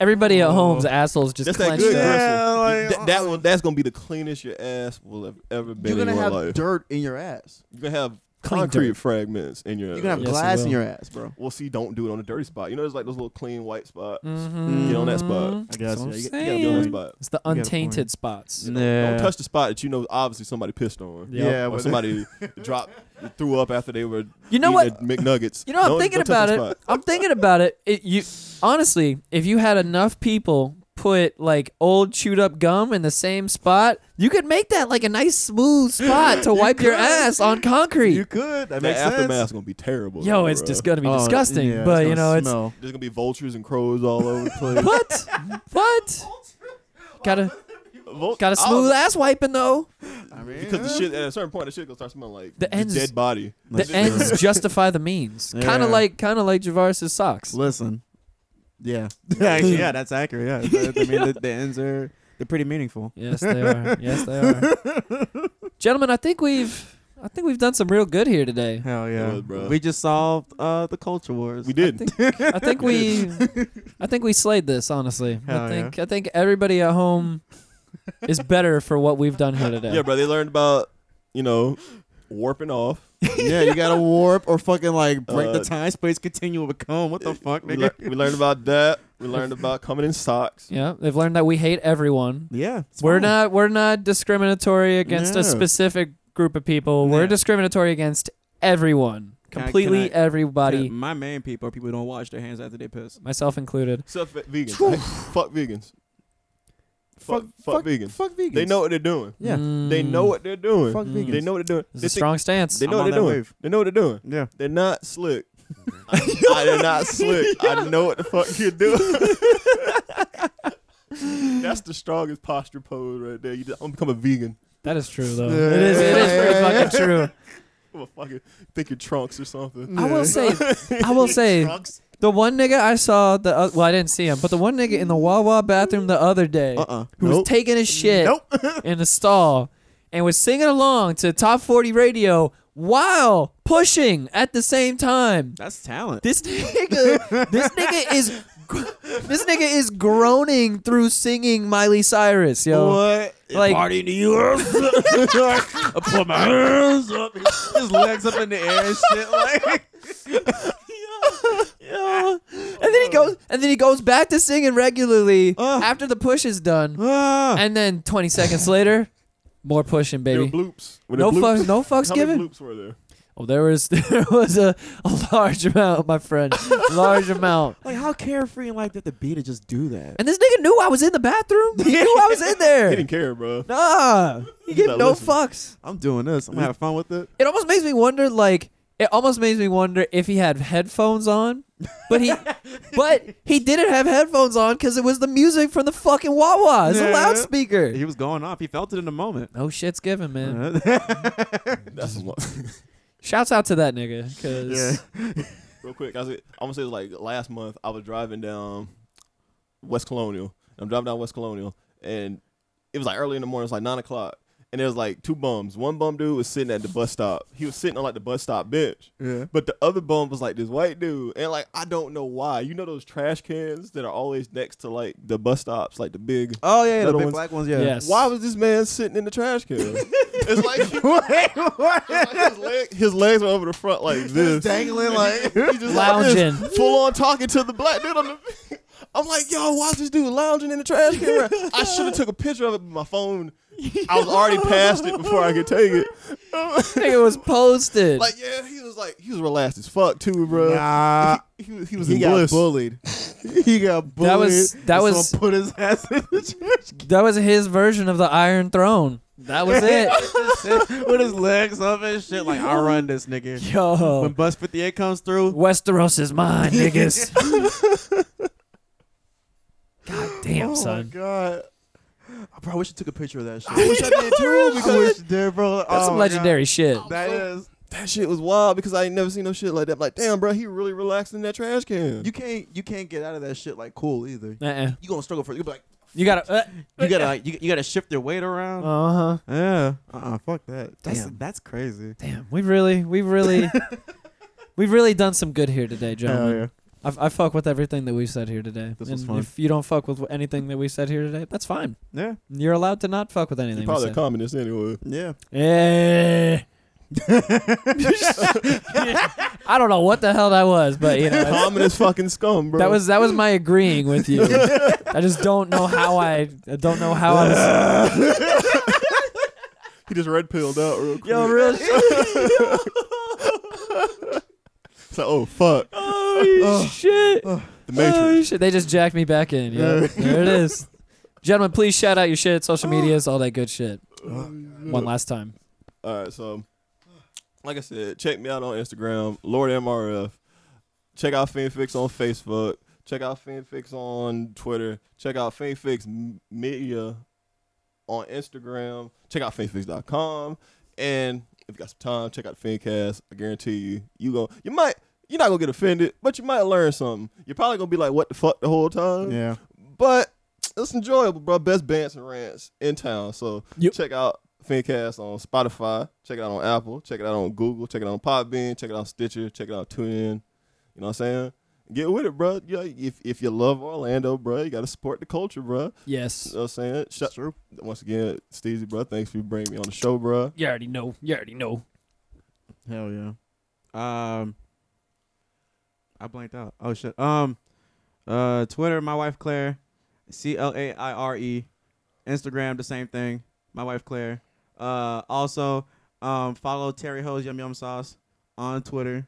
[SPEAKER 2] Everybody at home's assholes just
[SPEAKER 3] That's that
[SPEAKER 2] clenched
[SPEAKER 3] good
[SPEAKER 2] up.
[SPEAKER 3] gristle.
[SPEAKER 5] like,
[SPEAKER 3] Th- that one, that's gonna be the cleanest your ass will have ever been
[SPEAKER 5] You're gonna
[SPEAKER 3] in your
[SPEAKER 5] have
[SPEAKER 3] life.
[SPEAKER 5] dirt in your ass.
[SPEAKER 3] You're gonna have
[SPEAKER 2] Clean
[SPEAKER 3] concrete
[SPEAKER 2] dirt.
[SPEAKER 3] fragments in your.
[SPEAKER 5] You're gonna have
[SPEAKER 2] Yes, it
[SPEAKER 5] glass
[SPEAKER 2] will.
[SPEAKER 5] in your ass, bro.
[SPEAKER 3] well, see, don't do it on a dirty spot. You know, there's like those little clean white spots.
[SPEAKER 2] Mhm.
[SPEAKER 3] Get on that spot.
[SPEAKER 5] Mm-hmm. I guess.
[SPEAKER 2] what I'm
[SPEAKER 5] yeah, you- you gotta
[SPEAKER 3] Get
[SPEAKER 2] saying.
[SPEAKER 3] on that
[SPEAKER 5] Yeah.
[SPEAKER 3] spot.
[SPEAKER 2] It's the
[SPEAKER 5] a point.
[SPEAKER 2] untainted spots.
[SPEAKER 3] Don't touch the spot that you know obviously somebody pissed on.
[SPEAKER 2] Yep.
[SPEAKER 5] Yeah,
[SPEAKER 3] or
[SPEAKER 5] but-
[SPEAKER 3] somebody <laughs> dropped threw up after they were
[SPEAKER 2] You know
[SPEAKER 3] eating at McNuggets.
[SPEAKER 2] You know, I'm
[SPEAKER 3] Don't-
[SPEAKER 2] thinking
[SPEAKER 3] don't
[SPEAKER 2] about
[SPEAKER 3] touch that
[SPEAKER 2] it.
[SPEAKER 3] spot.
[SPEAKER 2] I'm thinking about it. It you honestly, if you had enough people put like old chewed up gum in the same spot, you could make that like a nice
[SPEAKER 3] <laughs>
[SPEAKER 2] smooth spot to wipe your ass on
[SPEAKER 5] <laughs>
[SPEAKER 2] concrete.
[SPEAKER 5] You could. That
[SPEAKER 3] The
[SPEAKER 5] makes sense.
[SPEAKER 3] aftermath's gonna be terrible.
[SPEAKER 2] Yo,
[SPEAKER 3] though,
[SPEAKER 2] it's
[SPEAKER 3] bruh.
[SPEAKER 2] just gonna be
[SPEAKER 5] Oh,
[SPEAKER 2] disgusting.
[SPEAKER 5] yeah,
[SPEAKER 2] but
[SPEAKER 5] it's
[SPEAKER 2] you
[SPEAKER 5] gonna
[SPEAKER 2] know,
[SPEAKER 5] smell.
[SPEAKER 3] There's gonna be vultures and crows all
[SPEAKER 5] <laughs>
[SPEAKER 3] over the place.
[SPEAKER 2] it's <laughs> what what gotta
[SPEAKER 3] Vul-
[SPEAKER 2] got a
[SPEAKER 5] Oh,
[SPEAKER 3] I
[SPEAKER 2] smooth
[SPEAKER 3] was-
[SPEAKER 2] ass wiping though.
[SPEAKER 3] because the shit at a certain point the shit gonna start smelling like
[SPEAKER 2] The
[SPEAKER 3] the
[SPEAKER 2] ends-
[SPEAKER 3] dead body.
[SPEAKER 2] The ends justify the means. <laughs> Kind
[SPEAKER 5] Yeah.
[SPEAKER 2] of like kind of like Javaris's socks.
[SPEAKER 5] Listen.
[SPEAKER 3] <laughs>
[SPEAKER 5] Yeah.
[SPEAKER 4] Actually, yeah, that's accurate. Yeah, I mean, the, the ends are they're pretty meaningful.
[SPEAKER 2] Yes, they are. Yes, they are. Gentlemen, I think we've I think we've done some real good here today.
[SPEAKER 4] Hell yeah,
[SPEAKER 3] was, bro.
[SPEAKER 4] we just solved uh, the culture wars.
[SPEAKER 3] We
[SPEAKER 2] I
[SPEAKER 3] did.
[SPEAKER 2] think, I think we I think we slayed this honestly. I
[SPEAKER 4] Hell
[SPEAKER 2] think I think everybody at home is better for what we've done here today.
[SPEAKER 3] Yeah, bro. They learned about you know warping off.
[SPEAKER 4] yeah,
[SPEAKER 3] <laughs>
[SPEAKER 4] you gotta warp or fucking like break
[SPEAKER 3] Uh,
[SPEAKER 4] the time space continuum with comb. What the fuck,
[SPEAKER 3] We,
[SPEAKER 4] nigga? <laughs>
[SPEAKER 3] lear- we learned about that. We learned about coming in socks.
[SPEAKER 2] Yeah, they've learned that we hate everyone.
[SPEAKER 4] yeah, it's
[SPEAKER 2] We're
[SPEAKER 4] fine.
[SPEAKER 2] not we're not discriminatory against
[SPEAKER 4] No.
[SPEAKER 2] a specific group of people. We're
[SPEAKER 4] Yeah.
[SPEAKER 2] discriminatory against everyone.
[SPEAKER 4] Can I-
[SPEAKER 2] Completely
[SPEAKER 4] can I-
[SPEAKER 2] everybody,
[SPEAKER 4] Yeah, my main people are people who don't wash their hands after they piss.
[SPEAKER 2] myself included.
[SPEAKER 3] Except for vegans. Like, fuck vegans. Fuck, fuck, vegans.
[SPEAKER 5] Fuck vegans.
[SPEAKER 3] They know what they're doing.
[SPEAKER 5] Yeah.
[SPEAKER 3] They know what they're doing.
[SPEAKER 5] Fuck
[SPEAKER 2] Mm.
[SPEAKER 5] vegans.
[SPEAKER 3] They know what they're doing.
[SPEAKER 2] It's
[SPEAKER 3] They
[SPEAKER 2] Mm, a
[SPEAKER 3] think-
[SPEAKER 2] strong stance.
[SPEAKER 3] They know
[SPEAKER 4] I'm
[SPEAKER 3] what
[SPEAKER 4] on
[SPEAKER 3] they're
[SPEAKER 4] that
[SPEAKER 3] doing.
[SPEAKER 4] wave.
[SPEAKER 3] They know what they're doing.
[SPEAKER 5] Yeah.
[SPEAKER 3] They're
[SPEAKER 2] <laughs>
[SPEAKER 3] not slick. I, they're not slick. I know what the fuck
[SPEAKER 2] <laughs>
[SPEAKER 3] you're doing. That's the strongest posture pose right there. You just, I'm become a vegan.
[SPEAKER 2] That is true though. It is it is pretty fucking true.
[SPEAKER 3] I'm a fucking think your trunks or something.
[SPEAKER 2] I will say I will say
[SPEAKER 4] <laughs>
[SPEAKER 3] Trunks.
[SPEAKER 2] The one nigga I saw the uh, well, I didn't see him, but the one nigga in the Wawa bathroom the other day
[SPEAKER 4] Uh-uh.
[SPEAKER 2] who was
[SPEAKER 4] Nope.
[SPEAKER 2] taking his shit
[SPEAKER 4] Nope. <laughs>
[SPEAKER 2] in the stall and was singing along to Top 40 Radio while pushing at the same time.
[SPEAKER 4] That's talent.
[SPEAKER 2] This <laughs> nigga, this nigga is, gr- this nigga is groaning through singing Miley Cyrus, yo.
[SPEAKER 4] What?
[SPEAKER 3] <laughs>
[SPEAKER 2] Like,
[SPEAKER 4] in the U.S. I put my hands up, his legs up in the air and shit. Like,
[SPEAKER 3] <laughs>
[SPEAKER 2] yo. and then he goes, and then he goes back to singing regularly
[SPEAKER 4] Uh.
[SPEAKER 2] after the push is done.
[SPEAKER 4] ah.
[SPEAKER 2] And then 20 seconds later, more pushing,
[SPEAKER 3] There were
[SPEAKER 2] baby.
[SPEAKER 3] bloops. Were there
[SPEAKER 2] No
[SPEAKER 3] bloops?
[SPEAKER 2] fucks, no fucks
[SPEAKER 3] How
[SPEAKER 2] given.
[SPEAKER 3] many bloops were there?
[SPEAKER 2] Oh, there was <laughs> there was a, a large amount, my friend, large amount.
[SPEAKER 5] Like how carefree and like that the beat to just do that.
[SPEAKER 2] And this nigga knew I was in the bathroom. He knew I was in
[SPEAKER 3] He
[SPEAKER 2] there.
[SPEAKER 3] didn't care, bro.
[SPEAKER 2] Nah, he gave
[SPEAKER 3] not
[SPEAKER 2] no
[SPEAKER 3] listening.
[SPEAKER 2] fucks.
[SPEAKER 4] I'm doing this. I'm having fun with it.
[SPEAKER 2] It almost makes me wonder, like it almost makes me wonder if he had headphones on, but he, but he didn't have headphones on because it was the music from the fucking Wawa. It's a
[SPEAKER 4] Yeah.
[SPEAKER 2] loudspeaker.
[SPEAKER 4] He was going off. He felt it in the moment.
[SPEAKER 2] No shit's given, man.
[SPEAKER 3] That's a lot.
[SPEAKER 2] Shouts out to that nigga because
[SPEAKER 3] real quick. I was, I'm gonna say it was like last month. I was driving down West Colonial. I'm driving down West Colonial, and it was like early in the morning. It was like nine o'clock, and there was like two bums. One bum dude was sitting at the bus stop. He was sitting on like the bus stop bench.
[SPEAKER 4] Yeah.
[SPEAKER 3] But the other bum was like this white dude, and like I don't know why. You know those trash cans that are always next to like the bus stops, like the big.
[SPEAKER 4] Oh yeah,
[SPEAKER 3] Little
[SPEAKER 4] the big
[SPEAKER 3] ones.
[SPEAKER 4] black ones. Yeah.
[SPEAKER 2] yes,
[SPEAKER 3] Uh, Why was this man sitting in the trash can? <laughs> it's like, he- it's like his, leg, his legs were over the front like this, <laughs>
[SPEAKER 4] Dangling like
[SPEAKER 3] He just like <laughs> this,
[SPEAKER 2] Lounging.
[SPEAKER 3] full on talking to the black dude on the. <laughs> I'm like, yo, why is this dude lounging in the trash can? right?" I should have took a picture of it, but my phone. I was already past it before I could take it.
[SPEAKER 2] nigga was posted.
[SPEAKER 3] Like, yeah, he was like, he was relaxed as fuck too, bro.
[SPEAKER 4] Nah.
[SPEAKER 3] He, was- he was
[SPEAKER 4] He
[SPEAKER 3] in
[SPEAKER 4] got
[SPEAKER 3] bliss.
[SPEAKER 4] bullied. he got bullied.
[SPEAKER 2] That was- that
[SPEAKER 4] and
[SPEAKER 2] was-
[SPEAKER 4] someone put his ass in the
[SPEAKER 2] <laughs>
[SPEAKER 4] trash
[SPEAKER 2] That was his version of the Iron Throne. That was it.
[SPEAKER 4] can with his legs up and shit. Like I run this nigga.
[SPEAKER 2] Yo.
[SPEAKER 4] When Bus 58 comes through,
[SPEAKER 2] Westeros is mine,
[SPEAKER 4] <laughs>
[SPEAKER 2] niggas. God damn,
[SPEAKER 4] oh my
[SPEAKER 2] son.
[SPEAKER 4] god.
[SPEAKER 5] I probably wish I took a picture of that shit.
[SPEAKER 3] I wish I did
[SPEAKER 2] <laughs>
[SPEAKER 3] too.
[SPEAKER 4] I
[SPEAKER 3] Because
[SPEAKER 4] wish there, bro.
[SPEAKER 2] That's
[SPEAKER 4] oh
[SPEAKER 2] some
[SPEAKER 4] my
[SPEAKER 2] legendary shit.
[SPEAKER 4] God. That is.
[SPEAKER 3] that shit was wild because I ain't never seen no shit like that. I'm like, damn, bro, he really relaxed in that trash can.
[SPEAKER 5] You can't you can't get out of that shit like cool either.
[SPEAKER 2] Uh-uh.
[SPEAKER 5] You gonna struggle for it. You be like
[SPEAKER 2] You gotta. Uh
[SPEAKER 4] You gotta like, you, you gotta shift your weight around.
[SPEAKER 2] huh.
[SPEAKER 4] yeah. Uh. uh Fuck that. That's
[SPEAKER 2] Uh. Damn.
[SPEAKER 4] that's crazy.
[SPEAKER 2] Damn, we really, we
[SPEAKER 4] <laughs>
[SPEAKER 2] really, we've really done some good here today,
[SPEAKER 4] Hell
[SPEAKER 2] gentlemen. I, I fuck with everything that we said here today.
[SPEAKER 4] This
[SPEAKER 2] and
[SPEAKER 4] was fun.
[SPEAKER 2] if you don't fuck with anything that we said here today, that's fine.
[SPEAKER 4] Yeah.
[SPEAKER 2] You're allowed to not fuck with
[SPEAKER 3] He
[SPEAKER 2] anything. We
[SPEAKER 3] probably a
[SPEAKER 2] said.
[SPEAKER 3] communist anyway.
[SPEAKER 4] Yeah.
[SPEAKER 2] Eh. <laughs> I don't know what the hell that was, but you know, it's-
[SPEAKER 3] communist fucking scum, bro.
[SPEAKER 2] that was that was my agreeing with you. I just don't know how I, I don't know how I was.
[SPEAKER 3] he just red pilled out real quick.
[SPEAKER 2] Yo, real shit.
[SPEAKER 3] It's like, oh fuck,
[SPEAKER 2] <laughs> Oh, shit.
[SPEAKER 3] the Matrix.
[SPEAKER 2] Oh, shit. They just jacked me back in. Yeah, there it is. Gentlemen, please shout out your shit, social medias, all that good shit. One last time.
[SPEAKER 3] All right, so like I said, check me out on Instagram, Lord MRF. Check out FiendFix on Facebook. Check out FiendFix on Twitter. Check out FiendFix M- Media on Instagram. Check out FiendFix.com. And if you got some time, check out Fiendcast. I guarantee you, you go, you might, you're not gonna get offended, but you might learn something. You're probably gonna be like, what the fuck the whole time.
[SPEAKER 4] Yeah.
[SPEAKER 3] But it's enjoyable, bro. Best bands and rants in town. So
[SPEAKER 2] Yep.
[SPEAKER 3] check out Fincast on Spotify. Check it out on Apple. Check it out on Google. Check it out on Podbean. Check it out on Stitcher. Check it out on TuneIn. You know what I'm saying? Get with it, bro. You know, if if you love Orlando, bro, you gotta support the culture, bro. You
[SPEAKER 2] Yes.
[SPEAKER 3] know what I'm saying? Shut, true. Once again, Steezy, bro, thanks for bringing me on the show, bro.
[SPEAKER 2] You already know. You already know.
[SPEAKER 4] Hell yeah. Um, I blanked out. Oh shit. Um, uh, Twitter, my wife Claire, C L A I R E. Instagram, the same thing. My wife Claire. Uh, also, um, follow Terry Ho's Yum Yum Sauce on Twitter.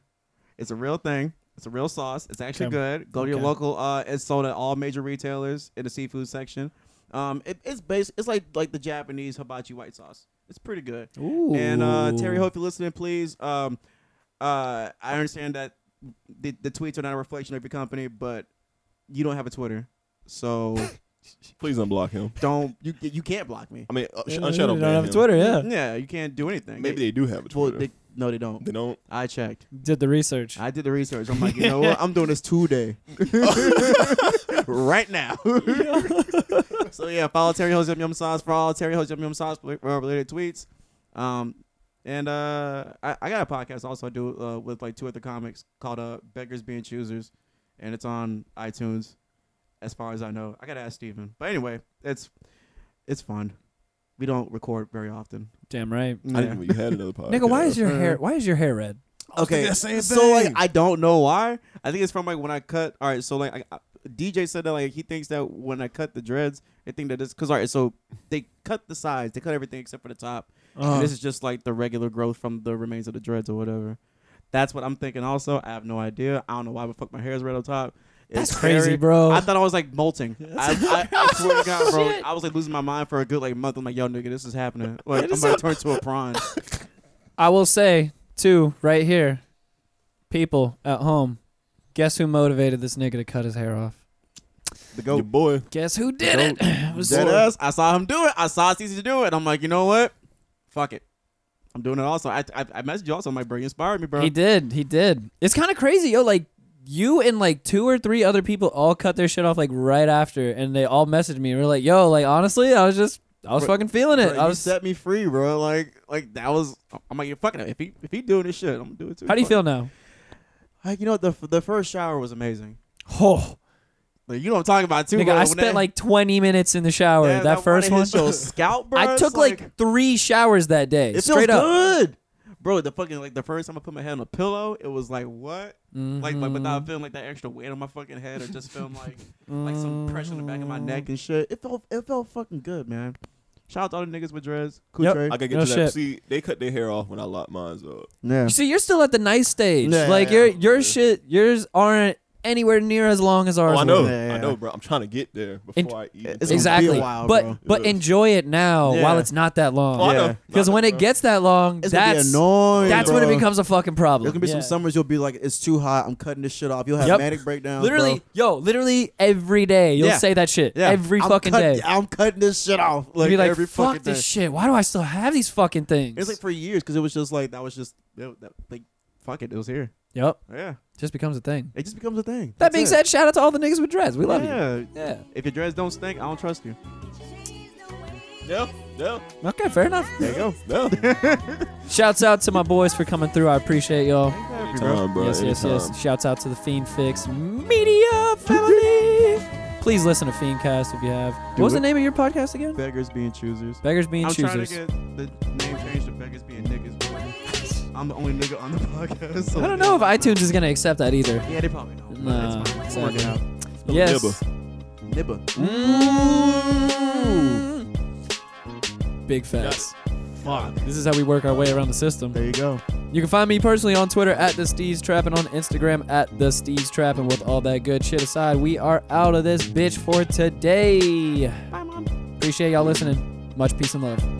[SPEAKER 4] It's a real thing. It's a real sauce. It's actually
[SPEAKER 2] Okay.
[SPEAKER 4] good. Go to your
[SPEAKER 2] Okay.
[SPEAKER 4] local. Uh, it's sold at all major retailers in the seafood section. Um, it, it's based. It's like like the Japanese hibachi white sauce. It's pretty good.
[SPEAKER 2] Ooh.
[SPEAKER 4] And uh, Terry, hope you're listening. Please, um, uh, I understand that the, the tweets are not a reflection of your company, but you don't have a Twitter,
[SPEAKER 2] <laughs>
[SPEAKER 4] so
[SPEAKER 3] Please unblock him.
[SPEAKER 4] don't you you can't block me.
[SPEAKER 3] I mean, uh, sh-
[SPEAKER 2] You
[SPEAKER 3] unshadow
[SPEAKER 2] don't
[SPEAKER 3] ban
[SPEAKER 2] have a
[SPEAKER 3] him.
[SPEAKER 2] Twitter, yeah.
[SPEAKER 4] Yeah, you can't do anything.
[SPEAKER 3] Maybe they do have a
[SPEAKER 4] well
[SPEAKER 3] Twitter.
[SPEAKER 4] they, No, they don't.
[SPEAKER 3] They don't.
[SPEAKER 4] I checked.
[SPEAKER 2] Did the research.
[SPEAKER 4] I did the research. I'm like, you know what? I'm doing this today, right now. so yeah, follow Terry Ho's Yum Yum Sauce for all Terry Ho's Yum Yum Sauce rela- uh, related tweets. Um, and uh, I, I got a podcast also I do uh, with like two other comics called uh, Beggars Being Choosers, and it's on iTunes, as far as I know. I gotta ask Steven. but anyway, it's it's fun. We don't record very often.
[SPEAKER 2] Damn right.
[SPEAKER 3] I didn't know you had another podcast.
[SPEAKER 2] Nigga, why is your hair? Why is your hair red?
[SPEAKER 4] Okay, so like I don't know why. I think it's from like when I cut. All right, so like I, I- DJ said that like he thinks that when I cut the dreads, I think that it's because all right, so they cut the sides, they cut everything except for the top.
[SPEAKER 2] Uh-huh.
[SPEAKER 4] And this is just like the regular growth from the remains of the dreads or whatever. That's what I'm thinking. Also, I have no idea. I don't know why the fuck my hair is red on top.
[SPEAKER 2] That's crazy, bro.
[SPEAKER 4] I thought I was like molting.
[SPEAKER 2] <laughs>
[SPEAKER 4] I, I, I swear to God, bro, I was like losing my mind for a good like month. I'm like, yo, nigga, this is happening. Like, I'm gonna turn to a prawn.
[SPEAKER 2] I will say too, right here, people at home, guess who motivated this nigga to cut his hair off?
[SPEAKER 4] The
[SPEAKER 3] Your
[SPEAKER 4] goat.
[SPEAKER 3] boy.
[SPEAKER 2] Guess who did it? It was-
[SPEAKER 4] Dead ass. I saw him do it. I saw CC do it. I'm like, you know what? Fuck it. I'm doing it also. I I, I messaged you also. I'm like, bro, you inspired me, bro.
[SPEAKER 2] He did. He did. It's kind of crazy, yo. Like you and like two or three other people all cut their shit off like right after, and they all messaged me and were like, "Yo, like honestly, I was just, I was fucking feeling it.
[SPEAKER 4] Bro,
[SPEAKER 2] I
[SPEAKER 4] you
[SPEAKER 2] was."
[SPEAKER 4] set me free, bro. Like like that was. I'm like, you're fucking it. If he if he doing this shit, I'm gonna do it too.
[SPEAKER 2] How do you
[SPEAKER 4] Fuck it.
[SPEAKER 2] feel now?
[SPEAKER 4] Like you know what? The the first shower was amazing.
[SPEAKER 2] Oh,
[SPEAKER 4] Like you know what I'm talking about too.
[SPEAKER 2] nigga,
[SPEAKER 4] bro.
[SPEAKER 2] I
[SPEAKER 4] When
[SPEAKER 2] spent
[SPEAKER 4] that-
[SPEAKER 2] like 20 minutes in the shower.
[SPEAKER 4] <laughs> yeah,
[SPEAKER 2] that, first
[SPEAKER 4] one
[SPEAKER 2] one, <laughs>
[SPEAKER 4] hits your scalp, bro.
[SPEAKER 2] I
[SPEAKER 4] it's
[SPEAKER 2] took like, three showers that day.
[SPEAKER 4] it
[SPEAKER 2] straight
[SPEAKER 4] feels
[SPEAKER 2] up.
[SPEAKER 4] good. Bro, the fucking like the first time I put my head on a pillow, it was like what? Like like
[SPEAKER 2] Mm-hmm.
[SPEAKER 4] without feeling like that extra weight on my fucking head or just feeling like like some pressure on the back of my neck
[SPEAKER 2] Mm.
[SPEAKER 4] and shit. It felt it felt fucking good, man. Shout out to all the niggas with dreads. Cool
[SPEAKER 2] Yep.
[SPEAKER 4] Trey.
[SPEAKER 3] I gotta get
[SPEAKER 2] No
[SPEAKER 3] to that.
[SPEAKER 2] shit.
[SPEAKER 3] See, they cut their hair off when I locked mine up.
[SPEAKER 4] Yeah.
[SPEAKER 2] You see, you're still at the nice stage.
[SPEAKER 4] Yeah.
[SPEAKER 2] like your your shit, yours aren't anywhere near as long as ours.
[SPEAKER 3] Oh, I know,
[SPEAKER 2] were.
[SPEAKER 4] Yeah,
[SPEAKER 3] I
[SPEAKER 4] yeah.
[SPEAKER 3] know, bro. I'm trying to get there before
[SPEAKER 2] And-
[SPEAKER 3] I even.
[SPEAKER 4] It's gonna
[SPEAKER 2] Exactly.
[SPEAKER 4] be a while,
[SPEAKER 2] but
[SPEAKER 4] bro.
[SPEAKER 2] but
[SPEAKER 3] Yeah.
[SPEAKER 2] enjoy it now
[SPEAKER 4] Yeah.
[SPEAKER 2] while it's not that long.
[SPEAKER 3] Oh, I know.
[SPEAKER 4] Yeah.
[SPEAKER 2] Because
[SPEAKER 3] I know,
[SPEAKER 2] when it
[SPEAKER 3] bro.
[SPEAKER 2] gets that long,
[SPEAKER 4] It's gonna be
[SPEAKER 2] that's
[SPEAKER 4] annoying,
[SPEAKER 2] that's when it
[SPEAKER 4] bro.
[SPEAKER 2] becomes a fucking problem.
[SPEAKER 4] There's gonna be
[SPEAKER 2] Yeah.
[SPEAKER 4] some summers you'll be like, it's too hot. I'm cutting this shit off. You'll have
[SPEAKER 2] Yep.
[SPEAKER 4] manic breakdowns.
[SPEAKER 2] literally,
[SPEAKER 4] bro.
[SPEAKER 2] yo, literally every day you'll
[SPEAKER 4] Yeah.
[SPEAKER 2] say that shit
[SPEAKER 4] Yeah.
[SPEAKER 2] every
[SPEAKER 4] I'm
[SPEAKER 2] fucking
[SPEAKER 4] cut-
[SPEAKER 2] day.
[SPEAKER 4] I'm cutting this shit off.
[SPEAKER 2] You'll
[SPEAKER 4] Like,
[SPEAKER 2] be like,
[SPEAKER 4] every
[SPEAKER 2] fuck
[SPEAKER 4] fucking
[SPEAKER 2] this
[SPEAKER 4] day.
[SPEAKER 2] shit. Why do I still have these fucking things?
[SPEAKER 4] It's like for years because it was just like that was just it- that, like fuck it. It was here.
[SPEAKER 2] yep,
[SPEAKER 4] Yeah.
[SPEAKER 2] just becomes a thing.
[SPEAKER 4] It just becomes a thing.
[SPEAKER 2] That
[SPEAKER 4] That's
[SPEAKER 2] being
[SPEAKER 4] it.
[SPEAKER 2] said, shout out to all the niggas with dreads. We love you.
[SPEAKER 4] yeah.
[SPEAKER 2] Yeah.
[SPEAKER 4] If your dreads don't stink, I don't trust you.
[SPEAKER 3] Yeah, yeah,
[SPEAKER 2] Okay, fair enough.
[SPEAKER 4] There you go.
[SPEAKER 3] yeah.
[SPEAKER 2] Shouts out to my boys for coming through. I appreciate y'all.
[SPEAKER 3] Anytime, bro.
[SPEAKER 2] yes, yes,
[SPEAKER 3] anytime.
[SPEAKER 2] yes. Shouts out to the Fiend Fix Media family. Please listen to Fiendcast if you have. what
[SPEAKER 4] Do
[SPEAKER 2] was
[SPEAKER 4] it.
[SPEAKER 2] the name of your podcast again?
[SPEAKER 4] Beggars being choosers.
[SPEAKER 2] Beggars Being
[SPEAKER 4] I'm
[SPEAKER 2] Choosers.
[SPEAKER 4] trying to get the name changed to beggars being niggas. I'm the only nigga on the <laughs> podcast. so-
[SPEAKER 2] I don't know if iTunes is going to accept that either.
[SPEAKER 4] Yeah, they probably don't.
[SPEAKER 2] Nah,
[SPEAKER 4] It's fine. We'll work it out.
[SPEAKER 2] sadly. Yes.
[SPEAKER 4] Nibba.
[SPEAKER 2] Mm. Big facts. Fuck. This is how we work our way around the system.
[SPEAKER 4] There you go.
[SPEAKER 2] You can find me personally on Twitter at the Steez Trap and on Instagram at the Steez Trap. And with all that good shit aside, we are out of this bitch for today. Bye, mom. Appreciate y'all listening. Much peace and love.